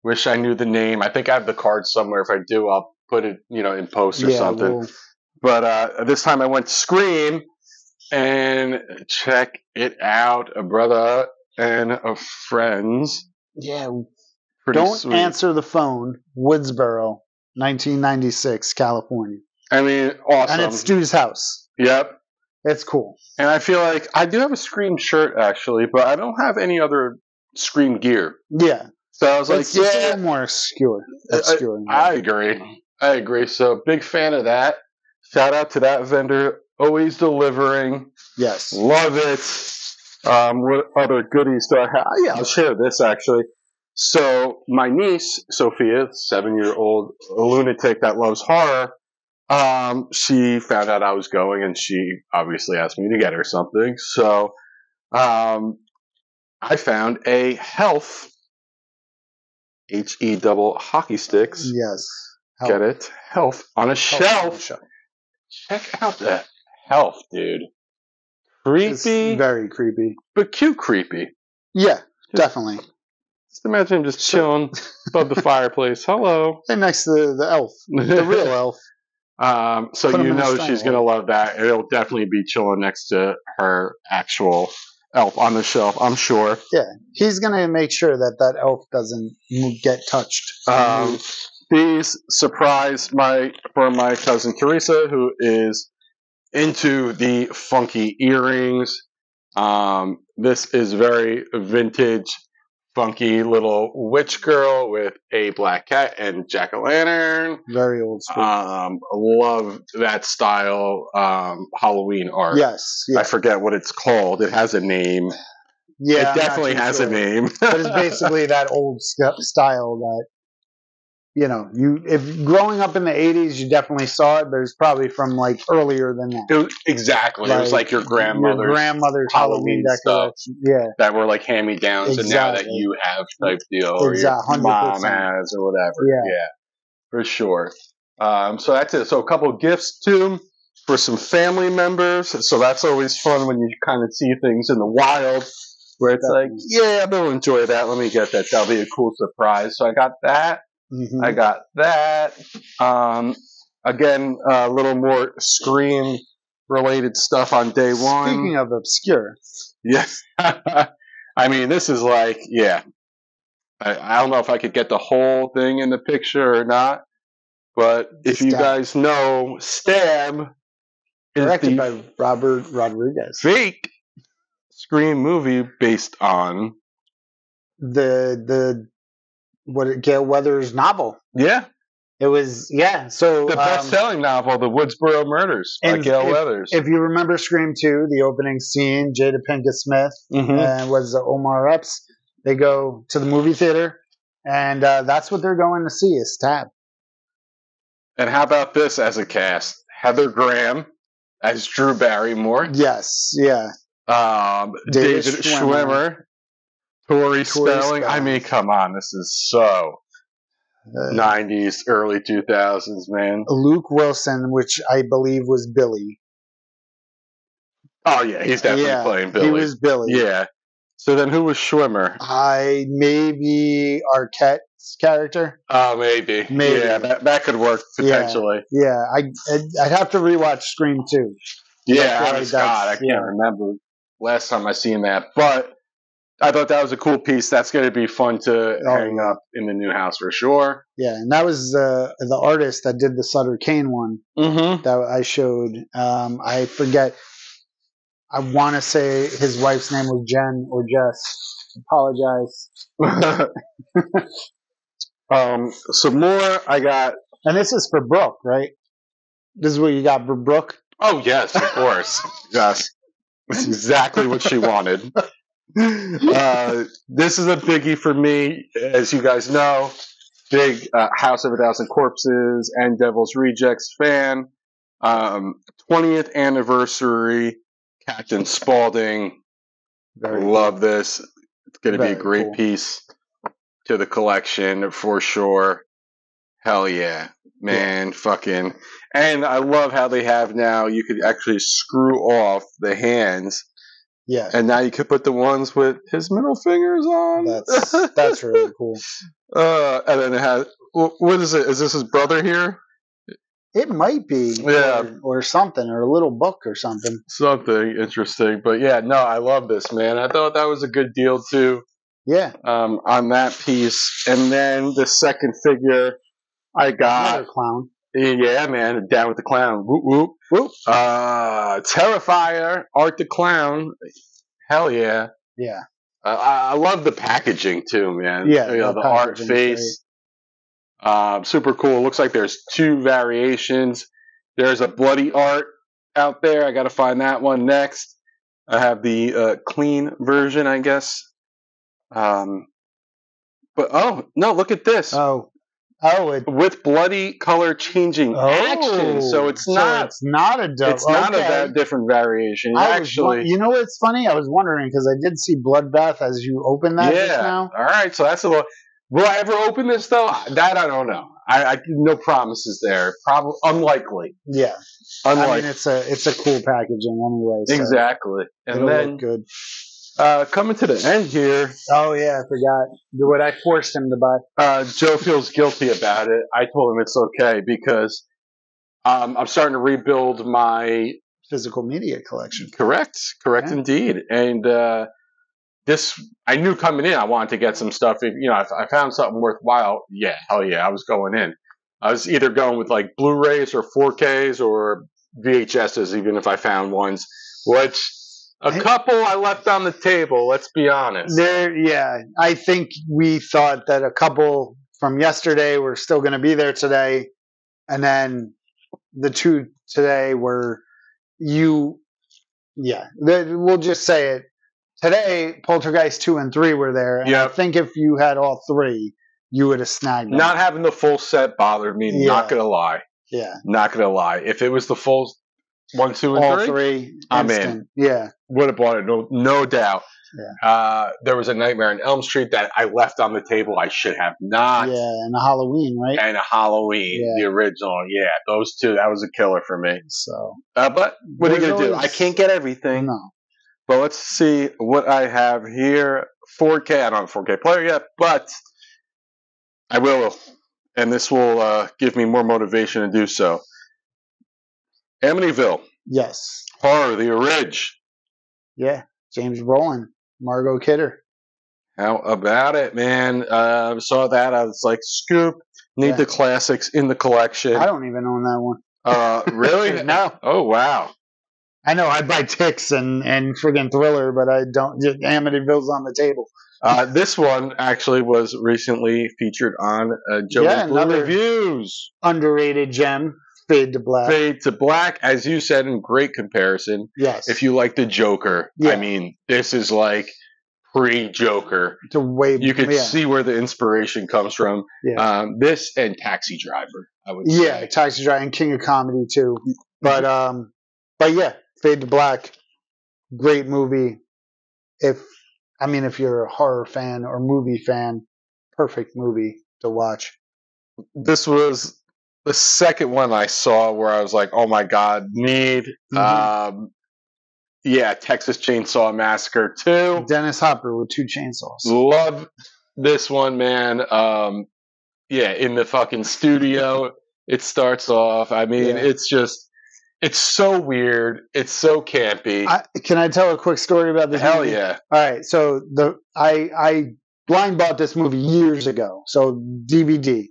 [SPEAKER 10] wish I knew the name. I think I have the card somewhere. If I do, I'll put it, you know, in post or
[SPEAKER 11] yeah,
[SPEAKER 10] something.
[SPEAKER 11] we'll-
[SPEAKER 10] but uh, this time I went Scream and check it out, a brother and a friends.
[SPEAKER 11] yeah.
[SPEAKER 10] Pretty
[SPEAKER 11] Don't
[SPEAKER 10] sweet.
[SPEAKER 11] answer the phone, Woodsboro, 1996, California,
[SPEAKER 10] I mean, awesome.
[SPEAKER 11] and it's Stu's house.
[SPEAKER 10] yep.
[SPEAKER 11] It's cool.
[SPEAKER 10] And I feel like I do have a Scream shirt actually, but I don't have any other Scream gear.
[SPEAKER 11] Yeah,
[SPEAKER 10] So I was like,
[SPEAKER 11] it's just a
[SPEAKER 10] yeah,
[SPEAKER 11] little more obscure.
[SPEAKER 10] I-
[SPEAKER 11] Obscure.
[SPEAKER 10] I agree. I agree. So big fan of that. Shout out to that vendor, always delivering.
[SPEAKER 11] yes.
[SPEAKER 10] Love it. Um, what other goodies do I have? Oh, Yeah, I'll share this actually. So my niece Sophia, seven-year-old lunatic that loves horror, um, she found out I was going, and she obviously asked me to get her something. So um, I found a Health H E double hockey sticks.
[SPEAKER 11] Yes. Oh,
[SPEAKER 10] Get it? Health on a shelf.
[SPEAKER 11] Shelf.
[SPEAKER 10] Check out that health, dude.
[SPEAKER 11] It's
[SPEAKER 10] Creepy,
[SPEAKER 11] very creepy.
[SPEAKER 10] but cute creepy.
[SPEAKER 11] Yeah, definitely.
[SPEAKER 10] Just imagine him just chilling
[SPEAKER 11] [laughs]
[SPEAKER 10] above the fireplace. Hello.
[SPEAKER 11] And next to the elf,
[SPEAKER 10] [laughs]
[SPEAKER 11] the real elf.
[SPEAKER 10] Um, so
[SPEAKER 11] Put him
[SPEAKER 10] you
[SPEAKER 11] in a
[SPEAKER 10] know
[SPEAKER 11] style.
[SPEAKER 10] she's gonna love that. It'll definitely be chilling next to her actual elf on the shelf. I'm sure.
[SPEAKER 11] He's gonna make sure that that elf doesn't mo- get touched.
[SPEAKER 10] Um, these surprise my for my cousin Teresa, who is into the funky earrings. Um, this is very vintage, funky little witch girl with a black cat and jack o' lantern.
[SPEAKER 11] very old school.
[SPEAKER 10] Um, love that style um, Halloween art.
[SPEAKER 11] yes. Yeah.
[SPEAKER 10] I forget what it's called. It has a name.
[SPEAKER 11] yeah I'm
[SPEAKER 10] it
[SPEAKER 11] not
[SPEAKER 10] definitely
[SPEAKER 11] too
[SPEAKER 10] has
[SPEAKER 11] sure.
[SPEAKER 10] a name.
[SPEAKER 11] but it's basically that old st- style that you know you if growing up in the 80s you definitely saw it but it's probably from like earlier than that
[SPEAKER 10] [laughs] It was- exactly. it was like your grandmother's
[SPEAKER 11] your grandmother's
[SPEAKER 10] Halloween
[SPEAKER 11] halloween,
[SPEAKER 10] stuff.
[SPEAKER 11] decoration yeah
[SPEAKER 10] that were like hand me downs and now that
[SPEAKER 11] Exactly.
[SPEAKER 10] you have type deal or
[SPEAKER 11] Exact-
[SPEAKER 10] your mom
[SPEAKER 11] 100%.
[SPEAKER 10] has or whatever.
[SPEAKER 11] Yeah.
[SPEAKER 10] for sure. Um, so that's it. So a couple gifts too for some family members. So that's always fun when you kind of see things in the wild where it's like, yeah, I'm gonna enjoy that. Let me get that. That'll be a cool surprise. So I got that.
[SPEAKER 11] Mhm.
[SPEAKER 10] I got that. Um, again, a little more scream related stuff on day one.
[SPEAKER 11] speaking of obscure
[SPEAKER 10] Yes. [laughs] I mean, this is like, yeah. I, I don't know if I could get the whole thing in the picture or not, but if you
[SPEAKER 11] Stab.
[SPEAKER 10] guys know, Stab is
[SPEAKER 11] directed
[SPEAKER 10] the
[SPEAKER 11] by robert rodriguez
[SPEAKER 10] fake Scream movie based on.
[SPEAKER 11] the the what it gail weathers novel
[SPEAKER 10] Yeah,
[SPEAKER 11] it was yeah so
[SPEAKER 10] the
[SPEAKER 11] um,
[SPEAKER 10] best-selling novel, *The Woodsboro Murders* by
[SPEAKER 11] and
[SPEAKER 10] Gail Weathers.
[SPEAKER 11] if you remember scream 2 the opening scene jada pinkett smith
[SPEAKER 10] Mhm.
[SPEAKER 11] and was the Omar Epps. They go to the movie theater, and uh, that's what they're going to see is Stab.
[SPEAKER 10] And how about this as a cast? Heather Graham as Drew Barrymore.
[SPEAKER 11] Yes, yeah,
[SPEAKER 10] um, David,
[SPEAKER 11] David
[SPEAKER 10] Schwimmer, Tori, Spelling. I
[SPEAKER 11] Spelling.
[SPEAKER 10] mean, come on, this is so
[SPEAKER 11] Uh,
[SPEAKER 10] 90s, early 2000s, man.
[SPEAKER 11] Luke Wilson, which I believe was Billy.
[SPEAKER 10] Oh yeah, he's definitely
[SPEAKER 11] Yeah,
[SPEAKER 10] playing Billy.
[SPEAKER 11] He was Billy.
[SPEAKER 10] yeah. So then, who was Schwimmer?
[SPEAKER 11] I maybe Arquette's character.
[SPEAKER 10] Oh, maybe.
[SPEAKER 11] Maybe.
[SPEAKER 10] Yeah, that, that could work
[SPEAKER 11] Yeah.
[SPEAKER 10] potentially.
[SPEAKER 11] Yeah, I I'd, I'd have to rewatch Scream too.
[SPEAKER 10] Yeah,
[SPEAKER 11] That's
[SPEAKER 10] honest
[SPEAKER 11] right, that's-
[SPEAKER 10] God, I can't
[SPEAKER 11] yeah.
[SPEAKER 10] remember last time I seen that, but I thought that was a cool piece. That's going to be fun to
[SPEAKER 11] Oh.
[SPEAKER 10] hang up in the new house for sure.
[SPEAKER 11] Yeah, and that was uh, the artist that did the Sutter Kane one.
[SPEAKER 10] Mm-hmm.
[SPEAKER 11] that I showed. Um, I forget. I want to say his wife's name was Jen or Jess. Apologize.
[SPEAKER 10] [laughs] um, some more. I got
[SPEAKER 11] And this is for Brooke, right? This is what you got for Brooke.
[SPEAKER 10] Oh yes, of course. [laughs] yes, that's exactly what she wanted. Uh, this is a biggie for me, as you guys know. Big uh, House of a Thousand Corpses and Devil's Rejects fan. Um, 20th anniversary, Captain Spaulding.
[SPEAKER 11] Very
[SPEAKER 10] Love this. It's going to be a
[SPEAKER 11] Very
[SPEAKER 10] great
[SPEAKER 11] cool.
[SPEAKER 10] piece to the collection for sure. Hell yeah, man, fucking. And I love how they have now. You could actually screw off the hands,
[SPEAKER 11] Yeah,
[SPEAKER 10] and now you could put the ones with his middle fingers on.
[SPEAKER 11] that's
[SPEAKER 10] [laughs]
[SPEAKER 11] that's really cool.
[SPEAKER 10] uh, and then it has. wh- What is it? Is this his brother here?
[SPEAKER 11] It might be,
[SPEAKER 10] Yeah.
[SPEAKER 11] or, or something, or a little book or something.
[SPEAKER 10] Something interesting, but yeah, no, I love this man. I thought that was a good deal too.
[SPEAKER 11] Yeah,
[SPEAKER 10] um, on that piece. And then the second figure I
[SPEAKER 11] another
[SPEAKER 10] got,
[SPEAKER 11] clown.
[SPEAKER 10] yeah, man, down with the clown. Whoop, whoop, whoop. Uh, Terrifier, Art the Clown. Hell yeah.
[SPEAKER 11] Yeah,
[SPEAKER 10] Uh, I, I love the packaging too, man.
[SPEAKER 11] Yeah,
[SPEAKER 10] You know, the
[SPEAKER 11] the
[SPEAKER 10] art
[SPEAKER 11] packaging's
[SPEAKER 10] face. Um, super cool. Looks like there's two variations. There's a bloody art out there. I got to find that one next. I have the uh, clean version, I guess. Um, but oh no, look at this
[SPEAKER 11] Oh, oh, it,
[SPEAKER 10] with bloody color changing
[SPEAKER 11] oh,
[SPEAKER 10] action. So it's not.
[SPEAKER 11] It's not a double.
[SPEAKER 10] It's not a
[SPEAKER 11] okay.
[SPEAKER 10] that different variation.
[SPEAKER 11] I was
[SPEAKER 10] actually,
[SPEAKER 11] won- you know what's funny? I was wondering because I did see Bloodbath as you open that just now.
[SPEAKER 10] All right, so that's a little. Will I ever open this though? That I don't know. I, I no promises there. Probably unlikely.
[SPEAKER 11] Yeah,
[SPEAKER 10] Unlikely.
[SPEAKER 11] I mean it's a it's a cool packaging anyway. So
[SPEAKER 10] exactly. And
[SPEAKER 11] it'll
[SPEAKER 10] then
[SPEAKER 11] look good.
[SPEAKER 10] uh, coming to the end here,
[SPEAKER 11] Oh yeah, I forgot what I forced him to buy.
[SPEAKER 10] uh, Joe feels guilty about it. I told him it's okay because um, I'm starting to rebuild my
[SPEAKER 11] Physical media collection.
[SPEAKER 10] correct, correct
[SPEAKER 11] Yeah.
[SPEAKER 10] indeed. And uh, this, I knew coming in, I wanted to get some stuff. If you know, if I found something worthwhile, yeah, hell yeah, I was going in. I was either going with like Blu-rays or 4Ks or VHSs, even if I found ones. Which a
[SPEAKER 11] Hey.
[SPEAKER 10] couple I left on the table. Let's be
[SPEAKER 11] [laughs]
[SPEAKER 10] honest.
[SPEAKER 11] There, yeah, I think we thought that a couple from yesterday were still going to be there today, and then the two today were you. Yeah, the, we'll just say it. Today, Poltergeist two and three were there, and I
[SPEAKER 10] Yep.
[SPEAKER 11] think if you had all three, you would have snagged them.
[SPEAKER 10] Not having the full set bothered me. Not
[SPEAKER 11] Yeah.
[SPEAKER 10] gonna lie.
[SPEAKER 11] yeah,
[SPEAKER 10] Not gonna lie. If it was the full one, two, and
[SPEAKER 11] all
[SPEAKER 10] three, Oh,
[SPEAKER 11] three.
[SPEAKER 10] I'm in.
[SPEAKER 11] instant. Yeah,
[SPEAKER 10] would have bought it, no, no doubt. Uh, there was a Nightmare on Elm Street that I left on the table. I should have not.
[SPEAKER 11] yeah, and a Halloween, right?
[SPEAKER 10] And a Halloween,
[SPEAKER 11] Yeah.
[SPEAKER 10] the original. Yeah, those two. That was a killer for me.
[SPEAKER 11] So
[SPEAKER 10] Uh, but what are you
[SPEAKER 11] There's
[SPEAKER 10] gonna do?
[SPEAKER 11] always-
[SPEAKER 10] I can't get everything.
[SPEAKER 11] no,
[SPEAKER 10] But let's see what I have here. 4K. I don't have a 4K player yet, but I will, and this will uh, give me more motivation to do so. Amityville
[SPEAKER 11] yes,
[SPEAKER 10] Horror, the Ridge.
[SPEAKER 11] yeah. James Brolin, Margot Kidder.
[SPEAKER 10] How about it, man? Uh, saw that. I was like, scoop. Need
[SPEAKER 11] Yeah.
[SPEAKER 10] the classics in the collection.
[SPEAKER 11] I don't even own that one. [laughs]
[SPEAKER 10] Uh, really?
[SPEAKER 11] No.
[SPEAKER 10] Oh wow.
[SPEAKER 11] I know I buy ticks and and friggin' Thriller, but I don't. Just Amityville's on the table.
[SPEAKER 10] Uh, this one actually was recently featured on uh, Joe's
[SPEAKER 11] Yeah,
[SPEAKER 10] Blue
[SPEAKER 11] another-
[SPEAKER 10] reviews.
[SPEAKER 11] Underrated gem, Fade to Black.
[SPEAKER 10] Fade to Black, as you said, in great comparison.
[SPEAKER 11] Yes,
[SPEAKER 10] If you like the Joker, I
[SPEAKER 11] Yeah.
[SPEAKER 10] mean, this is like pre-Joker.
[SPEAKER 11] to way
[SPEAKER 10] You can
[SPEAKER 11] yeah,
[SPEAKER 10] see where the inspiration comes from.
[SPEAKER 11] Yeah.
[SPEAKER 10] Um, this and Taxi Driver, I would
[SPEAKER 11] yeah,
[SPEAKER 10] say.
[SPEAKER 11] Taxi Driver and King of Comedy too. But um, but yeah, Fade to Black, great movie. If I mean, if you're a horror fan or movie fan, perfect movie to watch.
[SPEAKER 10] this was the second one I saw where I was like, "Oh my god, need." Um, yeah, Texas Chainsaw Massacre two.
[SPEAKER 11] Dennis Hopper with two chainsaws.
[SPEAKER 10] Love this one, man. Um, yeah, in the fucking studio, it starts off. I mean,
[SPEAKER 11] Yeah.
[SPEAKER 10] it's just, it's so weird. It's so campy.
[SPEAKER 11] I, can I tell a quick story about this?
[SPEAKER 10] Hell
[SPEAKER 11] movie?
[SPEAKER 10] yeah!
[SPEAKER 11] All right, so the I I blind bought this movie years ago, so DVD,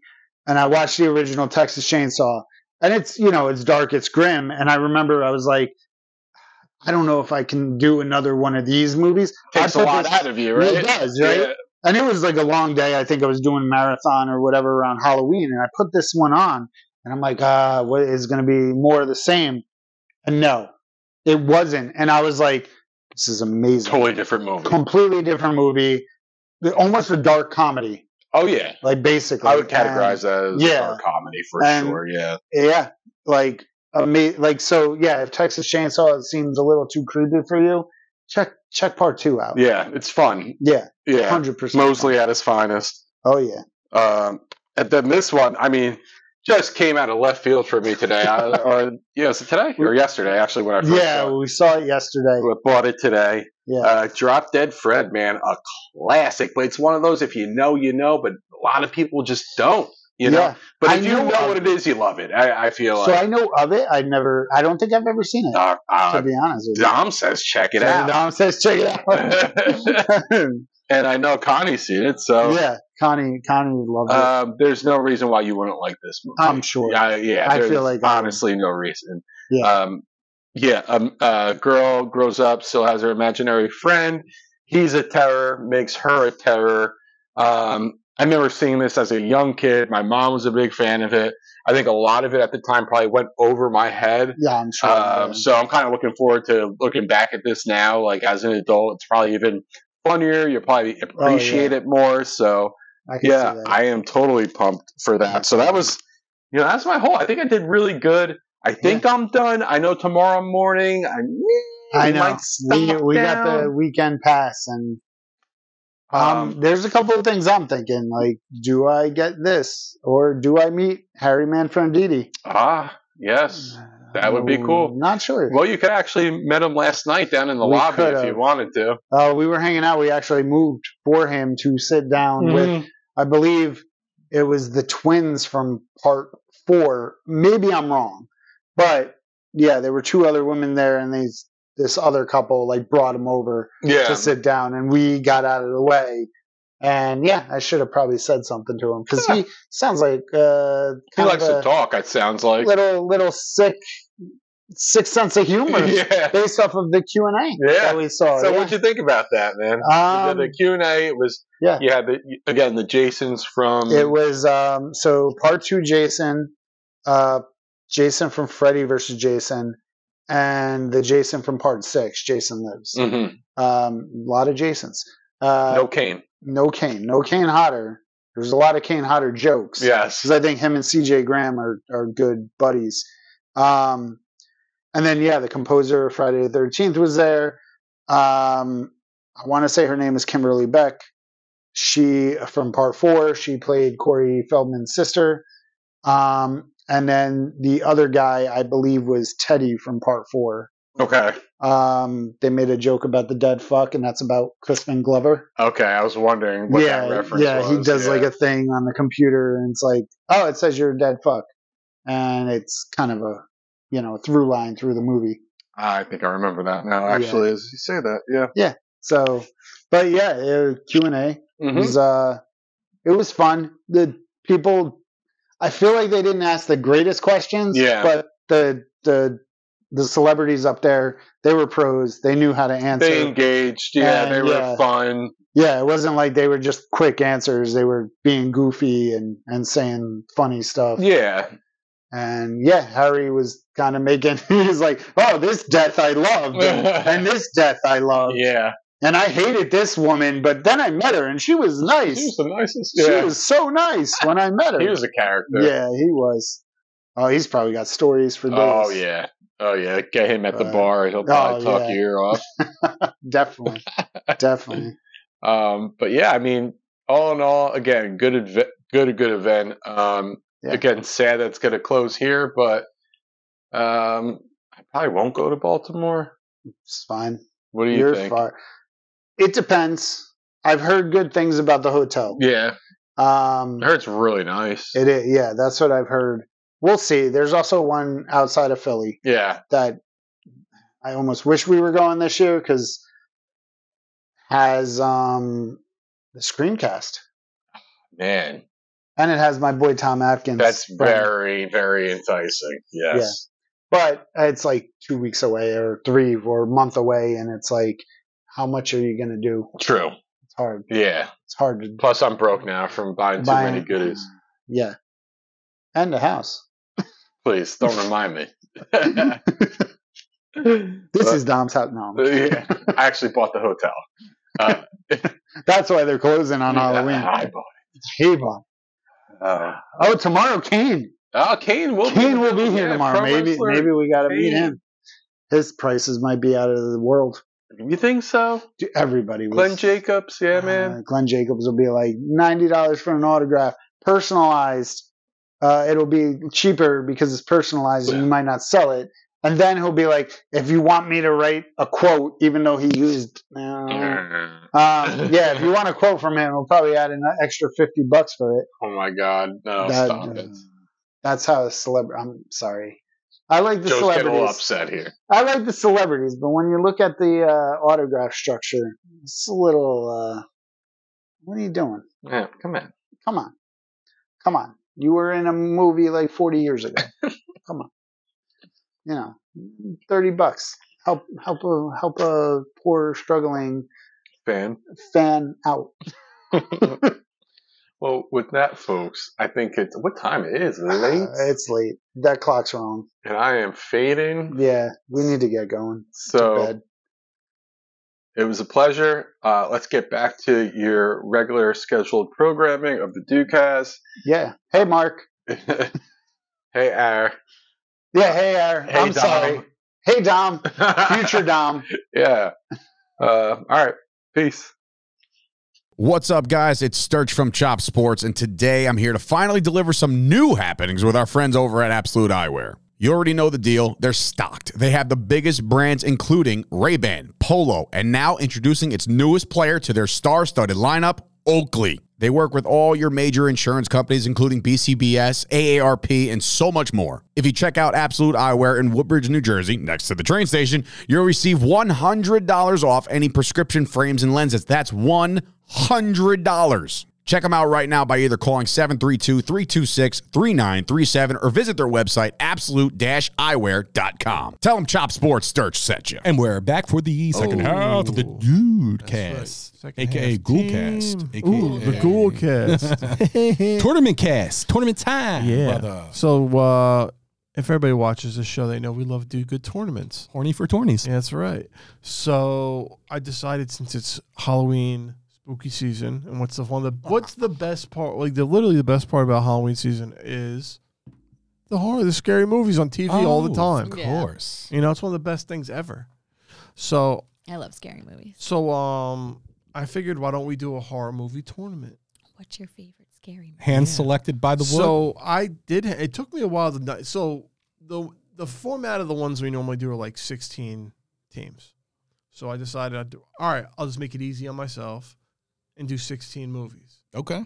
[SPEAKER 11] and I watched the original Texas Chainsaw, and it's you know it's dark, it's grim, and I remember I was like, I don't know if I can do another one of these movies.
[SPEAKER 10] Takes
[SPEAKER 11] I
[SPEAKER 10] a
[SPEAKER 11] put
[SPEAKER 10] lot
[SPEAKER 11] this-
[SPEAKER 10] out of you, right?
[SPEAKER 11] It does, right?
[SPEAKER 10] Yeah.
[SPEAKER 11] and it was like a long day. I think I was doing marathon or whatever around Halloween, and I put this one on, and I'm like, ah, what is going to be more of the same? And no, it wasn't. And I was like, this is amazing,
[SPEAKER 10] Totally different movie.
[SPEAKER 11] completely different movie, The- almost a dark comedy,
[SPEAKER 10] Oh yeah,
[SPEAKER 11] like basically.
[SPEAKER 10] I would categorize that as
[SPEAKER 11] yeah.
[SPEAKER 10] a horror comedy for
[SPEAKER 11] And-
[SPEAKER 10] sure. Yeah.
[SPEAKER 11] And, yeah, like ama- like so. Yeah, if Texas Chainsaw seems a little too creepy for you, check check part two out.
[SPEAKER 10] Yeah, it's fun.
[SPEAKER 11] Yeah,
[SPEAKER 10] Yeah,
[SPEAKER 11] hundred percent.
[SPEAKER 10] Mosley at his finest.
[SPEAKER 11] Oh yeah.
[SPEAKER 10] Um, and then this one, I mean, just came out of left field for me
[SPEAKER 11] [laughs]
[SPEAKER 10] today. I, or yeah, was it today or yesterday? Actually, when I first
[SPEAKER 11] Yeah,
[SPEAKER 10] saw it.
[SPEAKER 11] we saw it yesterday.
[SPEAKER 10] I bought it today.
[SPEAKER 11] Yeah.
[SPEAKER 10] Uh, Drop Dead Fred, man, a classic. But it's one of those if you know, you know. But a lot of people just don't, you know.
[SPEAKER 11] Yeah.
[SPEAKER 10] But
[SPEAKER 11] I
[SPEAKER 10] if you
[SPEAKER 11] know
[SPEAKER 10] know
[SPEAKER 11] of
[SPEAKER 10] what it
[SPEAKER 11] it.
[SPEAKER 10] is, you love it. I, I feel
[SPEAKER 11] So
[SPEAKER 10] like
[SPEAKER 11] I know of it. I never. I don't think I've ever seen it.
[SPEAKER 10] uh,
[SPEAKER 11] to
[SPEAKER 10] uh,
[SPEAKER 11] be honest with you,
[SPEAKER 10] Dom says check it
[SPEAKER 11] So [laughs]
[SPEAKER 10] out,
[SPEAKER 11] Dom says check it out.
[SPEAKER 10] [laughs]
[SPEAKER 11] [laughs]
[SPEAKER 10] and I know Connie's seen it, [laughs] so.
[SPEAKER 11] yeah, Connie. Connie would love it.
[SPEAKER 10] Um, there's no reason why you wouldn't like this movie.
[SPEAKER 11] I'm sure.
[SPEAKER 10] Yeah, yeah.
[SPEAKER 11] I
[SPEAKER 10] there's
[SPEAKER 11] feel like I would.
[SPEAKER 10] honestly no reason.
[SPEAKER 11] Yeah.
[SPEAKER 10] Um, yeah. Um, uh, girl grows up, still has her imaginary friend. He's a terror, makes her a terror. Um, I remember seeing this as a young kid. My mom was a big fan of it. I think a lot of it at the time probably went over my head.
[SPEAKER 11] Oh, Yeah, I'm sure.
[SPEAKER 10] Um, so I'm kind of looking forward to looking back at this now. Like as an adult, it's probably even funnier. You'll
[SPEAKER 11] Oh,
[SPEAKER 10] probably appreciate it more. So
[SPEAKER 11] I can
[SPEAKER 10] yeah,
[SPEAKER 11] see that.
[SPEAKER 10] I am totally pumped for that. So that was, you know, that's my whole. I think I did really good. I think I'm done. I know tomorrow morning. I,
[SPEAKER 11] I know.
[SPEAKER 10] might
[SPEAKER 11] We,
[SPEAKER 10] stop
[SPEAKER 11] we got the
[SPEAKER 10] down.
[SPEAKER 11] weekend pass, and um,
[SPEAKER 10] Um,
[SPEAKER 11] there's a couple of things I'm thinking. Like, do I get this, or do I meet Harry Manfredini? Oh,
[SPEAKER 10] ah yes,
[SPEAKER 11] Uh,
[SPEAKER 10] that would be cool.
[SPEAKER 11] Not sure.
[SPEAKER 10] Well, you could actually met him last night down in the
[SPEAKER 11] We
[SPEAKER 10] lobby
[SPEAKER 11] could
[SPEAKER 10] if
[SPEAKER 11] have.
[SPEAKER 10] you wanted to.
[SPEAKER 11] Uh, we were hanging out. We actually moved for him to sit down
[SPEAKER 10] Mm-hmm.
[SPEAKER 11] with, I believe it was the twins from part four. Maybe I'm wrong, but yeah, there were two other women there, and these this other couple like brought him over
[SPEAKER 10] Yeah,
[SPEAKER 11] to sit down, and we got out of the way. And yeah, I should have probably said something to him because
[SPEAKER 10] [laughs]
[SPEAKER 11] he sounds like uh,
[SPEAKER 10] he
[SPEAKER 11] kind
[SPEAKER 10] likes
[SPEAKER 11] of
[SPEAKER 10] to
[SPEAKER 11] a
[SPEAKER 10] talk. It sounds like
[SPEAKER 11] little little sick sick sense of humor
[SPEAKER 10] [laughs] yeah.
[SPEAKER 11] based off of the Q and A
[SPEAKER 10] Yeah.
[SPEAKER 11] that we saw.
[SPEAKER 10] So
[SPEAKER 11] yeah.
[SPEAKER 10] what'd you think about that, man?
[SPEAKER 11] Um,
[SPEAKER 10] the Q and A was
[SPEAKER 11] yeah.
[SPEAKER 10] You had the again the Jasons from
[SPEAKER 11] It was um, so part two Jason, uh, Jason from Freddy versus Jason, and the Jason from part six, Jason Lives.
[SPEAKER 10] Mhm.
[SPEAKER 11] Um, a lot of Jasons. Uh,
[SPEAKER 10] No Kane.
[SPEAKER 11] No Kane. No Kane Hodder. There's a lot of Kane Hodder jokes.
[SPEAKER 10] Yes.
[SPEAKER 11] Because I think him and CJ Graham are, are good buddies. Um, and then, yeah, the composer of Friday the 13th was there. Um, I want to say her name is Kimberly Beck. She, from part four, she played Corey Feldman's sister. Um, and then the other guy, I believe, was Teddy from part four.
[SPEAKER 10] Okay.
[SPEAKER 11] Um, they made a joke about the dead fuck, and that's about Crispin Glover
[SPEAKER 10] Okay. I was wondering what that reference
[SPEAKER 11] yeah,
[SPEAKER 10] was.
[SPEAKER 11] he does
[SPEAKER 10] Yeah.
[SPEAKER 11] like a thing on the computer, and it's like, oh, it says you're a dead fuck, and it's kind of a you know through line through the movie.
[SPEAKER 10] Ah, I think I remember that now.
[SPEAKER 11] Yeah.
[SPEAKER 10] Actually, as you say that, yeah.
[SPEAKER 11] So, but yeah, uh, Q and A
[SPEAKER 10] Mhm.
[SPEAKER 11] was uh, it was fun. The people, I feel like they didn't ask the greatest questions,
[SPEAKER 10] Yeah.
[SPEAKER 11] but the the the celebrities up there, they were pros. They knew how to answer.
[SPEAKER 10] They engaged. Yeah,
[SPEAKER 11] And,
[SPEAKER 10] they were
[SPEAKER 11] yeah.
[SPEAKER 10] fun.
[SPEAKER 11] yeah, it wasn't like they were just quick answers. They were being goofy and and saying funny stuff.
[SPEAKER 10] Yeah.
[SPEAKER 11] And yeah, Harry was kind of making, [laughs] he's like, oh, this death I loved,
[SPEAKER 10] [laughs]
[SPEAKER 11] and, and this death I loved.
[SPEAKER 10] Yeah.
[SPEAKER 11] And I hated this woman, but then I met her and she was nice.
[SPEAKER 10] He was
[SPEAKER 11] She
[SPEAKER 10] the nicest. Yeah.
[SPEAKER 11] was so nice when I met her.
[SPEAKER 10] [laughs] he was a character.
[SPEAKER 11] yeah, he was. Oh, he's probably got stories for days.
[SPEAKER 10] Oh yeah. Oh yeah. Get him at the
[SPEAKER 11] Uh,
[SPEAKER 10] bar. He'll probably
[SPEAKER 11] oh,
[SPEAKER 10] talk
[SPEAKER 11] yeah.
[SPEAKER 10] your ear off. [laughs]
[SPEAKER 11] Definitely. Definitely.
[SPEAKER 10] Um, but yeah, I mean, all in all, again, good, adv- good, good event. Um,
[SPEAKER 11] Yeah.
[SPEAKER 10] Again, sad that's going to close here, but um, I probably won't go to Baltimore.
[SPEAKER 11] It's fine.
[SPEAKER 10] What do you
[SPEAKER 11] You're
[SPEAKER 10] think?
[SPEAKER 11] far. It depends. I've heard good things about the hotel.
[SPEAKER 10] Yeah,
[SPEAKER 11] Um,
[SPEAKER 10] it hurts really nice.
[SPEAKER 11] it is, yeah, that's what I've heard. We'll see. There's also one outside of Philly.
[SPEAKER 10] yeah,
[SPEAKER 11] that I almost wish we were going this year because has um the screencast
[SPEAKER 10] man,
[SPEAKER 11] and it has my boy Tom Atkins.
[SPEAKER 10] that's
[SPEAKER 11] from-
[SPEAKER 10] very, very enticing. Yes.
[SPEAKER 11] But it's like two weeks away or three or a month away, and it's like, how much are you gonna do?
[SPEAKER 10] True.
[SPEAKER 11] It's hard.
[SPEAKER 10] Yeah.
[SPEAKER 11] It's hard to
[SPEAKER 10] Plus, I'm broke now from buying too
[SPEAKER 11] Buying-
[SPEAKER 10] many goodies.
[SPEAKER 11] Yeah, and a
[SPEAKER 10] [laughs]
[SPEAKER 11] house. [laughs]
[SPEAKER 10] Please don't remind me. [laughs]
[SPEAKER 11] This is Dom's house. No,
[SPEAKER 10] yeah, I actually bought the hotel
[SPEAKER 11] that's why they're closing on
[SPEAKER 10] I
[SPEAKER 11] Halloween.
[SPEAKER 10] bought
[SPEAKER 11] Hey, Bob.
[SPEAKER 10] it. Oh.
[SPEAKER 11] Oh, tomorrow, Kane.
[SPEAKER 10] Oh, Kane will
[SPEAKER 11] Kane will be here
[SPEAKER 10] yeah,
[SPEAKER 11] tomorrow.
[SPEAKER 10] pro
[SPEAKER 11] Maybe
[SPEAKER 10] wrestler.
[SPEAKER 11] maybe we got to meet
[SPEAKER 10] Kane.
[SPEAKER 11] him. His prices might be out of the world.
[SPEAKER 10] You think so?
[SPEAKER 11] Dude, Everybody was.
[SPEAKER 10] Glenn Jacobs, yeah,
[SPEAKER 11] Uh,
[SPEAKER 10] man.
[SPEAKER 11] Glenn Jacobs will be like ninety dollars for an autograph, personalized. Uh, it'll be cheaper because it's personalized, and you might not sell it. And then he'll be like, "If you want me to write a quote, even though he used,
[SPEAKER 10] [laughs]
[SPEAKER 11] uh, um, yeah, if you want a quote from him, we'll probably add an extra fifty bucks for it."
[SPEAKER 10] [clears throat] Oh my God, no,
[SPEAKER 11] That- uh,
[SPEAKER 10] stop it.
[SPEAKER 11] That's how a celebrity. I'm sorry. I like the
[SPEAKER 10] Joe's getting a little
[SPEAKER 11] celebrities.
[SPEAKER 10] upset here.
[SPEAKER 11] I like the celebrities, but when you look at the uh, autograph structure, it's a little. Uh, what are you doing?
[SPEAKER 10] Yeah, come on.
[SPEAKER 11] Come on, come on! You were in a movie like forty years
[SPEAKER 10] [laughs]
[SPEAKER 11] ago. come on, you know, thirty bucks. Help, help, a, help a poor struggling
[SPEAKER 10] Fan.
[SPEAKER 11] fan out.
[SPEAKER 10] well, [laughs] Well, with that, folks, I think it's what time it is.
[SPEAKER 11] [sighs]
[SPEAKER 10] Late,
[SPEAKER 11] Uh, it's late. That clock's wrong.
[SPEAKER 10] and I am fading.
[SPEAKER 11] Yeah, we need to get going.
[SPEAKER 10] So
[SPEAKER 11] Bed.
[SPEAKER 10] it was a pleasure. Uh, let's get back to your regular scheduled programming of the Ducast.
[SPEAKER 11] Yeah. Hey, Mark.
[SPEAKER 10] [laughs] hey, Air.
[SPEAKER 11] Yeah. Hey, Aaron.
[SPEAKER 10] Hey,
[SPEAKER 11] I'm sorry. Hey, Dom. Future Dom.
[SPEAKER 10] [laughs] yeah. Uh, all right. Peace.
[SPEAKER 12] What's up, guys? It's Sturch from Chop Sports, and today I'm here to finally deliver some new happenings with our friends over at Absolute Eyewear. You already know the deal. They're stocked. They have the biggest brands, including Ray-Ban, Polo, and now introducing its newest player to their star-studded lineup, Oakley. They work with all your major insurance companies, including BCBS, AARP, and so much more. If you check out Absolute Eyewear in Woodbridge, New Jersey, next to the train station, you'll receive $100 off any prescription frames and lenses. That's $100. Check them out right now by either calling 732 326 3937 or visit their website, absolute eyewear.com. Tell them Chop Sports Sturch sent you.
[SPEAKER 7] And we're back for the second half of the Dude Cast,
[SPEAKER 8] Oh. Second
[SPEAKER 7] aka
[SPEAKER 8] half
[SPEAKER 7] Ghoul
[SPEAKER 8] team.
[SPEAKER 7] Cast, aka
[SPEAKER 8] Ooh, the Ghoul Cast.
[SPEAKER 7] [laughs]
[SPEAKER 8] [laughs]
[SPEAKER 7] Tournament Cast, tournament time,
[SPEAKER 8] yeah.
[SPEAKER 7] brother.
[SPEAKER 8] So uh, if everybody watches this show, they know we love to do good tournaments.
[SPEAKER 7] Horny for tourneys.
[SPEAKER 8] Yeah, that's right. So I decided since it's Halloween spooky season, and what's the one of the what's the best part? Like the literally the best part about Halloween season is the horror, the scary movies on TV all the
[SPEAKER 7] Oh,
[SPEAKER 8] time.
[SPEAKER 7] Of
[SPEAKER 9] Yeah.
[SPEAKER 7] course.
[SPEAKER 8] You know, it's one of the best things ever. So
[SPEAKER 9] I love scary movies.
[SPEAKER 8] so um, I figured why don't we do a horror movie tournament?
[SPEAKER 9] What's your favorite scary movie?
[SPEAKER 7] Hand selected by the wood.
[SPEAKER 8] So I did. It took me a while to. di- So the the format of the ones we normally do are like sixteen teams. So I decided I'd do. All right, I'll just make it easy on myself, and do sixteen movies.
[SPEAKER 7] okay.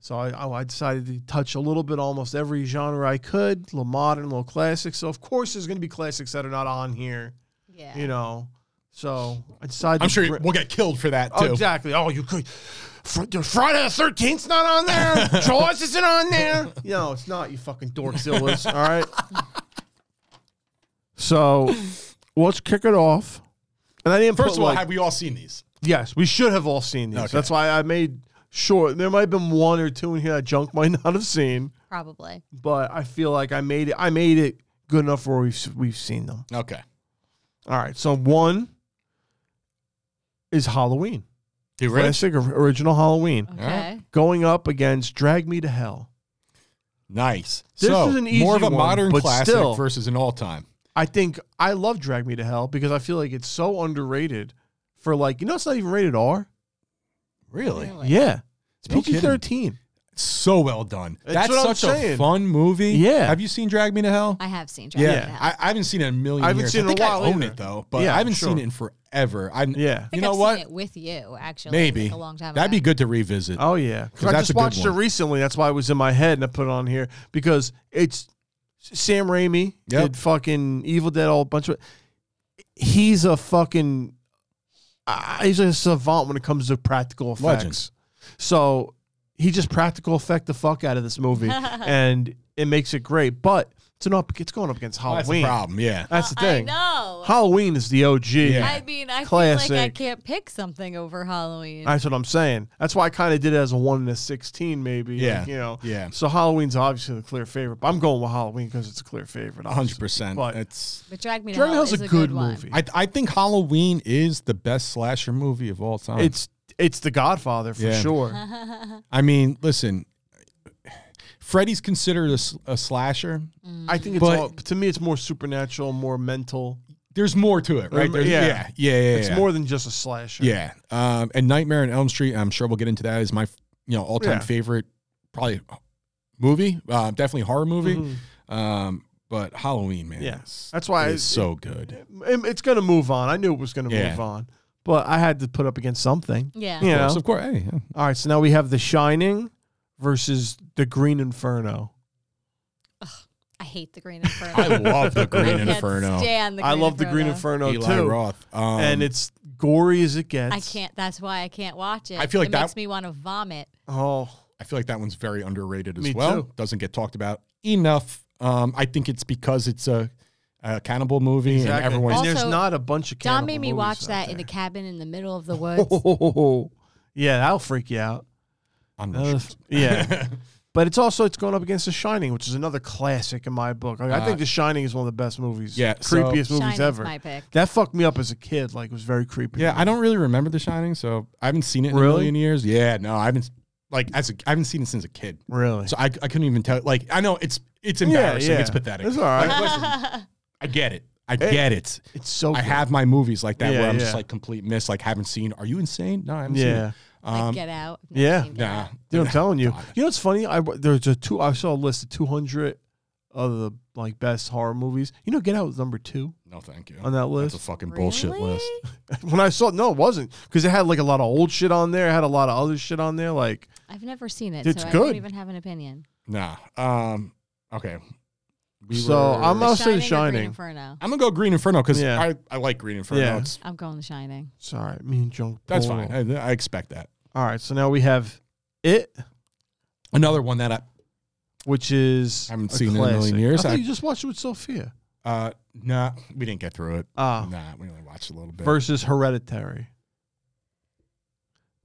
[SPEAKER 8] So I, I I decided to touch a little bit almost every genre I could, little modern, little classic. So of course there's going to be classics that are not on here,
[SPEAKER 9] Yeah.
[SPEAKER 8] you know. So I decided.
[SPEAKER 12] I'm
[SPEAKER 8] to
[SPEAKER 12] sure
[SPEAKER 8] bri-
[SPEAKER 12] we'll get killed for that,
[SPEAKER 8] Oh,
[SPEAKER 12] too.
[SPEAKER 8] exactly. Oh, you could. Fr- dude, Friday the Thirteenth's not on there. Jaws isn't on there. No, it's not. You fucking [laughs] dorkzillas. all right. So, let's kick it off. And I didn't.
[SPEAKER 12] First
[SPEAKER 8] put,
[SPEAKER 12] of all,
[SPEAKER 8] like-
[SPEAKER 12] have we all seen these?
[SPEAKER 8] yes, we should have all seen these.
[SPEAKER 12] Okay.
[SPEAKER 8] That's why I made sure there might have been one or two in here that junk might [laughs] not have seen,
[SPEAKER 9] Probably.
[SPEAKER 8] but I feel like I made it. I made it good enough where we've s- we've seen them.
[SPEAKER 12] Okay.
[SPEAKER 8] All right. So one is Halloween.
[SPEAKER 12] You ready?
[SPEAKER 8] Classic or- original Halloween
[SPEAKER 9] Okay.
[SPEAKER 8] going up against Drag Me to Hell.
[SPEAKER 12] Nice.
[SPEAKER 8] This
[SPEAKER 12] so,
[SPEAKER 8] is an easy
[SPEAKER 12] more of a
[SPEAKER 8] one,
[SPEAKER 12] modern
[SPEAKER 8] but
[SPEAKER 12] classic
[SPEAKER 8] still.
[SPEAKER 12] versus an all-time.
[SPEAKER 8] I think I love Drag Me to Hell because I feel like it's so underrated for like you know it's not even rated R.
[SPEAKER 12] Really?
[SPEAKER 8] Yeah. It's
[SPEAKER 12] No
[SPEAKER 8] PG thirteen.
[SPEAKER 12] So well done.
[SPEAKER 8] That's
[SPEAKER 12] That's,
[SPEAKER 8] what I'm
[SPEAKER 12] such a
[SPEAKER 8] saying.
[SPEAKER 12] fun movie.
[SPEAKER 8] Yeah.
[SPEAKER 12] Have you seen Drag Me to Hell?
[SPEAKER 9] I have seen Drag
[SPEAKER 12] yeah.
[SPEAKER 9] Me to Hell.
[SPEAKER 12] I, I haven't seen it in a million
[SPEAKER 8] I haven't
[SPEAKER 12] years.
[SPEAKER 8] seen
[SPEAKER 12] I
[SPEAKER 8] it in a
[SPEAKER 12] think I
[SPEAKER 8] while
[SPEAKER 12] own
[SPEAKER 8] either.
[SPEAKER 12] it though, but
[SPEAKER 8] Yeah,
[SPEAKER 12] I haven't
[SPEAKER 8] sure.
[SPEAKER 12] seen it in forever. I
[SPEAKER 8] Yeah.
[SPEAKER 9] I think
[SPEAKER 12] you know
[SPEAKER 9] I've
[SPEAKER 12] what?
[SPEAKER 9] seen it with you, actually.
[SPEAKER 12] Maybe
[SPEAKER 9] Like a long time
[SPEAKER 12] that'd be
[SPEAKER 9] ago.
[SPEAKER 12] good to revisit.
[SPEAKER 8] Oh yeah.
[SPEAKER 12] 'Cause
[SPEAKER 8] I
[SPEAKER 12] that's a
[SPEAKER 8] just
[SPEAKER 12] good
[SPEAKER 8] watched it
[SPEAKER 12] one.
[SPEAKER 8] recently. That's why it was in my head and I put it on here because it's Sam Raimi
[SPEAKER 12] Yep.
[SPEAKER 8] did fucking Evil Dead all bunch of he's a fucking uh, he's a savant when it comes to practical effects.
[SPEAKER 12] Legend.
[SPEAKER 8] So he just practical effect the fuck out of this
[SPEAKER 9] [laughs]
[SPEAKER 8] movie, and it makes it great. But it's an up, it's going up against
[SPEAKER 12] Well, that's
[SPEAKER 8] Halloween.
[SPEAKER 12] the problem. Yeah.
[SPEAKER 8] That's the thing.
[SPEAKER 9] I know.
[SPEAKER 8] Halloween is the OG.
[SPEAKER 12] Yeah.
[SPEAKER 9] I mean, I feel like I
[SPEAKER 8] Classic.
[SPEAKER 9] can't pick something over Halloween.
[SPEAKER 8] That's what I'm saying. That's why I kind of did it as a one and a sixteen, maybe.
[SPEAKER 12] Yeah.
[SPEAKER 8] like, you know.
[SPEAKER 12] Yeah.
[SPEAKER 8] So Halloween's obviously the clear favorite, but I'm going with Halloween because it's a clear favorite.
[SPEAKER 12] hundred
[SPEAKER 8] obviously.
[SPEAKER 12] percent.
[SPEAKER 8] But-
[SPEAKER 12] It's.
[SPEAKER 9] but Drag Me to
[SPEAKER 8] Drag Me to
[SPEAKER 9] Hell
[SPEAKER 8] Hell's
[SPEAKER 9] is
[SPEAKER 8] a good
[SPEAKER 9] one.
[SPEAKER 8] movie.
[SPEAKER 12] I I think Halloween is the best slasher movie of all time.
[SPEAKER 8] It's it's the Godfather for
[SPEAKER 12] Yeah.
[SPEAKER 9] [laughs]
[SPEAKER 8] sure.
[SPEAKER 12] I mean, listen. Freddy's considered a, s- a slasher.
[SPEAKER 9] Mm.
[SPEAKER 8] I think it's
[SPEAKER 12] But-
[SPEAKER 8] all, to me it's more supernatural, more mental.
[SPEAKER 12] There's more to it, right?
[SPEAKER 8] Um,
[SPEAKER 12] There's-
[SPEAKER 8] yeah.
[SPEAKER 12] yeah, yeah, yeah.
[SPEAKER 8] It's
[SPEAKER 12] yeah.
[SPEAKER 8] more than just a slasher.
[SPEAKER 12] Yeah. Um, and Nightmare on Elm Street, I'm sure we'll get into that, is my you know all time
[SPEAKER 8] Yeah.
[SPEAKER 12] favorite probably uh, movie. Uh, definitely horror movie.
[SPEAKER 9] Mm-hmm.
[SPEAKER 8] Mhm.
[SPEAKER 12] Um, but Halloween, man.
[SPEAKER 8] Yeah.
[SPEAKER 12] is-
[SPEAKER 8] That's why
[SPEAKER 12] is
[SPEAKER 8] it-
[SPEAKER 12] so good.
[SPEAKER 8] It- it's going to move on. I knew it was going to
[SPEAKER 12] Yeah.
[SPEAKER 8] move on, but I had to put up against something.
[SPEAKER 9] Yeah.
[SPEAKER 8] You
[SPEAKER 12] Of
[SPEAKER 8] know?
[SPEAKER 12] course, of course. Hey, yeah.
[SPEAKER 8] All right, so now we have The Shining versus The Green Inferno.
[SPEAKER 9] I hate the Green Inferno.
[SPEAKER 12] I love the
[SPEAKER 9] [laughs]
[SPEAKER 12] Green
[SPEAKER 9] I can't
[SPEAKER 12] Inferno.
[SPEAKER 9] stand the
[SPEAKER 8] I
[SPEAKER 9] Green
[SPEAKER 8] love The Green Inferno
[SPEAKER 12] Eli
[SPEAKER 8] too,
[SPEAKER 12] Roth. Um,
[SPEAKER 8] and it's gory as it gets.
[SPEAKER 9] I can't. That's why I can't watch it.
[SPEAKER 12] I feel like
[SPEAKER 9] it
[SPEAKER 12] that-
[SPEAKER 9] makes me want to vomit.
[SPEAKER 8] Oh,
[SPEAKER 12] I feel like that one's very underrated as
[SPEAKER 8] Me
[SPEAKER 12] well.
[SPEAKER 8] too.
[SPEAKER 12] Doesn't get talked about enough. Um, I think it's because it's a, a cannibal movie and
[SPEAKER 8] exactly.
[SPEAKER 12] everyone's
[SPEAKER 8] and there's
[SPEAKER 9] Also,
[SPEAKER 8] not a bunch of.
[SPEAKER 9] Don
[SPEAKER 8] cannibal
[SPEAKER 9] made me
[SPEAKER 8] movies
[SPEAKER 9] watch
[SPEAKER 8] out
[SPEAKER 9] that
[SPEAKER 7] [laughs]
[SPEAKER 8] there. [laughs]
[SPEAKER 9] in the cabin in the middle of the woods.
[SPEAKER 8] Oh, yeah, that'll freak you out.
[SPEAKER 7] I'm
[SPEAKER 8] not sure. [laughs] Yeah. But it's also it's going up against The Shining, which is another classic in my book. Like, I
[SPEAKER 7] Uh,
[SPEAKER 8] think The Shining is one of the best movies,
[SPEAKER 7] yeah, so-
[SPEAKER 8] creepiest movies
[SPEAKER 9] Shining's
[SPEAKER 8] ever.
[SPEAKER 9] my pick.
[SPEAKER 8] That fucked me up as a kid. Like it was very creepy.
[SPEAKER 7] [laughs] Yeah, I don't really remember The Shining, so I haven't seen it in
[SPEAKER 8] Really?
[SPEAKER 7] a million years. Yeah, no, I haven't. Like as a, I haven't seen it since a kid,
[SPEAKER 8] Really?
[SPEAKER 7] so I, I couldn't even tell. Like I know it's it's
[SPEAKER 8] Yeah,
[SPEAKER 7] embarrassing,
[SPEAKER 8] yeah.
[SPEAKER 7] it's pathetic.
[SPEAKER 8] It's all
[SPEAKER 9] [laughs]
[SPEAKER 8] right.
[SPEAKER 7] Like, listen, I get it, I get it.
[SPEAKER 8] It's so
[SPEAKER 7] I
[SPEAKER 8] good.
[SPEAKER 7] have my movies like that
[SPEAKER 8] Yeah,
[SPEAKER 7] where I'm
[SPEAKER 8] yeah.
[SPEAKER 7] just like complete miss, like haven't seen. Are you insane? No, I haven't
[SPEAKER 8] Yeah.
[SPEAKER 9] Like,
[SPEAKER 7] seen. it. Um,
[SPEAKER 9] get out. I've never
[SPEAKER 8] Um, Yeah.
[SPEAKER 9] seen Get
[SPEAKER 7] nah,
[SPEAKER 9] Out.
[SPEAKER 8] Dude, I'm telling you. You know what's funny? I there's a two. I saw a list of 200 of the like best horror movies. You know, Get Out was number two
[SPEAKER 7] no, thank you.
[SPEAKER 8] on that list.
[SPEAKER 7] That's a fucking
[SPEAKER 9] Really?
[SPEAKER 7] bullshit list.
[SPEAKER 8] [laughs]
[SPEAKER 7] [laughs]
[SPEAKER 8] when I saw, no, it wasn't because it had like a lot of old shit on there. It had a lot of other shit on there. Like,
[SPEAKER 9] [laughs] I've never seen it,
[SPEAKER 8] It's
[SPEAKER 9] so I
[SPEAKER 8] good.
[SPEAKER 9] don't even have an opinion.
[SPEAKER 7] Nah. Um. Okay. We
[SPEAKER 8] So, I'm
[SPEAKER 9] The
[SPEAKER 8] I'll say
[SPEAKER 9] or Green
[SPEAKER 8] Shining.
[SPEAKER 9] Inferno.
[SPEAKER 7] I'm gonna go Green Inferno because
[SPEAKER 8] Yeah.
[SPEAKER 7] I, I like Green Inferno.
[SPEAKER 8] Yeah.
[SPEAKER 7] It's,
[SPEAKER 9] I'm going The Shining.
[SPEAKER 8] sorry, me and Junk.
[SPEAKER 7] that's
[SPEAKER 8] Portal.
[SPEAKER 7] fine. I, I expect that.
[SPEAKER 8] All right, so now we have it,
[SPEAKER 7] Another one that I
[SPEAKER 8] which is
[SPEAKER 7] I haven't
[SPEAKER 8] a
[SPEAKER 7] seen in a million
[SPEAKER 8] classic.
[SPEAKER 7] years.
[SPEAKER 8] I thought
[SPEAKER 7] I-
[SPEAKER 8] you just watched it with Sophia
[SPEAKER 7] uh nah we didn't get through it.
[SPEAKER 8] Ah.
[SPEAKER 7] Nah, we only watched a little bit.
[SPEAKER 8] versus Hereditary,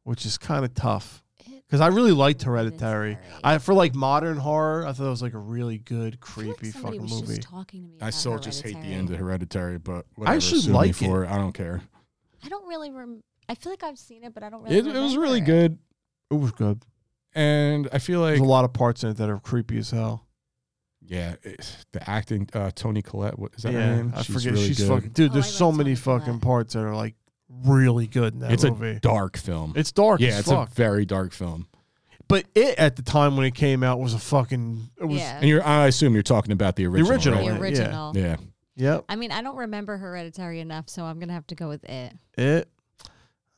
[SPEAKER 8] which is kind of tough because I really liked Hereditary. I for like modern horror, I thought it was like a really good
[SPEAKER 9] I feel like
[SPEAKER 8] creepy
[SPEAKER 9] somebody
[SPEAKER 8] fucking
[SPEAKER 9] was
[SPEAKER 8] movie.
[SPEAKER 9] Just talking to me
[SPEAKER 7] I
[SPEAKER 9] about
[SPEAKER 7] still just hate the
[SPEAKER 9] Hereditary.
[SPEAKER 7] end of Hereditary, but whatever,
[SPEAKER 8] actually
[SPEAKER 7] sue me
[SPEAKER 8] like
[SPEAKER 7] for it. I don't care.
[SPEAKER 9] I don't really. Rem- I feel like I've seen it, but I don't really.
[SPEAKER 7] It, it was
[SPEAKER 9] remember
[SPEAKER 7] really good,
[SPEAKER 8] It was good.
[SPEAKER 7] and I feel like
[SPEAKER 8] There's a lot of parts in it that are creepy as hell.
[SPEAKER 7] yeah, it, the acting. Uh, Tony Collette, what is that her
[SPEAKER 8] Yeah,
[SPEAKER 7] name?
[SPEAKER 8] I forget. she's
[SPEAKER 7] good.
[SPEAKER 8] fucking dude.
[SPEAKER 9] Oh,
[SPEAKER 8] there's
[SPEAKER 9] I
[SPEAKER 8] so
[SPEAKER 9] like
[SPEAKER 8] many
[SPEAKER 9] Toni Collette.
[SPEAKER 8] fucking parts that are like really good in that
[SPEAKER 7] It's
[SPEAKER 8] movie.
[SPEAKER 7] a dark film.
[SPEAKER 8] it's dark.
[SPEAKER 7] yeah,
[SPEAKER 8] as
[SPEAKER 7] it's
[SPEAKER 8] fuck.
[SPEAKER 7] a very dark film.
[SPEAKER 8] But it at the time when it came out was a fucking. It was.
[SPEAKER 9] Yeah,
[SPEAKER 7] And you're, I assume you're talking about the original.
[SPEAKER 8] original.
[SPEAKER 7] right?
[SPEAKER 9] the
[SPEAKER 8] yeah.
[SPEAKER 9] original.
[SPEAKER 7] Yeah.
[SPEAKER 8] Yep.
[SPEAKER 9] I mean, I don't remember Hereditary enough, so I'm gonna have to go with it.
[SPEAKER 8] It.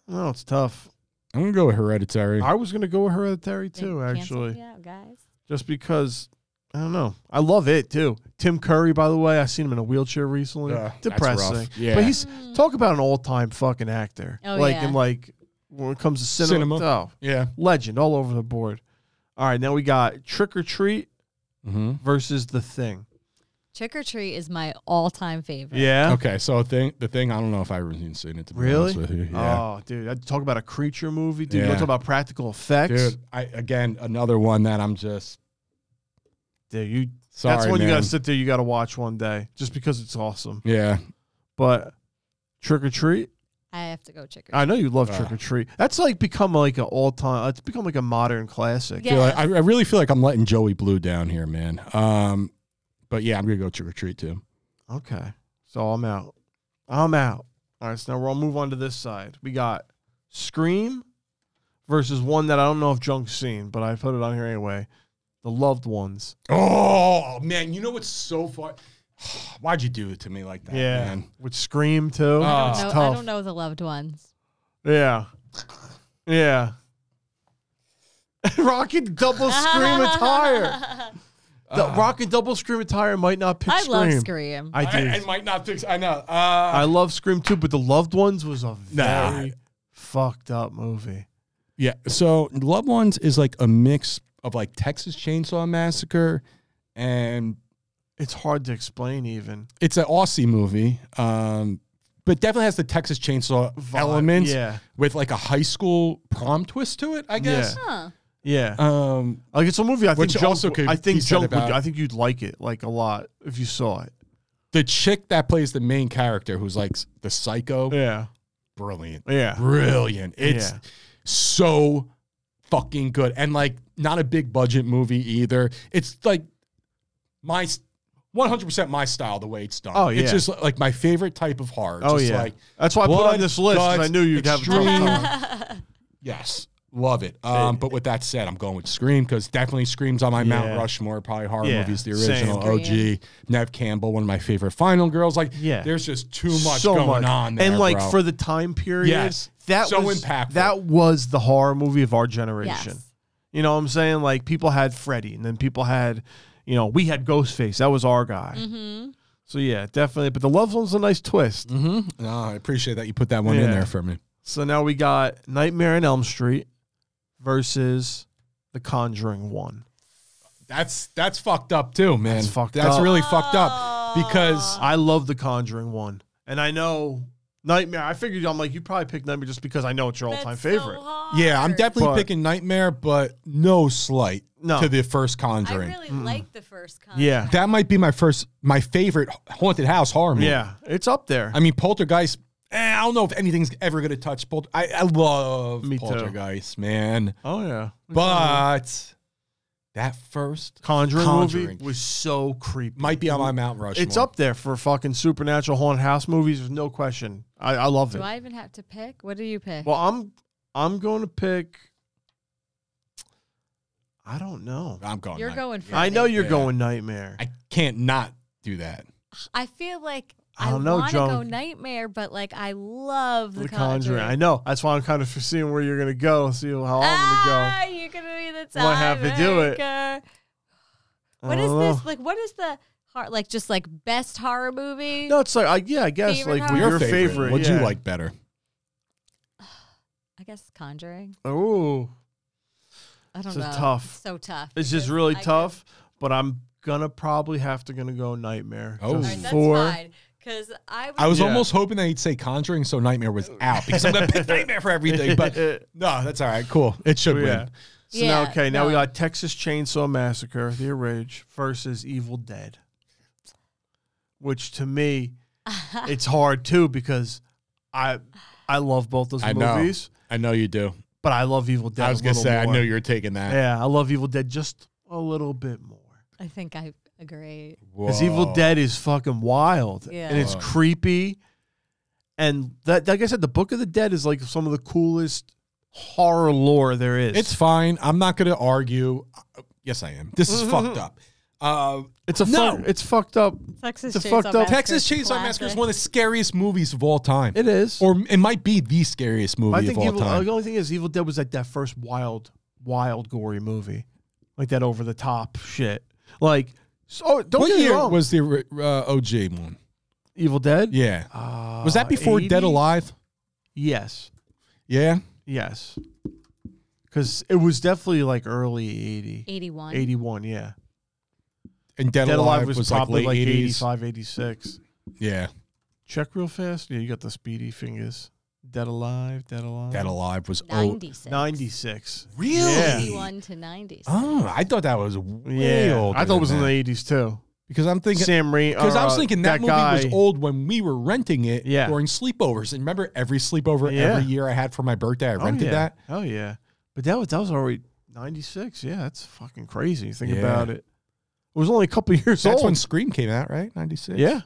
[SPEAKER 8] No, it's tough.
[SPEAKER 7] I'm gonna go with Hereditary.
[SPEAKER 8] I was gonna go with Hereditary
[SPEAKER 9] They
[SPEAKER 8] too,
[SPEAKER 9] canceled
[SPEAKER 8] actually,
[SPEAKER 9] me out, guys.
[SPEAKER 8] just because I don't know. I love it too. Tim Curry, by the way, I seen him in a wheelchair recently.
[SPEAKER 7] Yeah, that's
[SPEAKER 8] Depressing.
[SPEAKER 7] rough. Yeah.
[SPEAKER 8] But he's talk about an all time fucking actor.
[SPEAKER 9] Oh,
[SPEAKER 8] like
[SPEAKER 9] yeah.
[SPEAKER 8] in like when it comes to cinema.
[SPEAKER 7] Cinema.
[SPEAKER 8] Oh,
[SPEAKER 7] yeah.
[SPEAKER 8] legend all over the board. All right, now we got Trick or Treat
[SPEAKER 7] hmm
[SPEAKER 8] versus The Thing.
[SPEAKER 9] Trick or Treat is my all-time favorite.
[SPEAKER 8] Yeah.
[SPEAKER 7] Okay, so thing the thing I don't know if I've even seen it to be
[SPEAKER 8] Really?
[SPEAKER 7] honest with you. Yeah.
[SPEAKER 8] Oh, dude, I talk about a creature movie, dude. You
[SPEAKER 7] Yeah.
[SPEAKER 8] want to talk about practical effects,
[SPEAKER 7] Dude, I again another one that I'm just
[SPEAKER 8] Dude, you.
[SPEAKER 7] sorry.
[SPEAKER 8] that's one you
[SPEAKER 7] man.
[SPEAKER 8] gotta sit there. You gotta watch one day, just because it's awesome.
[SPEAKER 7] Yeah.
[SPEAKER 8] But Trick or Treat,
[SPEAKER 9] I have to go Trick or Treat.
[SPEAKER 8] I know you love
[SPEAKER 7] Ah.
[SPEAKER 8] Trick or Treat. That's like become like an all time. It's become like a modern classic.
[SPEAKER 9] Yeah.
[SPEAKER 7] Feel like- I, I really feel like I'm letting Joey Blue down here, man. Um but yeah, I'm gonna go trick or treat too.
[SPEAKER 8] Okay, so I'm out. I'm out. All right, so now we'll move on to this side. We got Scream versus one that I don't know if Junk's seen, but I put it on here anyway. The Loved Ones.
[SPEAKER 7] Oh man, you know what's so far [sighs] why'd you do it to me like that, man?
[SPEAKER 8] with Scream too.
[SPEAKER 7] I
[SPEAKER 9] I
[SPEAKER 8] it's
[SPEAKER 9] don't know- I
[SPEAKER 8] tough.
[SPEAKER 9] don't know the loved ones.
[SPEAKER 8] Yeah. Yeah. [laughs] Rocket double
[SPEAKER 9] [laughs]
[SPEAKER 8] scream
[SPEAKER 9] Uh-huh.
[SPEAKER 8] attire. The rocket double scream attire might not pick
[SPEAKER 9] I
[SPEAKER 8] scream.
[SPEAKER 9] love Scream.
[SPEAKER 8] I do. I,
[SPEAKER 7] might not fix I know. Uh
[SPEAKER 8] love Scream too, but The Loved Ones was a
[SPEAKER 7] Nah.
[SPEAKER 8] very fucked up movie.
[SPEAKER 7] Yeah. So Loved Ones is like a mix of like Texas Chainsaw Massacre and
[SPEAKER 8] It's hard to explain even.
[SPEAKER 7] it's an Aussie movie, um, but definitely has the Texas Chainsaw
[SPEAKER 8] Vibe,
[SPEAKER 7] element
[SPEAKER 8] yeah.
[SPEAKER 7] with like a high school prom twist to it, I guess.
[SPEAKER 9] Huh.
[SPEAKER 8] Yeah.
[SPEAKER 7] Um,
[SPEAKER 8] like it's a movie I think
[SPEAKER 7] which
[SPEAKER 8] Junk,
[SPEAKER 7] also could
[SPEAKER 8] I
[SPEAKER 7] be
[SPEAKER 8] think
[SPEAKER 7] said
[SPEAKER 8] Junk would
[SPEAKER 7] about-
[SPEAKER 8] I think you'd like it like a lot if you saw it.
[SPEAKER 7] the chick that plays the main character, who's like s- the psycho,
[SPEAKER 8] Yeah.
[SPEAKER 7] brilliant,
[SPEAKER 8] Yeah.
[SPEAKER 7] brilliant. It's
[SPEAKER 8] Yeah.
[SPEAKER 7] so fucking good, and like not a big budget movie either. It's like my. One hundred percent my style, the way it's done.
[SPEAKER 8] Oh, yeah.
[SPEAKER 7] it's just like my favorite type of horror.
[SPEAKER 8] Oh
[SPEAKER 7] just
[SPEAKER 8] yeah.
[SPEAKER 7] like
[SPEAKER 8] That's why I put
[SPEAKER 7] blood,
[SPEAKER 8] on this list 'cause I
[SPEAKER 7] guts,
[SPEAKER 8] knew you'd have a
[SPEAKER 9] [laughs]
[SPEAKER 8] tough
[SPEAKER 7] extreme
[SPEAKER 8] time.
[SPEAKER 7] Yes, love it. Um, but with that said, I'm going with Scream because definitely Scream's on my
[SPEAKER 8] Yeah.
[SPEAKER 7] Mount Rushmore. Probably horror
[SPEAKER 8] Yeah,
[SPEAKER 7] movies, the
[SPEAKER 8] same.
[SPEAKER 7] original
[SPEAKER 9] Scream.
[SPEAKER 7] OG. Nev Campbell, one of my favorite final girls. Like,
[SPEAKER 8] Yeah.
[SPEAKER 7] there's just too much going on there,
[SPEAKER 8] and like
[SPEAKER 7] bro.
[SPEAKER 8] for the time period,
[SPEAKER 7] Yes.
[SPEAKER 8] that
[SPEAKER 7] So
[SPEAKER 8] was
[SPEAKER 7] impactful.
[SPEAKER 8] That was the horror movie of our generation.
[SPEAKER 9] Yes.
[SPEAKER 8] You know what I'm saying? Like people had Freddy, and then people had, you know, we had Ghostface. That was our guy.
[SPEAKER 9] Mm-hmm.
[SPEAKER 8] So yeah, definitely. But the loved one's a nice twist.
[SPEAKER 7] No, Mm-hmm. I appreciate that you put that one
[SPEAKER 8] Yeah.
[SPEAKER 7] in there for me.
[SPEAKER 8] So now we got Nightmare on Elm Street versus The Conjuring One.
[SPEAKER 7] That's that's fucked up too, man.
[SPEAKER 8] That's fucked
[SPEAKER 7] That's
[SPEAKER 8] up.
[SPEAKER 7] really fucked up because
[SPEAKER 8] I love The Conjuring One, and I know Nightmare. I figured I'm like you probably picked Nightmare just because I know it's your all time favorite.
[SPEAKER 9] Oh,
[SPEAKER 7] Yeah, I'm definitely
[SPEAKER 8] But-
[SPEAKER 7] picking Nightmare, but no slight
[SPEAKER 8] No.
[SPEAKER 7] to the first
[SPEAKER 9] I
[SPEAKER 7] Conjuring.
[SPEAKER 9] really like the first con.
[SPEAKER 8] yeah,
[SPEAKER 7] that might be my first, my favorite haunted house horror movie.
[SPEAKER 8] yeah, it's up there.
[SPEAKER 7] I mean, Poltergeist. eh, I don't know if anything's ever gonna touch Polter. I, I love
[SPEAKER 8] Me too.
[SPEAKER 7] Poltergeist, man.
[SPEAKER 8] oh yeah,
[SPEAKER 7] But that first
[SPEAKER 8] Conjuring,
[SPEAKER 7] Conjuring
[SPEAKER 8] movie was so creepy.
[SPEAKER 7] might be on my Mount Rushmore.
[SPEAKER 8] It's up there for fucking supernatural haunted house movies. There's no question. I, I love
[SPEAKER 9] Do
[SPEAKER 8] it.
[SPEAKER 9] I even have to pick? What do you pick?
[SPEAKER 8] well, I'm I'm going to pick. I don't know.
[SPEAKER 7] I'm going.
[SPEAKER 9] You're
[SPEAKER 7] Night-
[SPEAKER 9] going for
[SPEAKER 8] I know you're
[SPEAKER 7] Yeah.
[SPEAKER 8] going nightmare.
[SPEAKER 7] I can't not do that.
[SPEAKER 9] I feel like
[SPEAKER 8] I
[SPEAKER 9] I,
[SPEAKER 8] don't know,
[SPEAKER 9] want to
[SPEAKER 8] Joan.
[SPEAKER 9] go nightmare, but like I love the,
[SPEAKER 8] the
[SPEAKER 9] Conjuring.
[SPEAKER 8] Conjuring. I know. That's why I'm kind of seeing where you're gonna go. See how I'm gonna
[SPEAKER 9] Ah, you're gonna be the
[SPEAKER 8] Well, I
[SPEAKER 9] time
[SPEAKER 8] have to do it.
[SPEAKER 9] maker.
[SPEAKER 8] go.
[SPEAKER 9] What
[SPEAKER 8] I
[SPEAKER 9] is
[SPEAKER 8] don't
[SPEAKER 9] this?
[SPEAKER 8] know.
[SPEAKER 9] Like, what is the heart? Like, just like best horror movie?
[SPEAKER 8] No, it's like I, yeah, I guess
[SPEAKER 9] Favorite
[SPEAKER 8] like
[SPEAKER 9] horror?
[SPEAKER 8] your, favorite.
[SPEAKER 7] What'd
[SPEAKER 8] yeah.
[SPEAKER 7] you like better?
[SPEAKER 9] I guess Conjuring.
[SPEAKER 8] Oh,
[SPEAKER 9] I don't
[SPEAKER 8] This
[SPEAKER 9] know.
[SPEAKER 8] is tough.
[SPEAKER 9] It's so tough.
[SPEAKER 8] it's just
[SPEAKER 9] because
[SPEAKER 8] really
[SPEAKER 9] I could-
[SPEAKER 8] tough. But I'm gonna probably have to gonna go nightmare.
[SPEAKER 7] Oh.
[SPEAKER 9] All
[SPEAKER 8] just
[SPEAKER 9] right, that's
[SPEAKER 8] for-
[SPEAKER 9] fine. Because I was.
[SPEAKER 7] I was
[SPEAKER 8] Yeah.
[SPEAKER 7] almost hoping that he'd say Conjuring, so Nightmare was out because I'm gonna pick Nightmare for everything.
[SPEAKER 12] [laughs]
[SPEAKER 7] But no, that's all right. Cool. It should
[SPEAKER 8] yeah.
[SPEAKER 7] win.
[SPEAKER 8] So now,
[SPEAKER 9] Yeah,
[SPEAKER 8] okay, now we
[SPEAKER 9] no.
[SPEAKER 8] got Texas Chainsaw Massacre: The Rage versus Evil Dead, which to
[SPEAKER 9] [laughs]
[SPEAKER 8] me, it's hard too because I I love both those
[SPEAKER 12] I know.
[SPEAKER 8] movies,
[SPEAKER 12] I know you do.
[SPEAKER 8] but I love Evil Dead.
[SPEAKER 12] I was
[SPEAKER 8] a
[SPEAKER 12] gonna
[SPEAKER 8] little
[SPEAKER 12] say I
[SPEAKER 8] more.
[SPEAKER 12] knew you were taking that.
[SPEAKER 8] Yeah, I love Evil Dead just a little bit more.
[SPEAKER 9] I think I agree.
[SPEAKER 8] Because Evil
[SPEAKER 12] Whoa.
[SPEAKER 8] Dead is fucking wild.
[SPEAKER 9] Yeah.
[SPEAKER 8] And it's
[SPEAKER 12] Whoa.
[SPEAKER 8] creepy. And that like I said, the Book of the Dead is like some of the coolest horror lore there is.
[SPEAKER 7] It's fine. I'm not gonna argue. Uh, Yes, I am. This is fucked
[SPEAKER 8] [laughs]
[SPEAKER 7] up. Uh,
[SPEAKER 8] it's a
[SPEAKER 7] No.
[SPEAKER 8] fuck, it's fucked up.
[SPEAKER 9] Texas
[SPEAKER 8] It's a
[SPEAKER 9] Chainsaw
[SPEAKER 8] fucked up-
[SPEAKER 9] Massacre
[SPEAKER 7] Texas Chainsaw Massacre is
[SPEAKER 9] classic.
[SPEAKER 7] one of the scariest movies of all time,
[SPEAKER 8] It is.
[SPEAKER 7] or it might be the scariest movie
[SPEAKER 8] I
[SPEAKER 7] of
[SPEAKER 8] think
[SPEAKER 7] all
[SPEAKER 8] Evil,
[SPEAKER 7] time.
[SPEAKER 8] the only thing is Evil Dead was like that first wild, wild gory movie. Like that over the top shit. Like so don't
[SPEAKER 7] what
[SPEAKER 8] get me
[SPEAKER 7] year
[SPEAKER 8] wrong.
[SPEAKER 7] was the uh, OG one?
[SPEAKER 8] Evil Dead?
[SPEAKER 7] Yeah,
[SPEAKER 8] Uh,
[SPEAKER 7] was that before Dead
[SPEAKER 8] 80s?
[SPEAKER 7] Alive?
[SPEAKER 8] Yes.
[SPEAKER 7] Yeah,
[SPEAKER 8] Yes. Because it was definitely like early 80.
[SPEAKER 9] 81.
[SPEAKER 8] 81, yeah.
[SPEAKER 7] and Dead, Alive,
[SPEAKER 8] Dead Alive was,
[SPEAKER 7] was, like
[SPEAKER 8] probably
[SPEAKER 7] late
[SPEAKER 8] like,
[SPEAKER 7] 80s.
[SPEAKER 8] 85, 86.
[SPEAKER 7] Yeah,
[SPEAKER 8] Check real fast. Yeah, you got the speedy fingers. Dead Alive, Dead Alive.
[SPEAKER 7] Dead Alive
[SPEAKER 8] oh,
[SPEAKER 7] was old.
[SPEAKER 9] 96.
[SPEAKER 8] 96.
[SPEAKER 7] Really?
[SPEAKER 8] Yeah.
[SPEAKER 9] 81 to 90s.
[SPEAKER 7] Oh,
[SPEAKER 8] Ah.
[SPEAKER 7] I thought that was way
[SPEAKER 8] Yeah.
[SPEAKER 7] older
[SPEAKER 8] I thought it was
[SPEAKER 7] than
[SPEAKER 8] in
[SPEAKER 7] that.
[SPEAKER 8] the 80s too.
[SPEAKER 7] because I'm thinking
[SPEAKER 8] Sam Raimi. uh,
[SPEAKER 7] because I was thinking that, movie
[SPEAKER 8] guy,
[SPEAKER 7] was old when we were renting it
[SPEAKER 8] Yeah.
[SPEAKER 7] during sleepovers. And remember, every sleepover
[SPEAKER 8] Yeah.
[SPEAKER 7] every year I had for my birthday, I
[SPEAKER 8] Oh,
[SPEAKER 7] rented
[SPEAKER 8] yeah.
[SPEAKER 7] that.
[SPEAKER 8] Oh, yeah. But that was, that was already 96. Yeah, that's fucking crazy. You think
[SPEAKER 7] Yeah.
[SPEAKER 8] about it. It was only a couple [laughs] years
[SPEAKER 7] That's when [laughs]
[SPEAKER 8] old.
[SPEAKER 7] Scream came out, right? Ninety six.
[SPEAKER 8] yeah.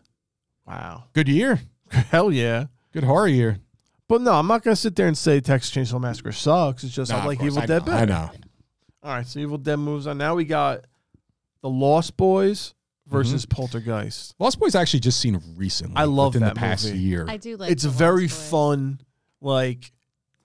[SPEAKER 8] Wow.
[SPEAKER 7] good year,
[SPEAKER 8] Hell yeah.
[SPEAKER 7] good horror year.
[SPEAKER 8] But no, I'm not gonna sit there and say Texas Chainsaw Massacre sucks. It's just
[SPEAKER 7] Nah,
[SPEAKER 8] I
[SPEAKER 7] of
[SPEAKER 8] like
[SPEAKER 7] course,
[SPEAKER 8] Evil
[SPEAKER 7] I know,
[SPEAKER 8] Dead better.
[SPEAKER 7] I know.
[SPEAKER 8] All right, so Evil Dead moves on. Now we got the Lost Boys versus
[SPEAKER 7] Mm-hmm.
[SPEAKER 8] Poltergeist.
[SPEAKER 7] Lost Boys actually just seen recently.
[SPEAKER 8] I love
[SPEAKER 7] within
[SPEAKER 8] that
[SPEAKER 7] the past
[SPEAKER 8] movie.
[SPEAKER 7] year.
[SPEAKER 9] I do like
[SPEAKER 8] it's
[SPEAKER 9] the
[SPEAKER 8] very
[SPEAKER 9] Lost Boys.
[SPEAKER 8] fun. Like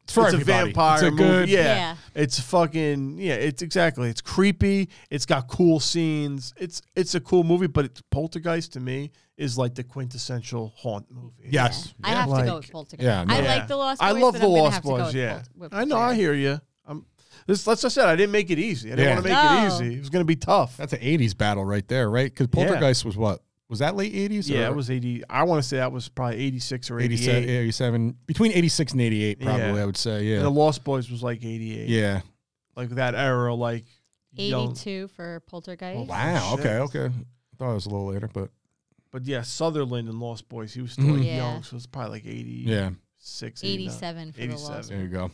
[SPEAKER 7] It's for
[SPEAKER 8] it's
[SPEAKER 7] everybody.
[SPEAKER 8] a vampire
[SPEAKER 7] It's a
[SPEAKER 8] movie.
[SPEAKER 7] good.
[SPEAKER 8] Yeah.
[SPEAKER 9] Yeah.
[SPEAKER 8] it's fucking yeah. It's exactly. It's creepy. It's got cool scenes. It's it's a cool movie, but it's Poltergeist to me is like the quintessential haunt movie.
[SPEAKER 7] Yes.
[SPEAKER 9] I have to go
[SPEAKER 8] Like-
[SPEAKER 9] with Poltergeist.
[SPEAKER 7] Yeah, no.
[SPEAKER 9] I
[SPEAKER 8] Yeah.
[SPEAKER 9] like the Lost Boys.
[SPEAKER 8] I love
[SPEAKER 9] but
[SPEAKER 8] the
[SPEAKER 9] I'm gonna
[SPEAKER 8] Lost
[SPEAKER 9] have to go
[SPEAKER 8] Boys.
[SPEAKER 9] with
[SPEAKER 8] Yeah,
[SPEAKER 9] Pol- with
[SPEAKER 8] I know. I
[SPEAKER 9] Poltergeist.
[SPEAKER 8] hear you. I'm this. That's just it. I didn't make it easy. I didn't
[SPEAKER 7] Yeah.
[SPEAKER 8] want to make
[SPEAKER 9] No.
[SPEAKER 8] it easy. It was gonna be tough.
[SPEAKER 7] That's an '80s battle right there, right? Because
[SPEAKER 8] Yeah.
[SPEAKER 7] Poltergeist was what? Was that late '80s?
[SPEAKER 8] Yeah,
[SPEAKER 7] or
[SPEAKER 8] it was 80. I want to say that was probably 86 or 88.
[SPEAKER 7] 87, 87 between '86 and '88, probably.
[SPEAKER 8] Yeah.
[SPEAKER 7] I would say,
[SPEAKER 8] And the
[SPEAKER 7] yeah,
[SPEAKER 8] Lost Boys was like 88.
[SPEAKER 7] yeah.
[SPEAKER 8] Like that era, like. young-
[SPEAKER 9] 82 for Poltergeist.
[SPEAKER 7] Oh, wow.
[SPEAKER 8] shit.
[SPEAKER 7] Okay. Okay. Thought it was a little later, but
[SPEAKER 8] But yeah, Sutherland and Lost Boys, he was still
[SPEAKER 7] Mhm.
[SPEAKER 8] like
[SPEAKER 9] Yeah.
[SPEAKER 8] young, so it's probably like 86,
[SPEAKER 7] yeah.
[SPEAKER 8] 89.
[SPEAKER 9] 87 for the
[SPEAKER 8] 87.
[SPEAKER 9] Lost
[SPEAKER 7] There you go.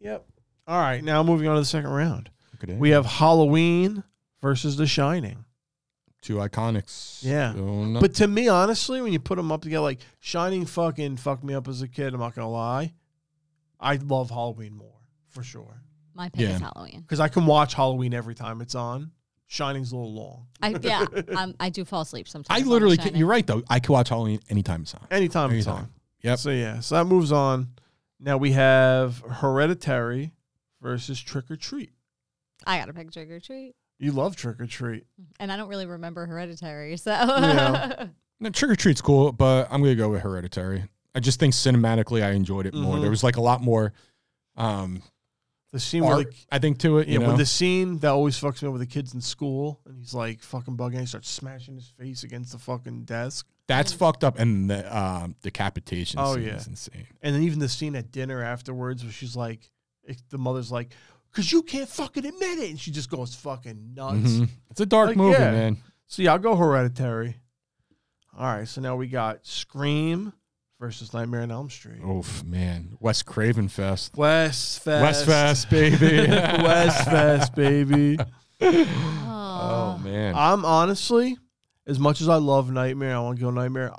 [SPEAKER 8] Yep. All right, now moving on to the second round.
[SPEAKER 7] Look at that.
[SPEAKER 8] We have Halloween versus The Shining.
[SPEAKER 7] two iconics.
[SPEAKER 8] Yeah.
[SPEAKER 7] Going up.
[SPEAKER 8] But to me, honestly, when you put them up together, like Shining fucking fucked me up as a kid. I'm not going to lie. I love Halloween more, for sure.
[SPEAKER 9] My pick
[SPEAKER 7] Yeah.
[SPEAKER 9] is Halloween.
[SPEAKER 8] Because I can watch Halloween every time it's on. Shining's a little long.
[SPEAKER 9] I,
[SPEAKER 8] [laughs]
[SPEAKER 9] yeah, um, I do fall asleep sometimes.
[SPEAKER 7] I
[SPEAKER 9] on The
[SPEAKER 7] literally, can,
[SPEAKER 9] Shining.
[SPEAKER 7] you're right though. I could watch Halloween anytime it's on.
[SPEAKER 8] Anytime it's
[SPEAKER 7] Anytime.
[SPEAKER 8] on.
[SPEAKER 7] Yep.
[SPEAKER 8] So yeah, so that moves on. Now we have Hereditary versus Trick or Treat.
[SPEAKER 9] I got to pick Trick or Treat.
[SPEAKER 8] You love Trick or Treat.
[SPEAKER 9] And I don't really remember Hereditary, so.
[SPEAKER 8] Yeah.
[SPEAKER 9] [laughs]
[SPEAKER 7] No, Trick or Treat's cool, but I'm gonna go with Hereditary. I just think cinematically, I enjoyed it more.
[SPEAKER 8] Mhm.
[SPEAKER 7] There was like a lot more um,
[SPEAKER 8] The scene where
[SPEAKER 7] art,
[SPEAKER 8] like
[SPEAKER 7] I think, to it. [laughs]
[SPEAKER 8] yeah,
[SPEAKER 7] You know,
[SPEAKER 8] when the scene that always fucks me up with the kids in school, and he's like fucking bugging, he starts smashing his face against the fucking desk.
[SPEAKER 7] That's fucked up. And the um, decapitation
[SPEAKER 8] Oh,
[SPEAKER 7] scene
[SPEAKER 8] yeah.
[SPEAKER 7] is insane.
[SPEAKER 8] And then even the scene at dinner afterwards where she's like, it- the mother's like, because you can't fucking admit it. And she just goes fucking nuts.
[SPEAKER 7] Mhm. It's a dark
[SPEAKER 8] Like,
[SPEAKER 7] movie,
[SPEAKER 8] yeah.
[SPEAKER 7] man.
[SPEAKER 8] So yeah, I'll go hereditary. All right, so now we got Scream versus Nightmare on Elm Street.
[SPEAKER 7] Oof, man. Wes Craven Fest.
[SPEAKER 8] West Fest.
[SPEAKER 7] West Fest, baby.
[SPEAKER 8] [laughs] West Fest, baby.
[SPEAKER 7] [laughs] Oh, man.
[SPEAKER 8] I'm honestly, as much as I love Nightmare, I want to go Nightmare.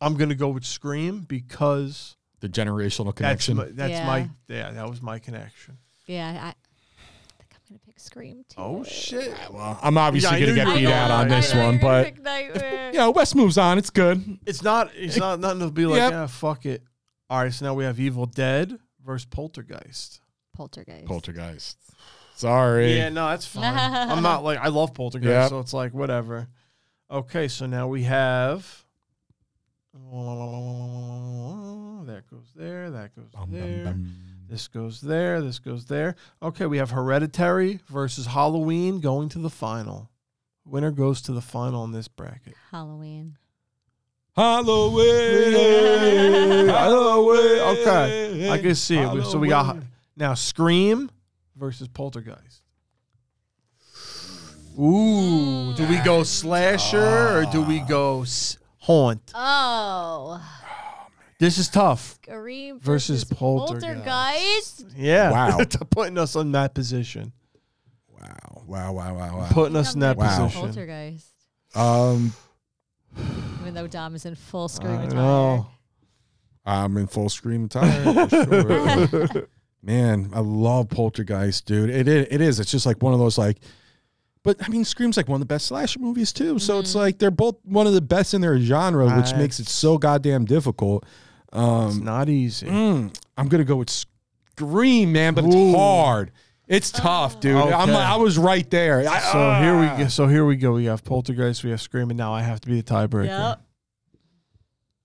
[SPEAKER 8] I'm gonna go with Scream because
[SPEAKER 7] the generational
[SPEAKER 8] that's
[SPEAKER 7] connection.
[SPEAKER 8] my, that's
[SPEAKER 9] Yeah.
[SPEAKER 8] my yeah that was my connection.
[SPEAKER 9] Yeah, I, I think I'm gonna pick Scream too.
[SPEAKER 8] Oh shit!
[SPEAKER 7] well, I'm obviously
[SPEAKER 8] Yeah, I
[SPEAKER 7] going
[SPEAKER 8] knew
[SPEAKER 7] to
[SPEAKER 8] you
[SPEAKER 7] get
[SPEAKER 8] were
[SPEAKER 7] beat
[SPEAKER 8] gonna
[SPEAKER 7] out on
[SPEAKER 8] pick
[SPEAKER 7] this
[SPEAKER 8] Nightmare.
[SPEAKER 7] one, but
[SPEAKER 9] Pick Nightmare.
[SPEAKER 7] [laughs] yeah, Wes moves on. It's good.
[SPEAKER 8] It's not it's not nothing to be like
[SPEAKER 7] Yep.
[SPEAKER 8] ah fuck it. All right, so now we have Evil Dead versus Poltergeist.
[SPEAKER 9] Poltergeist.
[SPEAKER 7] Poltergeist. Sorry.
[SPEAKER 8] Yeah, no, that's fine. I'm not like I love Poltergeist,
[SPEAKER 7] Yep.
[SPEAKER 8] so it's like whatever. Okay, so now we have. That goes there. That goes there. This goes there. This goes there. Okay, we have Hereditary versus Halloween going to the final. Winner goes to the final in this bracket.
[SPEAKER 9] Halloween.
[SPEAKER 7] Halloween. Halloween.
[SPEAKER 8] Okay, I can see it. We- So we got
[SPEAKER 7] Halloween.
[SPEAKER 8] now Scream versus Poltergeist. Ooh, do we go slasher or do
[SPEAKER 7] Ah.
[SPEAKER 8] we go s- haunt?
[SPEAKER 9] [laughs] Oh,
[SPEAKER 8] This is tough.
[SPEAKER 9] Scream
[SPEAKER 8] Versus
[SPEAKER 9] versus,
[SPEAKER 8] Poltergeist.
[SPEAKER 9] Poltergeist.
[SPEAKER 8] Yeah.
[SPEAKER 7] Wow.
[SPEAKER 8] [laughs] They're putting us in that position.
[SPEAKER 7] Wow. Wow. Wow. Wow.
[SPEAKER 8] Putting us in that
[SPEAKER 9] I'm gonna pick
[SPEAKER 8] position.
[SPEAKER 9] Poltergeist.
[SPEAKER 7] Wow. Um,
[SPEAKER 9] Even though Dom is in full
[SPEAKER 8] I
[SPEAKER 9] scream
[SPEAKER 8] know.
[SPEAKER 7] I'm in full scream attire. For sure. [laughs] Man, I love Poltergeist, dude. It, it it is. It's just like one of those like, but I mean, Scream's like one of the best slasher movies too. So
[SPEAKER 8] Mm-hmm.
[SPEAKER 7] it's like they're both one of the best in their genre, which
[SPEAKER 8] Right.
[SPEAKER 7] makes it so goddamn difficult. Um,
[SPEAKER 8] It's not easy.
[SPEAKER 7] Mm, I'm gonna go with Scream, man, but it's
[SPEAKER 8] Ooh.
[SPEAKER 7] hard. It's tough, dude. I'm,
[SPEAKER 8] Okay.
[SPEAKER 7] I was right there. I-
[SPEAKER 8] So
[SPEAKER 7] ah.
[SPEAKER 8] here we go. So here we go. We have Poltergeist. We have Scream, and now I have to be the tiebreaker.
[SPEAKER 9] Yep.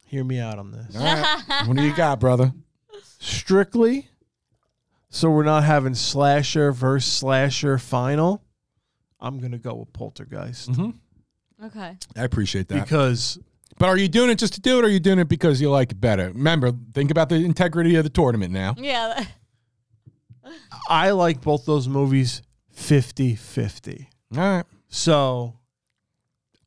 [SPEAKER 8] Hear me out on this.
[SPEAKER 9] [laughs]
[SPEAKER 7] All right. What do you got, brother?
[SPEAKER 8] Strictly. So we're not having slasher versus slasher final. I'm gonna go with Poltergeist
[SPEAKER 9] Okay.
[SPEAKER 7] I appreciate Mm, that.
[SPEAKER 8] because
[SPEAKER 7] but are you doing it just to do it, or are you doing it because you like it better? Remember, think about the integrity of the tournament now.
[SPEAKER 9] Yeah.
[SPEAKER 8] I like both those movies 50-50.
[SPEAKER 7] All right.
[SPEAKER 8] So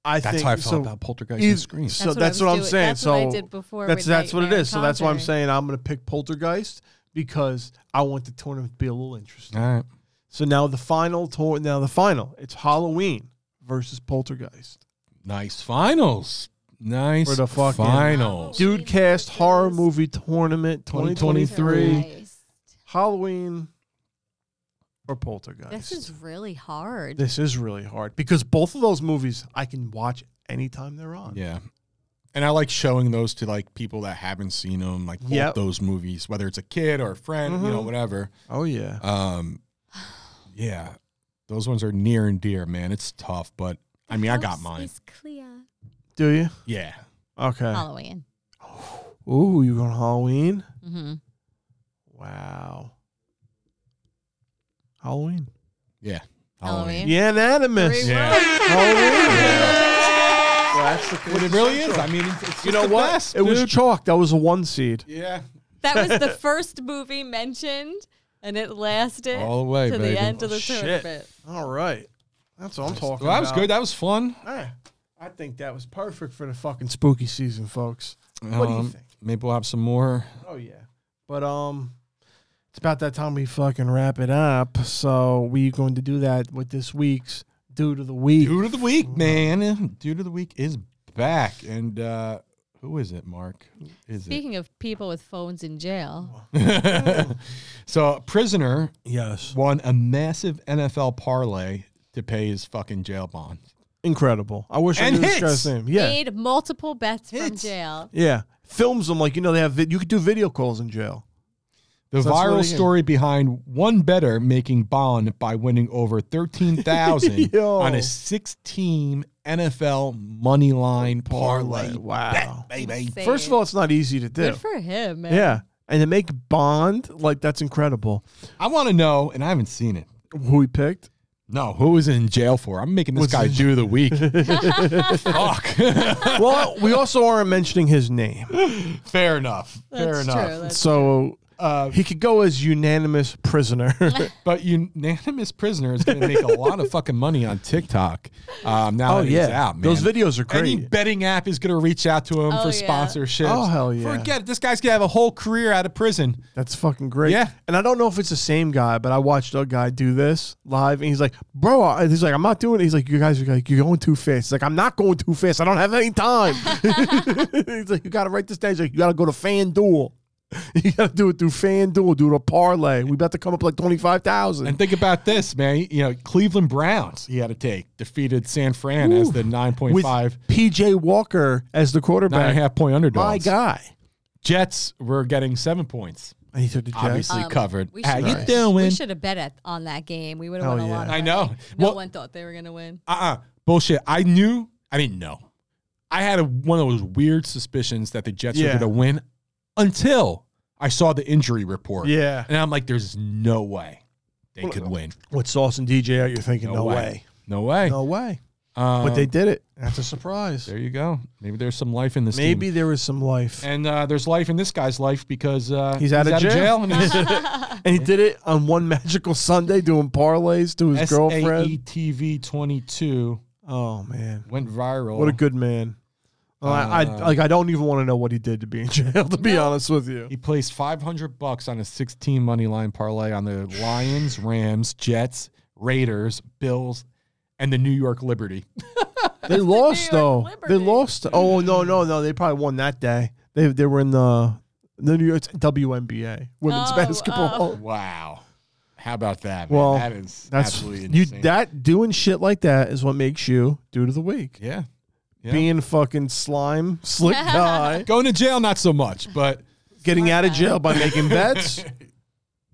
[SPEAKER 8] I
[SPEAKER 7] That's
[SPEAKER 8] think
[SPEAKER 7] how I felt
[SPEAKER 8] so
[SPEAKER 7] about Poltergeist
[SPEAKER 8] eith-
[SPEAKER 7] and Scream.
[SPEAKER 8] So
[SPEAKER 9] That's
[SPEAKER 8] that's,
[SPEAKER 9] what I
[SPEAKER 8] what, I'm
[SPEAKER 9] was doing-
[SPEAKER 8] saying.
[SPEAKER 9] that's
[SPEAKER 8] so
[SPEAKER 9] what I did before
[SPEAKER 8] That's
[SPEAKER 9] with
[SPEAKER 8] that's what it
[SPEAKER 9] Nightmare
[SPEAKER 8] is. So that's why I'm
[SPEAKER 9] Conjuring.
[SPEAKER 8] saying I'm gonna pick Poltergeist because I want the tournament to be a little interesting.
[SPEAKER 7] All right.
[SPEAKER 8] So now the final tour. Now the final. It's Halloween versus Poltergeist.
[SPEAKER 7] Nice finals. Nice
[SPEAKER 8] For the fucking-
[SPEAKER 7] finals.
[SPEAKER 8] Dude Cast Horror Movie Tournament 2023.
[SPEAKER 7] 2023.
[SPEAKER 9] Poltergeist.
[SPEAKER 8] Halloween or Poltergeist.
[SPEAKER 9] This is really hard.
[SPEAKER 8] This is really hard because both of those movies I can watch anytime they're on.
[SPEAKER 7] Yeah. And I like showing those to like people that haven't seen them, like both
[SPEAKER 8] Yep.
[SPEAKER 7] those movies, whether it's a kid or a friend, you know, whatever.
[SPEAKER 8] Oh yeah.
[SPEAKER 7] Um, yeah, those ones are near and dear, man. It's tough, but I mean, I got
[SPEAKER 9] House
[SPEAKER 7] mine.
[SPEAKER 9] is clear.
[SPEAKER 8] Do you?
[SPEAKER 7] Yeah,
[SPEAKER 8] Okay.
[SPEAKER 9] Halloween.
[SPEAKER 8] Ooh, you going Halloween?
[SPEAKER 9] Mm-hmm.
[SPEAKER 8] Wow. Halloween.
[SPEAKER 7] yeah,
[SPEAKER 9] Halloween.
[SPEAKER 8] Unanimous.
[SPEAKER 7] Yeah,
[SPEAKER 9] [laughs]
[SPEAKER 8] Well, that's the
[SPEAKER 7] but it really is. I mean, it's, it's
[SPEAKER 8] You
[SPEAKER 7] just
[SPEAKER 8] know
[SPEAKER 7] the
[SPEAKER 8] what?
[SPEAKER 7] best,
[SPEAKER 8] it was
[SPEAKER 7] dude.
[SPEAKER 8] chalk. That was a one seed.
[SPEAKER 7] yeah,
[SPEAKER 9] That was
[SPEAKER 8] [laughs]
[SPEAKER 9] the first movie mentioned, and it lasted
[SPEAKER 7] all the way,
[SPEAKER 9] to
[SPEAKER 7] baby.
[SPEAKER 9] the end of the tournament.
[SPEAKER 8] All right. That's what I'm talking
[SPEAKER 7] Well, that
[SPEAKER 8] about.
[SPEAKER 7] was good. That was fun.
[SPEAKER 8] Hey, I think that was perfect for the fucking spooky season, folks. What do you
[SPEAKER 7] Um,
[SPEAKER 8] think?
[SPEAKER 7] Maybe we'll have some more.
[SPEAKER 8] Oh yeah. But um it's about that time we fucking wrap it up. So we going to do that with this week's dude of the week.
[SPEAKER 7] Dude of the week, man. Dude of the week is back, and uh who is it, Mark? Who is
[SPEAKER 9] Speaking of people with phones in jail,
[SPEAKER 7] it? [laughs] so, prisoner
[SPEAKER 8] Yes.
[SPEAKER 7] won a massive NFL parlay to pay his fucking jail bond.
[SPEAKER 8] Incredible. I wish
[SPEAKER 7] And
[SPEAKER 8] I knew this
[SPEAKER 7] hits.
[SPEAKER 8] guy's name. Yeah.
[SPEAKER 9] made multiple bets from
[SPEAKER 7] Hits.
[SPEAKER 9] jail.
[SPEAKER 8] Yeah. Films them like you know they have vid- you could do video calls in jail.
[SPEAKER 7] The
[SPEAKER 8] So that's what
[SPEAKER 7] viral
[SPEAKER 8] he-
[SPEAKER 7] story behind one better making bond by winning over 13,000
[SPEAKER 8] [laughs] Yo.
[SPEAKER 7] on a 16 NFL money line parlay.
[SPEAKER 8] Wow.
[SPEAKER 7] Baby.
[SPEAKER 9] Insane.
[SPEAKER 8] First of all, it's not easy to do.
[SPEAKER 9] good for him, man.
[SPEAKER 8] Yeah. And to make Bond, like that's incredible.
[SPEAKER 7] I want to know, and I haven't seen it.
[SPEAKER 8] Who he picked?
[SPEAKER 7] No, who was in jail for? I'm making this
[SPEAKER 8] Was
[SPEAKER 7] guy
[SPEAKER 8] in-
[SPEAKER 7] Jew of the week.
[SPEAKER 8] [laughs]
[SPEAKER 7] Fuck. [laughs]
[SPEAKER 8] well, we also aren't mentioning his name.
[SPEAKER 7] Fair enough. Fair
[SPEAKER 9] That's
[SPEAKER 7] enough.
[SPEAKER 9] true. That's
[SPEAKER 8] So
[SPEAKER 7] Uh,
[SPEAKER 8] he could go as unanimous prisoner.
[SPEAKER 7] but unanimous prisoner is going to make a lot of fucking money on TikTok. Um, now
[SPEAKER 8] [laughs] [laughs] Oh,
[SPEAKER 7] that he's
[SPEAKER 8] yeah.
[SPEAKER 7] out, man.
[SPEAKER 8] Those videos are
[SPEAKER 7] Any
[SPEAKER 8] great.
[SPEAKER 7] betting app is going to reach out to him
[SPEAKER 9] Oh,
[SPEAKER 7] for
[SPEAKER 9] yeah.
[SPEAKER 7] sponsorships.
[SPEAKER 8] Oh, hell yeah.
[SPEAKER 7] Forget it. This guy's going to have a whole career out of prison.
[SPEAKER 8] That's fucking great.
[SPEAKER 7] Yeah.
[SPEAKER 8] And I don't know if it's the same guy, but I watched a guy do this live and he's like, bro, I, he's like, I'm not doing it. He's like, you guys are like, you're going too fast. He's like, I'm not going too fast. I don't have any [laughs] time. he's like, you got to write this down. He's like, you got to go to FanDuel. [laughs] You got to do it through FanDuel, do it a parlay. We about to come up like 25,000.
[SPEAKER 7] And think about this, man. You know, Cleveland Browns he had to take defeated San Fran as the 9.5,
[SPEAKER 8] With PJ Walker as the
[SPEAKER 7] nine and a
[SPEAKER 8] quarterback.
[SPEAKER 7] half point underdogs.
[SPEAKER 8] My guy.
[SPEAKER 7] Jets were getting seven points.
[SPEAKER 8] And he took the Jets.
[SPEAKER 7] Obviously covered.
[SPEAKER 9] Um, we
[SPEAKER 7] How
[SPEAKER 9] should-
[SPEAKER 7] you
[SPEAKER 9] Right.
[SPEAKER 7] doing?
[SPEAKER 9] We should have bet at, on that game. We would
[SPEAKER 8] Hell
[SPEAKER 9] have won a
[SPEAKER 8] yeah.
[SPEAKER 9] lot. Of
[SPEAKER 7] I
[SPEAKER 9] money.
[SPEAKER 7] know.
[SPEAKER 9] No
[SPEAKER 7] Well-
[SPEAKER 9] one thought they were going
[SPEAKER 8] [laughs]
[SPEAKER 9] to win. [laughs]
[SPEAKER 7] uh-uh bullshit i knew i didn't know i had a, one of those weird suspicions that the jets
[SPEAKER 8] Yeah.
[SPEAKER 7] were going to win until i saw the injury report
[SPEAKER 8] Yeah. uh,
[SPEAKER 7] and i'm like there's no way they could win
[SPEAKER 8] With Sauce and DJ out, you're thinking, no, way.
[SPEAKER 7] [laughs] no way
[SPEAKER 8] No way.
[SPEAKER 7] Um,
[SPEAKER 8] But they did it. That's a surprise.
[SPEAKER 7] there you go maybe there's some life in this team.
[SPEAKER 8] Maybe there was some life.
[SPEAKER 7] and uh, there's life in this guy's life because uh,
[SPEAKER 8] He's out of jail. [laughs]
[SPEAKER 7] and his
[SPEAKER 8] And he did it on one [laughs] magical Sunday doing parlays to his
[SPEAKER 7] E.
[SPEAKER 8] girlfriend.
[SPEAKER 7] SAETV 22
[SPEAKER 8] Oh man.
[SPEAKER 7] went viral.
[SPEAKER 8] What a good man. Uh, I, I
[SPEAKER 7] Oh. Uh,
[SPEAKER 8] like I don't even want to know what he did to be in jail, [laughs] to be honest with you.
[SPEAKER 7] He placed 500 bucks on a 16 money line parlay on the Lions, Rams, Jets, Raiders, Bills, and the New York Liberty.
[SPEAKER 8] They lost
[SPEAKER 9] New
[SPEAKER 8] though.
[SPEAKER 9] York
[SPEAKER 8] They
[SPEAKER 9] Liberty.
[SPEAKER 8] lost. Oh no, no, no. They probably won that day. They they were in the the New York WNBA women's
[SPEAKER 9] Oh,
[SPEAKER 8] basketball.
[SPEAKER 7] Wow. How about that? Man?
[SPEAKER 8] Well,
[SPEAKER 7] that is
[SPEAKER 8] That's
[SPEAKER 7] absolutely
[SPEAKER 8] you
[SPEAKER 7] insane.
[SPEAKER 8] that doing shit like that is what makes you dude of the week.
[SPEAKER 7] yeah. Yeah.
[SPEAKER 8] Being fucking slime, slick
[SPEAKER 9] [laughs]
[SPEAKER 8] guy.
[SPEAKER 7] Going to jail, not so much, but
[SPEAKER 8] getting out of jail by
[SPEAKER 7] [laughs]
[SPEAKER 8] making bets.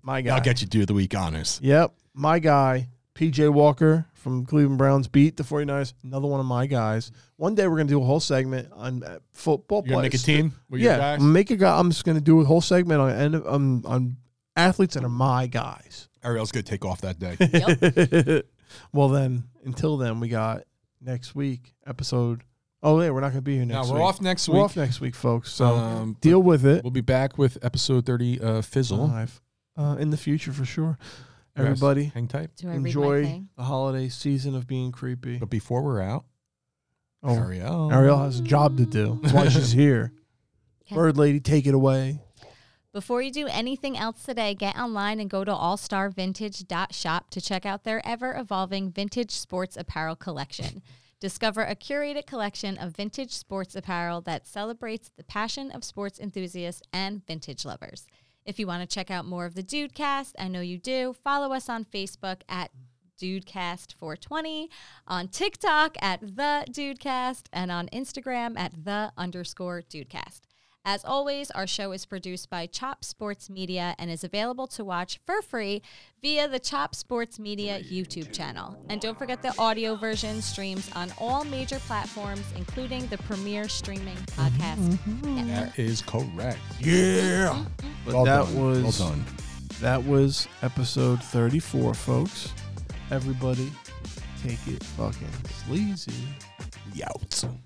[SPEAKER 8] My guy.
[SPEAKER 7] I'll get you due the week honors.
[SPEAKER 8] Yep. My guy, PJ Walker from Cleveland Browns beat the 49ers. Another one of my guys. One day we're going to do a whole segment on uh, football
[SPEAKER 7] You're going to make a
[SPEAKER 8] players.
[SPEAKER 7] team with your
[SPEAKER 8] Yeah. Mm.
[SPEAKER 7] guys?
[SPEAKER 8] Make a guy. I'm just going to do a whole segment on, and, um, on athletes that are my guys.
[SPEAKER 7] Ariel's going to take off that
[SPEAKER 8] [laughs]
[SPEAKER 7] day.
[SPEAKER 8] well, then, until then, we got next week episode. Oh, yeah. We're not going to be here
[SPEAKER 7] now,
[SPEAKER 8] next
[SPEAKER 7] we're
[SPEAKER 8] week.
[SPEAKER 7] off next
[SPEAKER 8] We're
[SPEAKER 7] week.
[SPEAKER 8] off next week, folks. So
[SPEAKER 7] Um,
[SPEAKER 8] deal with it.
[SPEAKER 7] We'll be back with episode 30 uh, Fizzle.
[SPEAKER 8] Live, uh, in the future for sure.
[SPEAKER 7] Yes.
[SPEAKER 8] Everybody,
[SPEAKER 7] Hang tight.
[SPEAKER 9] Do I read my
[SPEAKER 8] enjoy
[SPEAKER 9] thing?
[SPEAKER 8] the holiday season of being creepy.
[SPEAKER 7] But before we're out,
[SPEAKER 8] Oh,
[SPEAKER 7] Ariel.
[SPEAKER 8] Ariel has a job to do. That's
[SPEAKER 7] [laughs]
[SPEAKER 8] why she's here.
[SPEAKER 9] Okay.
[SPEAKER 8] Bird lady, take it away.
[SPEAKER 9] Before you do anything else today, get online and go to allstarvintage.shop to check out their ever evolving vintage sports apparel collection. Discover a curated collection of vintage sports apparel that celebrates the passion of sports enthusiasts and vintage lovers. If you want to check out more of the Dudecast, I know you do, follow us on Facebook at Dudecast420, on TikTok at The Dudecast, and on Instagram at The underscore Dudecast. As always, our show is produced by Chop Sports Media and is available to watch for free via the Chop Sports Media YouTube channel. And don't forget the audio version streams on all major platforms, including the premier streaming podcast. network.
[SPEAKER 7] That is correct.
[SPEAKER 8] Yeah. But
[SPEAKER 7] Well
[SPEAKER 8] that
[SPEAKER 7] done.
[SPEAKER 8] was
[SPEAKER 7] Well done.
[SPEAKER 8] that was episode thirty four, folks. Everybody, take it fucking sleazy.
[SPEAKER 7] Yout.